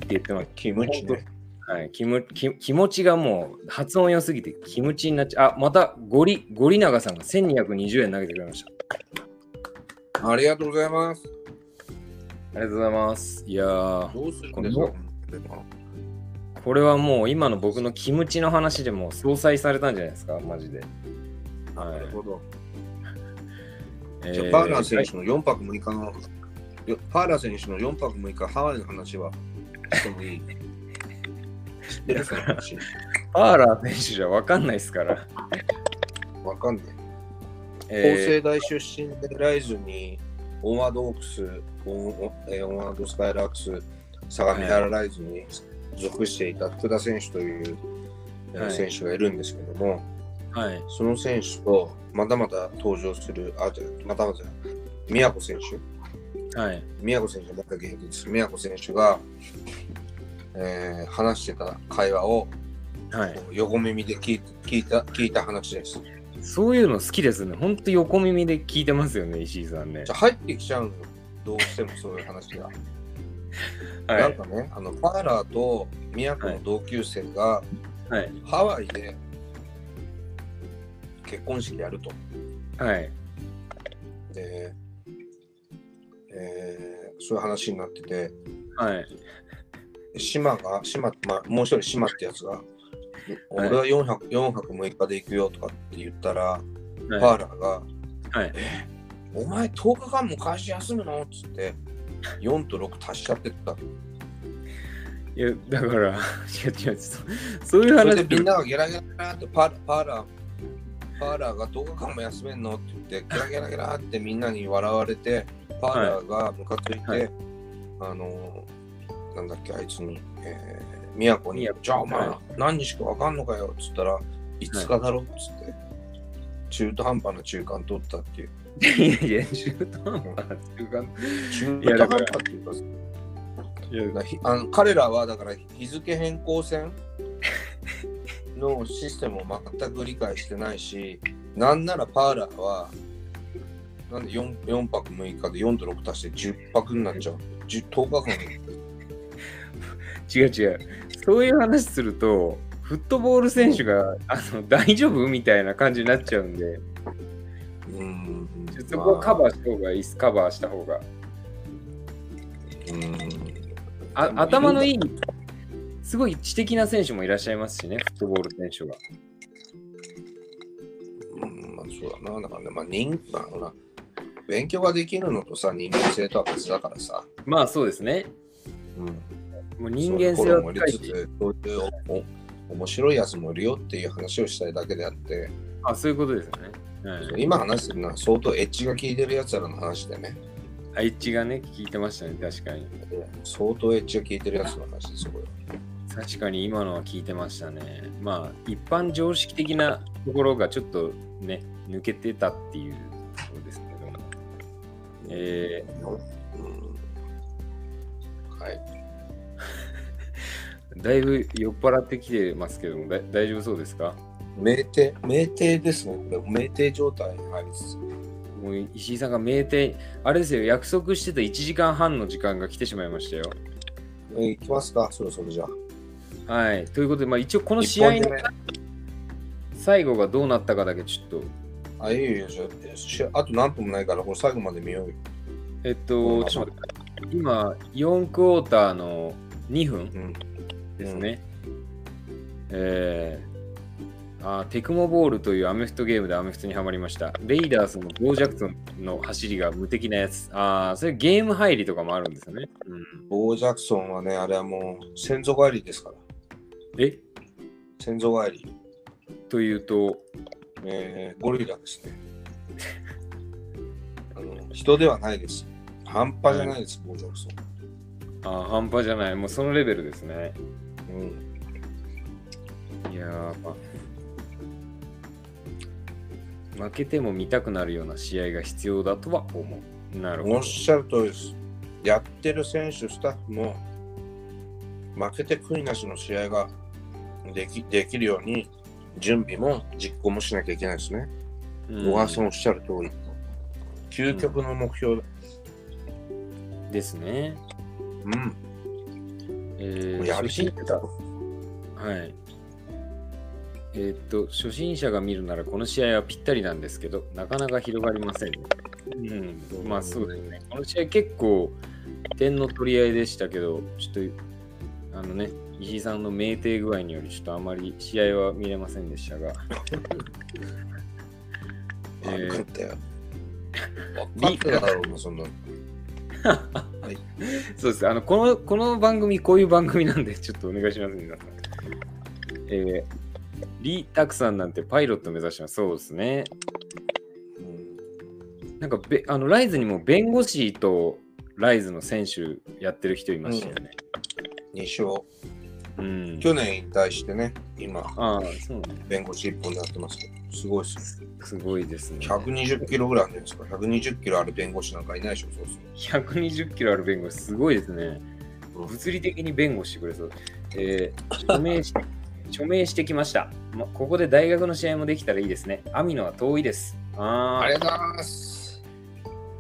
Speaker 1: って言ってます。
Speaker 2: キムチね。
Speaker 1: はい、キムキ気持ちがもう発音良すぎて気持ちになっちゃう。あ、またゴリ、ゴリ長さんが1220円投げてくれました。
Speaker 2: ありがとうございます。
Speaker 1: ありがとうございます。いやー、
Speaker 2: どうする
Speaker 1: こ
Speaker 2: んで
Speaker 1: れ
Speaker 2: すか
Speaker 1: もこれはもう今の僕のキムチの話でもう相殺されたんじゃないですか、マジで。はい
Speaker 2: なるほど。
Speaker 1: え
Speaker 2: じゃあ
Speaker 1: ー
Speaker 2: パーラー選手の4泊6日の、よパーラー選手の4泊6日、ハワイの話はしてもいい。知ってるその話。
Speaker 1: パーラー選手じゃ分かんないですから。
Speaker 2: わかんない。法
Speaker 1: <laughs> え
Speaker 2: 政大出身でライズに、オンワードオークス、オンオえーオンワードスカイラークス、相模原ライズに属していた福田選手というえー
Speaker 1: はい
Speaker 2: 選手がいるんですけども、
Speaker 1: ーはい。
Speaker 2: その選手とまだまだ登場する、あ、じゃあまたまた、宮古選手、
Speaker 1: はい。
Speaker 2: 宮古選手また現役です。宮古選手が、えー話してた会話を
Speaker 1: はい。
Speaker 2: 横耳で聞い聞いた聞いた話です。じ
Speaker 1: そういうの好きですね。ほんと横耳で聞いてますよね、石井さんね
Speaker 2: ゃ。あ入ってきちゃうのよ、どうしてもそういう話が。
Speaker 1: は
Speaker 2: なん
Speaker 1: い。
Speaker 2: かね、あのパーラーと宮古の同級生が、
Speaker 1: はい。
Speaker 2: ハワイで結婚式やると。
Speaker 1: はい。
Speaker 2: で、えーそういう話になってて、
Speaker 1: はい。
Speaker 2: 島が、島、まあ、もう一人島ってやつが、
Speaker 1: い
Speaker 2: 俺は4泊 ,4 泊6日で行くよとかって言ったら、パ
Speaker 1: は
Speaker 2: ーラーが、
Speaker 1: はい
Speaker 2: えお前10日間も会社休むのっつって、4と6足しちゃってった。
Speaker 1: い。いや、だから、いや違う、そそういう
Speaker 2: それ
Speaker 1: 話
Speaker 2: でみんながゲラゲラってパーパーラー、パーラーが10日間も休めんのって言って、ゲラゲラゲラってみんなに笑われて、パーラーがムカついて、
Speaker 1: はい
Speaker 2: あのー、なんだっけ、あいつに、えー、宮古に
Speaker 1: 宮、古
Speaker 2: じゃあお前
Speaker 1: は
Speaker 2: 何日かわかんのかよっつったら、5日だろっつって、中途半端な中間取ったっていう。
Speaker 1: いやいや、中途半端な中間
Speaker 2: 中
Speaker 1: いやだ
Speaker 2: 途半
Speaker 1: から
Speaker 2: 端っていうか、
Speaker 1: いや
Speaker 2: だからひあの彼らはだから日付
Speaker 1: <laughs>
Speaker 2: 変更線のシステムを全く理解してないし、なんならパーラーは、なんで 4, 4泊6日で4と6足して10泊になっちゃう。10, 10日間
Speaker 1: 違う違う。そういう話すると、フットボール選手が、あの大丈夫みたいな感じになっちゃうんで、
Speaker 2: うん。
Speaker 1: ちょっとそこはカバーした方がいいです、カバーした方が。
Speaker 2: うん。
Speaker 1: あ
Speaker 2: でも
Speaker 1: 頭のいい、すごい知的な選手もいらっしゃいますしね、フットボール選手が。
Speaker 2: うん、まあそうだな。だからね、まあ人、まあほら、勉強ができるのとさ、人間性とは別だからさ。
Speaker 1: まあそうですね。
Speaker 2: うん。
Speaker 1: もう人間性は
Speaker 2: そういうところも
Speaker 1: 高
Speaker 2: あ
Speaker 1: い
Speaker 2: りつ
Speaker 1: し、
Speaker 2: つ、そういうおお面白いやつもいるよっていう話をしたいだけであって、
Speaker 1: あそういうことですよね。はい、
Speaker 2: 今話してるのは相当エッジが効いてるやつらの話でね、
Speaker 1: あいちがね、聞いてましたね、確かに。
Speaker 2: 相当エッジが効いてるやつの話です、これは。
Speaker 1: 確かに今のは聞いてましたね。まあ、一般常識的なところがちょっとね、抜けてたっていうところですけども。え
Speaker 2: うんはい。
Speaker 1: ー、だいぶ酔っ払ってきてますけども、だ大丈夫そうですか
Speaker 2: 酩酊、酩酊ですね、これ。酩酊状態に入りつつ。
Speaker 1: もう石井さんが酩酊、あれですよ、約束してた1時間半の時間が来てしまいましたよ。
Speaker 2: えー、いきますか、そろそろじゃあ。
Speaker 1: はい。ということで、まあ一応この
Speaker 2: 一
Speaker 1: 試合
Speaker 2: 本
Speaker 1: の
Speaker 2: でね
Speaker 1: 最後がどうなったかだけちょっと、
Speaker 2: あ、いいよいいよじゃあしあと何分もないから、これ最後まで見ようよ。
Speaker 1: えっと、ちょっと待って、今、4クォーターの2分
Speaker 2: うん。
Speaker 1: ですね。えーあーテクモボールというアメフトゲームでアメフトにはまりました。レイダースのボージャクソンの走りが無敵なやつ。ああ、それゲーム入りとかもあるんですよね。うん、
Speaker 2: ボー・ジャクソンはね、あれはもう先祖返りですから。
Speaker 1: え
Speaker 2: 先祖返り。
Speaker 1: というと、
Speaker 2: えーゴリラで
Speaker 1: <laughs>
Speaker 2: すね。あの人ではないです。半端じゃないです、ボー・ジャクソ
Speaker 1: あー半端じゃない、もうそのレベルですね。
Speaker 2: ン。うん。
Speaker 1: いやー、まあ負けても見たくなるような試合が必要だとは思う。なるほ
Speaker 2: お
Speaker 1: ど
Speaker 2: っ。しゃる通りです。やってる選手、スタッフも、負けて悔いなしの試合ができできるように、準備も実行もしなきゃいけないですね。
Speaker 1: うん
Speaker 2: 小川さんおっしゃる通り。究極の目標だ。
Speaker 1: ですね。
Speaker 2: うん。
Speaker 1: えー、
Speaker 2: やる
Speaker 1: 初
Speaker 2: し
Speaker 1: 心者はい。えーっと、初心者が見るならこの試合はぴったりなんですけど、なかなか広がりません、ね。うん、まあそうですね。この試合結構点の取り合いでしたけど、ちょっと、あのね、石井さんの酩酊具合により、ちょっとあまり試合は見れませんでしたが、えー
Speaker 2: 分かったよ。分かっただろうな、そんなの。
Speaker 1: <laughs> そうです。あの、この、この番組、こういう番組なんで、ちょっとお願いします、皆さん。えー、リ・タクさんなんてパイロット目指してます。そうですね。
Speaker 2: うん
Speaker 1: なんかべあのライズにも弁護士とライズの選手やってる人いましたよね。
Speaker 2: 2勝。
Speaker 1: うん。
Speaker 2: 去年引退してね、今、
Speaker 1: ああ、そうなんだ
Speaker 2: 弁護士一本でやってますけど、すごいっすね。
Speaker 1: すごいですね。
Speaker 2: 120キロぐらいあるんじゃないですか。120キロある弁護士なんかいないでしょ、そうす
Speaker 1: 120キロある弁護士、すごいですね。
Speaker 2: うん
Speaker 1: 物理的に弁護してくれそう。えー署名し <laughs> 署名してきました、ま。ここで大学の試合もできたらいいですね。網野は遠いです。あ
Speaker 2: あ
Speaker 1: あ
Speaker 2: りがとうございます。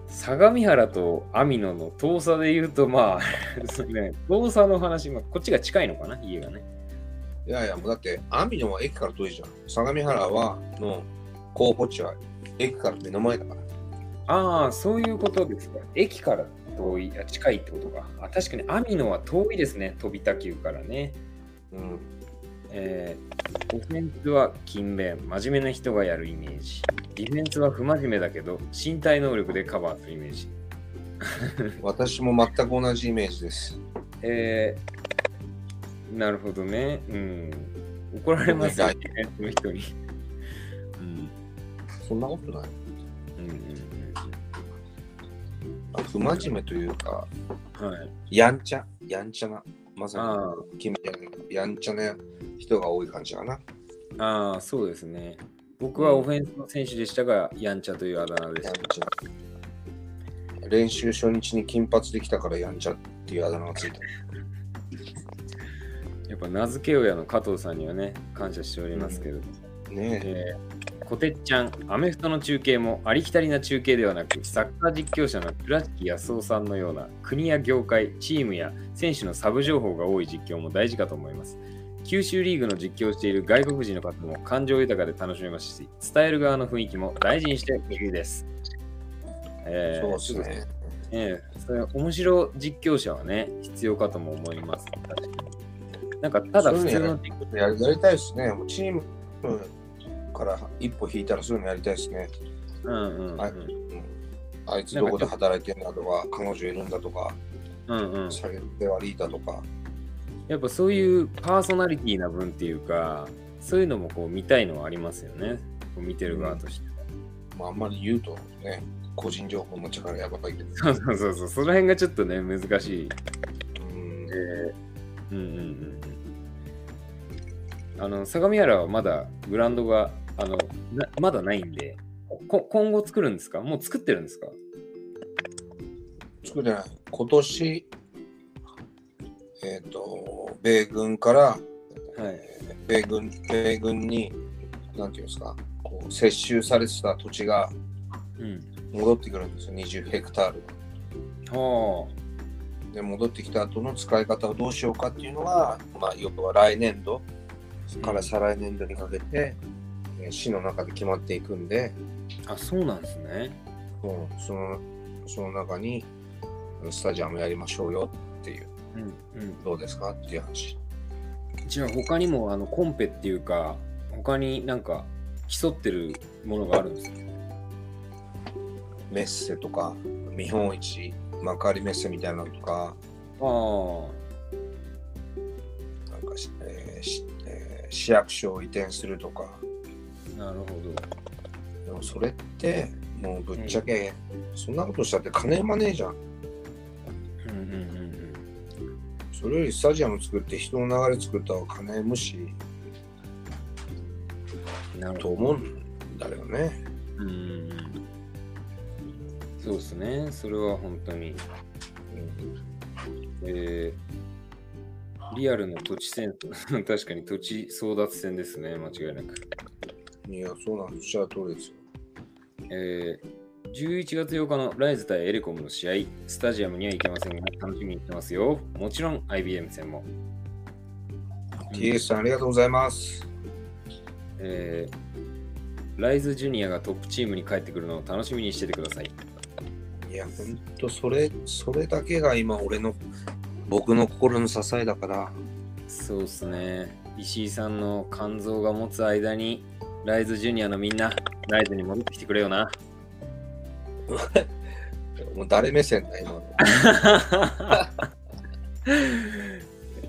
Speaker 1: 相模原と網野の遠さで言うと、まあ、 <laughs> そうね、遠さの話、まあ、こっちが近いのかな、家がね。
Speaker 2: いやいや、もうだって、アミノは駅から遠いじゃん。相模原は、の候補地は駅から目の前だから。
Speaker 1: ああ、そういうことですか。駅から遠い、あ近いってことか。あ確かに、網野は遠いですね、飛びた球からね。
Speaker 2: うん。
Speaker 1: えー、オフェンスは勤勉、真面目な人がやるイメージ。ディフェンスは不真面目だけど、身体能力でカバーするイメージ。
Speaker 2: 私も全く同じイメージです。
Speaker 1: えー、なるほどね。うん。怒られますよね、その人に。うん。
Speaker 2: そんなことない。
Speaker 1: うん
Speaker 2: あ不真面目というか、
Speaker 1: うんうん。はい。
Speaker 2: やんちゃ、やんちゃな、まさ
Speaker 1: あ
Speaker 2: に、君みたいなやんちゃな人が多い感じかな。
Speaker 1: あ、ああ、そうですね。僕はオフェンスの選手でしたが、やんちゃというあだ名です
Speaker 2: やん。ちゃ。練習初日に金髪できたからやんちゃっていうあだ名がついた。
Speaker 1: やっぱ名付け親の加藤さんにはね、感謝しておりますけれども、
Speaker 2: ねえ。
Speaker 1: えこてっちゃん、アメフトの中継もありきたりな中継ではなく、サッカー実況者の倉敷康夫さんのような国や業界、チームや選手のサブ情報が多い実況も大事かと思います。九州リーグの実況をしている外国人の方も感情豊かで楽しめますし、伝える側の雰囲気も大事にしてほしいです。え
Speaker 2: そう
Speaker 1: ー
Speaker 2: ですね。
Speaker 1: ええ、それ面白実況者はね、必要かとも思います。なんか、ただ
Speaker 2: そう
Speaker 1: 普
Speaker 2: い
Speaker 1: 通
Speaker 2: うのや
Speaker 1: の実況
Speaker 2: やりやりたいですね。もうチームから一歩引いたらそういうのやりたいですね。
Speaker 1: うんうんうん
Speaker 2: はいあいつどこで働いてんだとか、彼女いるんだとか、
Speaker 1: うんうん
Speaker 2: 下げて悪いだとか。
Speaker 1: やっぱそういうパーソナリティな分っていうか、そういうのもこう見たいのはありますよね。こう見てる側として。
Speaker 2: まあ、あんまり言うとね、個人情報の力やばいけど。
Speaker 1: そうそうそうそう、その辺がちょっとね、難しい。
Speaker 2: うん
Speaker 1: で、うんうんうんうん。あの、相模原はまだグラウンドが、あの、なまだないんで、こ今後作るんですかもう作ってるんですか
Speaker 2: 作れない。今年、えっ、と、米軍から、
Speaker 1: はい。
Speaker 2: 米軍米軍に、なんていうんですか、こう接収されてた土地が
Speaker 1: うん。
Speaker 2: 戻ってくるんですよ、20ヘクタール。
Speaker 1: は
Speaker 2: で、戻ってきた後の使い方をどうしようかっていうのが、まあ、要は来年度から再来年度にかけて、えー市の中で決まっていくんで、
Speaker 1: あ。あ、そうなんですね。
Speaker 2: もうそのその中にスタジアムやりましょうよっていう
Speaker 1: うんうん。
Speaker 2: どうですかっていう話
Speaker 1: じゃあ他にもあのコンペっていうか他になんか競ってるものがあるんですか
Speaker 2: メッセとか見本市幕張メッセみたいなのと
Speaker 1: あ
Speaker 2: か
Speaker 1: あ
Speaker 2: なんかし、えーしえー市役所を移転するとか
Speaker 1: なるほど
Speaker 2: でもそれってもうぶっちゃけ、そんなことしたって金マネーじゃ
Speaker 1: う
Speaker 2: ん
Speaker 1: んうんうん
Speaker 2: それよりスタジアム作って人の流れ作った方が金無視
Speaker 1: うんなる
Speaker 2: と
Speaker 1: ほど
Speaker 2: 思うんだけどね
Speaker 1: うんうんうんそうですねそれは本当にえーリアルな土地戦 <laughs> 確かに土地争奪戦ですね間違いなく
Speaker 2: いやそうなんですおっしゃる通りですよ
Speaker 1: えー11月8日のライズ対エレコムの試合、スタジアムには行けませんが、楽しみにしてますよ。もちろん IBM 戦も。うん
Speaker 2: TS さんありがとうございます
Speaker 1: えーライズジュニアがトップチームに帰ってくるのを楽しみにしててください。
Speaker 2: いや、ほんと、それ、それだけが今、俺の、僕の心の支えだから、
Speaker 1: そうですね。石井さんの肝臓が持つ間に、ライズジュニアのみんな、ライズに戻ってきてくれよな。
Speaker 2: もう誰目線だ、今の。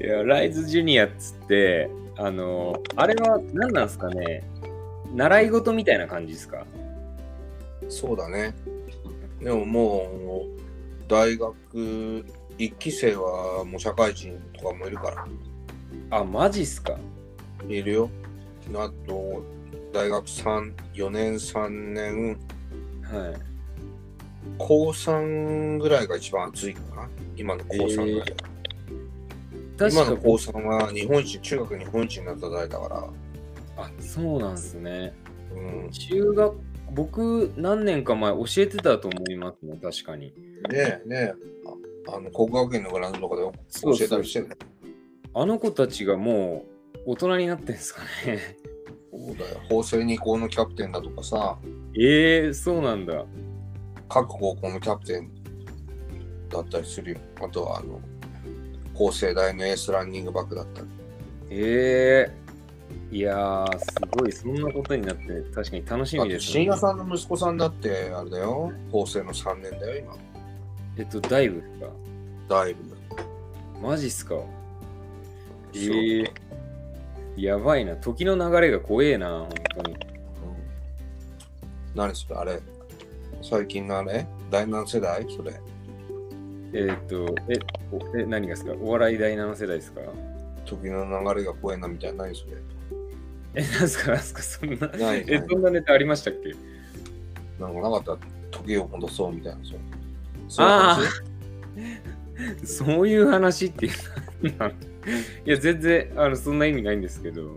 Speaker 1: いや、ライズジュニアっつって、あの、あれは何なんですかね習い事みたいな感じですか
Speaker 2: そうだね。でももう、大学、一期生はもう社会人とかもいるから、
Speaker 1: あ、マジっすか
Speaker 2: いるよ。あと、大学3、4年、3年、
Speaker 1: はい。
Speaker 2: 高3ぐらいが一番暑いかな。今の高3ぐらい。
Speaker 1: 確
Speaker 2: 今
Speaker 1: か
Speaker 2: の高3は日本一、中学日本一になった代だから、
Speaker 1: あ、そうなんですね。
Speaker 2: うん。
Speaker 1: 中学僕何年か前教えてたと思いますね確かに
Speaker 2: ねえねえああの国学院のグラウンドとかで教えたりしてる
Speaker 1: あの子たちがもう大人になってんすか
Speaker 2: <laughs>
Speaker 1: ね
Speaker 2: そうだよ法政二高のキャプテンだとかさ
Speaker 1: ええそうなんだ
Speaker 2: 各高校のキャプテンだったりするよあとはあの法政大のエースランニングバックだったり
Speaker 1: ええいやーすごいそんなことになって確かに楽し
Speaker 2: あ
Speaker 1: み
Speaker 2: と
Speaker 1: です
Speaker 2: 深
Speaker 1: ね
Speaker 2: 夜さんの息子さんだってあれだよ法政の3年だよ今
Speaker 1: えっとダイブですか
Speaker 2: だいぶ
Speaker 1: マジっすかええやばいな時の流れが怖えな本当に
Speaker 2: 何それあれ最近のあれ第7世代それ
Speaker 1: えーっとえおえ何がですかお笑い第7世代ですか
Speaker 2: 時の流れが怖いなみたいな何それ
Speaker 1: えなんすかなんすかそんな
Speaker 2: ない
Speaker 1: え、そんなネタありましたっけ
Speaker 2: なんかなかったら時を戻そうみたいなそうそう
Speaker 1: あ
Speaker 2: 感じ
Speaker 1: そういう話っていうのいや、全然、あの、そんな意味ないんですけど、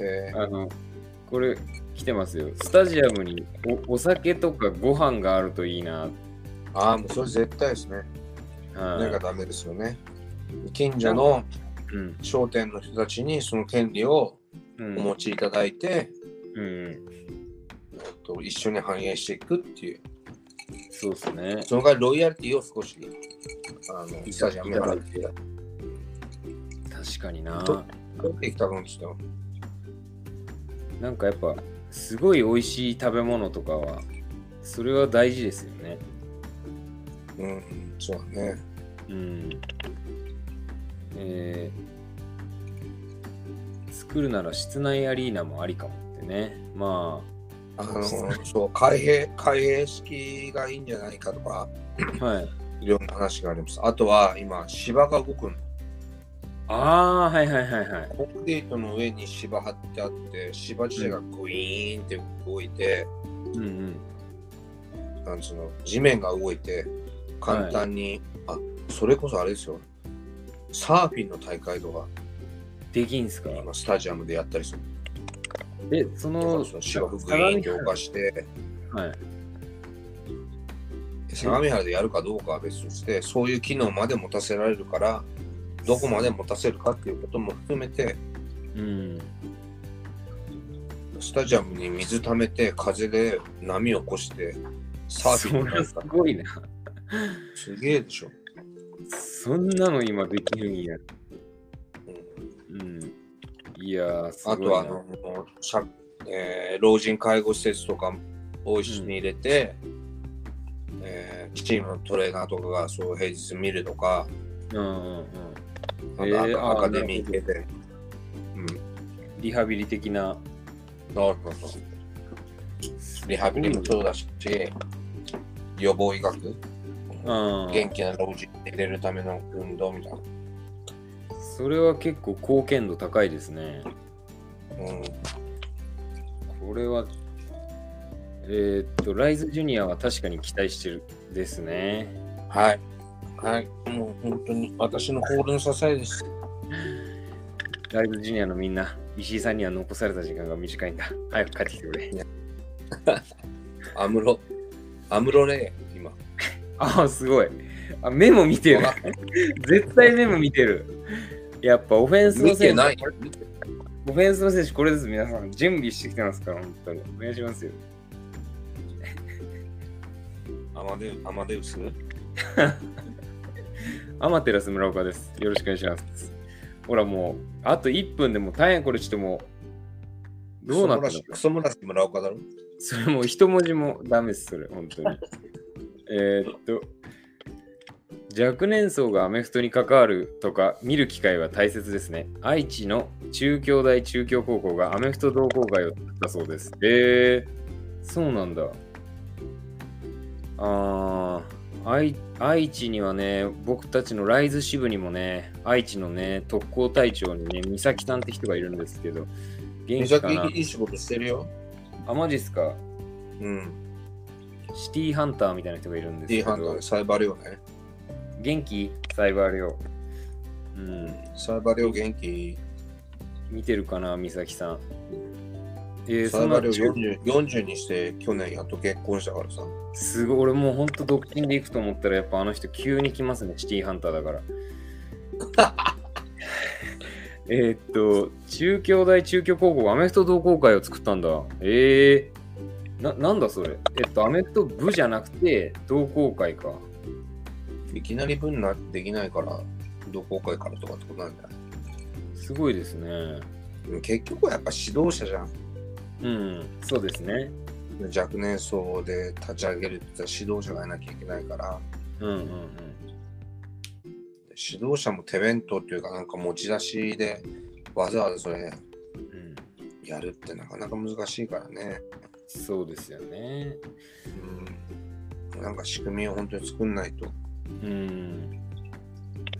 Speaker 2: えー
Speaker 1: あの、これ、来てますよ。スタジアムにおお酒とかご飯があるといいな。
Speaker 2: ああ、もうそれ絶対ですね。な
Speaker 1: なん
Speaker 2: か、ダメですよね。近所の
Speaker 1: うん。
Speaker 2: 商店の人たちにその権利を
Speaker 1: うん
Speaker 2: お持ちいただいて、
Speaker 1: うん。
Speaker 2: えっと一緒に反映していくっていう。
Speaker 1: そうですね。
Speaker 2: その代わりロイヤリティを少し、あの、スタジアムから取
Speaker 1: 確かにな。
Speaker 2: とってきたもんですよ。
Speaker 1: なんかやっぱ、すごい美味しい食べ物とかは、それは大事ですよね。
Speaker 2: うん、そうだね。
Speaker 1: うん。えー、作るなら室内アリーナもありかもってね。ま
Speaker 2: あの、そう、開閉、開閉式がいいんじゃないかとか、
Speaker 1: あ、はい。
Speaker 2: いろんな話があります。あとは、今、芝が動くの。
Speaker 1: ああー、はいはいはいはい。
Speaker 2: コンクリートの上に芝張ってあって、芝自体がグイーンって動いて、
Speaker 1: うんうん。
Speaker 2: なんつうの地面が動いて簡単に、あそれこそあれですよサーフィンの大会とか
Speaker 1: できんすか
Speaker 2: 今スタジアムでやったりする
Speaker 1: え、そ
Speaker 2: だか
Speaker 1: の
Speaker 2: ら、その芝生グリーンって動かして
Speaker 1: はい。
Speaker 2: 相模原でやるかどうかは別としてそういう機能まで持たせられるからどこまで持たせるかっていうことも含めて
Speaker 1: うん。
Speaker 2: スタジアムに水溜めて風で波を起こしてサーフ
Speaker 1: そ
Speaker 2: ィンにな
Speaker 1: れ
Speaker 2: る
Speaker 1: す
Speaker 2: から
Speaker 1: ごいな。
Speaker 2: すげえでしょ、
Speaker 1: そんなの今できるんや。
Speaker 2: うん
Speaker 1: うん。いやー、すご
Speaker 2: あ
Speaker 1: いな。
Speaker 2: とはあの、しゃえー老人介護施設とかを一緒に入れて、えーチームのトレーナーとかがそう平日見るとか、
Speaker 1: うんうんうん。
Speaker 2: あと
Speaker 1: えーあ
Speaker 2: アカデミー系で。うん、
Speaker 1: リハビリ的な。
Speaker 2: そうそうそうリハビリもそうだし、予防医
Speaker 1: う
Speaker 2: 学、
Speaker 1: ん。
Speaker 2: 元気な老人に入れるための運動みたいな。
Speaker 1: それは結構貢献度高いですね。
Speaker 2: うん、
Speaker 1: これは、えーっと、ライズジュニアは確かに期待してるですね。
Speaker 2: はい。はい。もう本当に私のホールの支えです。
Speaker 1: ライズジュニアのみんな、石井さんには残された時間が短いんだ。 <laughs> 早く帰ってきてくれ。
Speaker 2: アムロ、アムロね、今。
Speaker 1: ああ、すごい。あ、メモ見てる。 <laughs> 絶対メモ見てる。やっぱオフェンスの
Speaker 2: 見て
Speaker 1: 選手、
Speaker 2: ない。
Speaker 1: オフェンスの選手これです。皆さん準備してきてますから、本当に。お願いしますよ。
Speaker 2: アマデウアマデウス
Speaker 1: アマテラス村岡です。よろしくお願いします。ほらもう、あと1分でもう大変これちょっともう、どうなったの
Speaker 2: クソムラシ村岡だろ
Speaker 1: それもう一文字もダメです、それ、本当に。えーっと、若年層がアメフトに関わるとか見る機会は大切ですね。愛知の中京大中京高校がアメフト同好会を作ったそうです。えー、そうなんだ。あー愛愛知にはね、僕たちのライズ支部にもね、愛知のね、特攻隊長にね、美咲さんって人がいるんですけど、元
Speaker 2: 美
Speaker 1: 気かな
Speaker 2: 咲いい仕事してるよ。
Speaker 1: あ、マジっすか
Speaker 2: うん。
Speaker 1: シティハンターみたいな人がいるんです
Speaker 2: いい
Speaker 1: け
Speaker 2: 判断
Speaker 1: ど
Speaker 2: で、、サイバー量ね。
Speaker 1: 元気サイバー量。うん、
Speaker 2: サイバー量元気。
Speaker 1: 見てるかな、美咲さん。えー、
Speaker 2: サ
Speaker 1: そ
Speaker 2: イ
Speaker 1: ん
Speaker 2: バー
Speaker 1: な
Speaker 2: 量 40, 40にして去年やっと結婚したからさ。
Speaker 1: すごい、俺もうほんと独身で行くと思ったら、やっぱあの人急に来ますね、シティハンターだ
Speaker 2: <laughs>
Speaker 1: から。えーっと、中京大中京高校アメフト同好会を作ったんだ。えー、な、なんだそれ。えっと、アメフト部じゃなくて、同好会か。
Speaker 2: いきなり分なできないから、同好会からとかってことなんだよ。
Speaker 1: すごいですね。
Speaker 2: でも結局はやっぱ指導者じゃん。
Speaker 1: うん、そうですね。
Speaker 2: 若年層で立ち上げるって言ったら指導者がいなきゃいけないから、
Speaker 1: うんうんうん。
Speaker 2: 指導者も手弁当っていうかなんか持ち出しでわざわざそれ
Speaker 1: うん、
Speaker 2: やるってなかなか難しいからね。
Speaker 1: そうですよね。
Speaker 2: うんなんか仕組みを本当に作んないと。
Speaker 1: うん。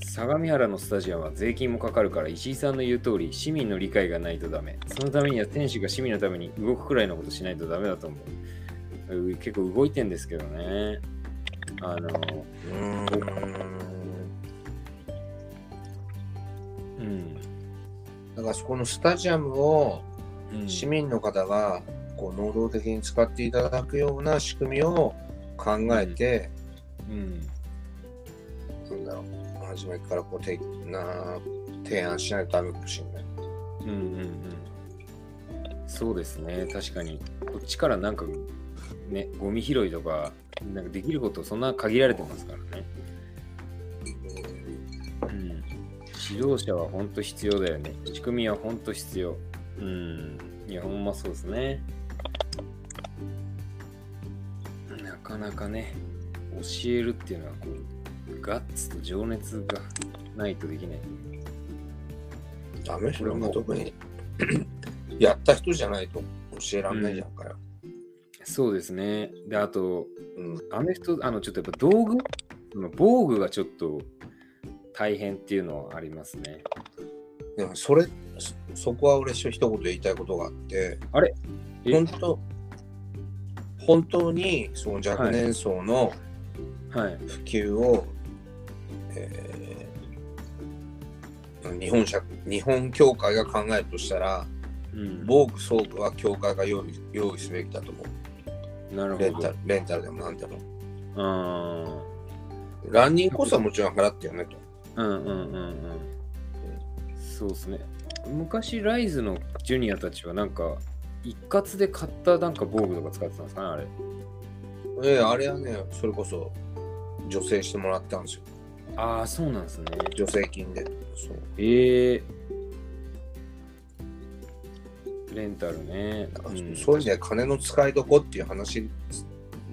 Speaker 1: 相模原のスタジアムは税金もかかるから石井さんの言う通り市民の理解がないとダメ。そのためには選手が市民のために動くくらいのことしないとダメだと思う。う結構動いてんですけどね。あの、
Speaker 2: うーん。
Speaker 1: うん。
Speaker 2: だからそこのスタジアムを
Speaker 1: うん
Speaker 2: 市民の方がこう能動的に使っていただくような仕組みを考えて、
Speaker 1: うん。
Speaker 2: なんだろう、初めからこうてな提案しないとダメかもしれない。
Speaker 1: うんうんうん。そうですね、確かに。こっちからなんか、ね、ゴミ拾いとか、なんかできること、そんな限られてますからね。うん。指導者は本当必要だよね。仕組みは本当必要。うん。いや、ほんまそうですね。なかなかね、教えるっていうのはこう、ガッツと情熱がないとできない。
Speaker 2: ダメそれ
Speaker 1: 俺も
Speaker 2: も特にやった人じゃないと教えられないじゃんから。
Speaker 1: そうですね。で、あと、
Speaker 2: うん
Speaker 1: アメフト、あの、ちょっとやっぱ道具、その防具がちょっと大変っていうのはありますね。
Speaker 2: でもそれそそこは俺一言言いたいことがあって
Speaker 1: あれえ
Speaker 2: 本当本当にその若年層の
Speaker 1: はい。
Speaker 2: 普及を、えー日本社日本協会が考えるとしたら
Speaker 1: うん、
Speaker 2: 防具装具は協会が用意用意すべきだと思
Speaker 1: なる
Speaker 2: うレン
Speaker 1: ほ
Speaker 2: タ
Speaker 1: ど。
Speaker 2: ルレンタルでもなんでも
Speaker 1: あ
Speaker 2: ランニングこそもちろん払ってよねと
Speaker 1: ーうんうんうんうん。そうですね。昔、ライズのジュニアたちはなんか、一括で買ったなんか防具とか使ってたんですかね、あれ。
Speaker 2: ええあれはねそれこそ助成してもらったんですよ
Speaker 1: ああ、そうなんですね。
Speaker 2: 助成金でそう
Speaker 1: ええレンタルね。
Speaker 2: だから
Speaker 1: うん
Speaker 2: そういう意味では金の使いどこっていう話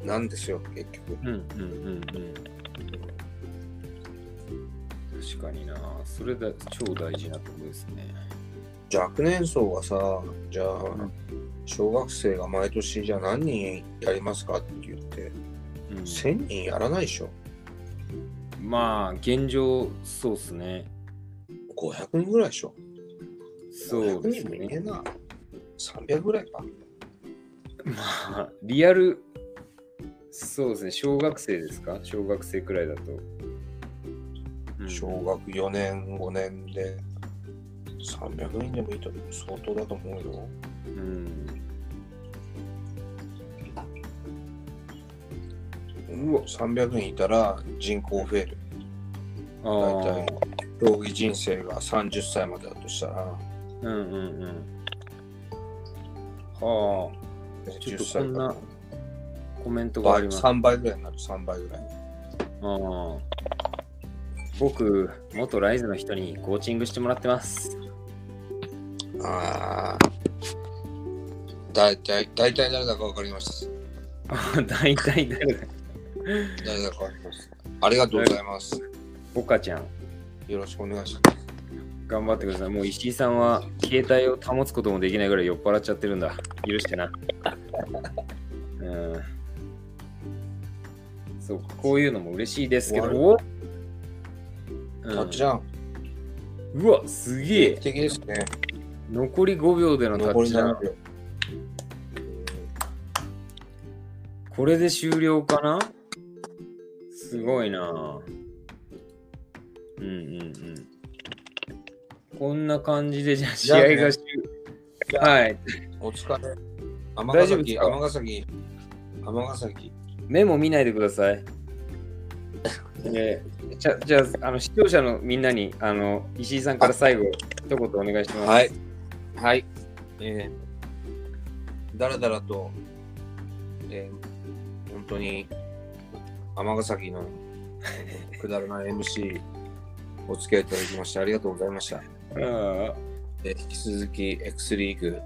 Speaker 2: なんですよ、結局。
Speaker 1: うんうんうんうん。確かにな。それだ超大事なとこですね。
Speaker 2: 若年層はさ、じゃあ
Speaker 1: ん、
Speaker 2: 小学生が毎年じゃあ何人やりますかって言って、
Speaker 1: うん
Speaker 2: 1000人やらないでしょ。
Speaker 1: まあ、現状、そうっすね。
Speaker 2: 500人ぐらいでしょ。
Speaker 1: そう
Speaker 2: 500
Speaker 1: です
Speaker 2: 人もいね
Speaker 1: ね。
Speaker 2: えな。300ぐらいか。
Speaker 1: <laughs> まあ、リアル、そうですね。小学生ですか小学生くらいだと。うん
Speaker 2: 小学4年、5年で300人でもいいと相当だと思うよ。
Speaker 1: うん。うわ、
Speaker 2: 300人いたら人口増える。
Speaker 1: あ
Speaker 2: 大
Speaker 1: ー
Speaker 2: 体、競技人生が30歳までだとしたら、
Speaker 1: うんうんうん。はあ。ちょっとこ
Speaker 2: 10
Speaker 1: ん
Speaker 2: 歳
Speaker 1: な
Speaker 2: か
Speaker 1: コメントがあ
Speaker 2: 倍
Speaker 1: ります。
Speaker 2: 3倍ぐらいになる、3倍ぐらい。
Speaker 1: ああ僕、元ライズの人にコーチングしてもらってます。 <laughs>
Speaker 2: ああ。大体、大体誰だか分かります。
Speaker 1: あ大体誰だ
Speaker 2: 誰だか分かります。ありがとうございます。
Speaker 1: ボカちゃん、
Speaker 2: よろしくお願いします。
Speaker 1: 頑張ってください。もう石井さんは携帯を保つこともできないぐらい酔っ払っちゃってるんだ。許して
Speaker 2: <laughs>
Speaker 1: な。うん。そう、こういうのも嬉しいですけど。
Speaker 2: 終
Speaker 1: お
Speaker 2: たっち
Speaker 1: う
Speaker 2: ゃん、
Speaker 1: ん、うわ、すげえ
Speaker 2: 素。敵ですね。
Speaker 1: 残り5秒でのタ
Speaker 2: 残
Speaker 1: ッ
Speaker 2: り
Speaker 1: チダウン
Speaker 2: 7秒。
Speaker 1: これで終了かなすごいなうんうんうん。こんな感じで、じゃあ試
Speaker 2: じゃあね
Speaker 1: 合が終
Speaker 2: じゃあ
Speaker 1: はい。
Speaker 2: お疲れ。
Speaker 1: 大
Speaker 2: 尼
Speaker 1: 丈夫です
Speaker 2: 崎、
Speaker 1: か
Speaker 2: 尼崎、尼崎。
Speaker 1: メモ見ないでくださ
Speaker 2: <laughs>
Speaker 1: い。えーじゃじゃああの視聴者のみんなにあの石井さんから最後一言お願いします。
Speaker 2: はい。はい。えー、だらだらと、えー、本当に、尼崎 <laughs> のくだらない MC、お付き合いいただきまして、ありがとうございました。
Speaker 1: あ
Speaker 2: えー引き続き、X リーグ、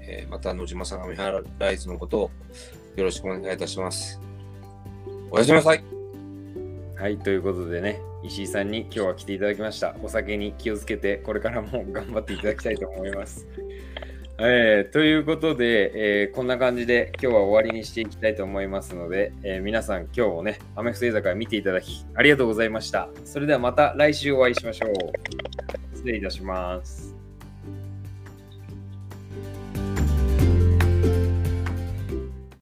Speaker 2: えーまた、野島相模原ライズのことをよろしくお願いいたします。おやすみなさい。
Speaker 1: ーはい、ということでね、石井さんに今日は来ていただきました。お酒に気をつけて、これからも頑張っていただきたいと思います。 <laughs> えーということで、えーこんな感じで今日は終わりにしていきたいと思いますので、えー皆さん今日もね、アメフト居酒屋見ていただきありがとうございました。それではまた来週お会いしましょう。失礼いたします。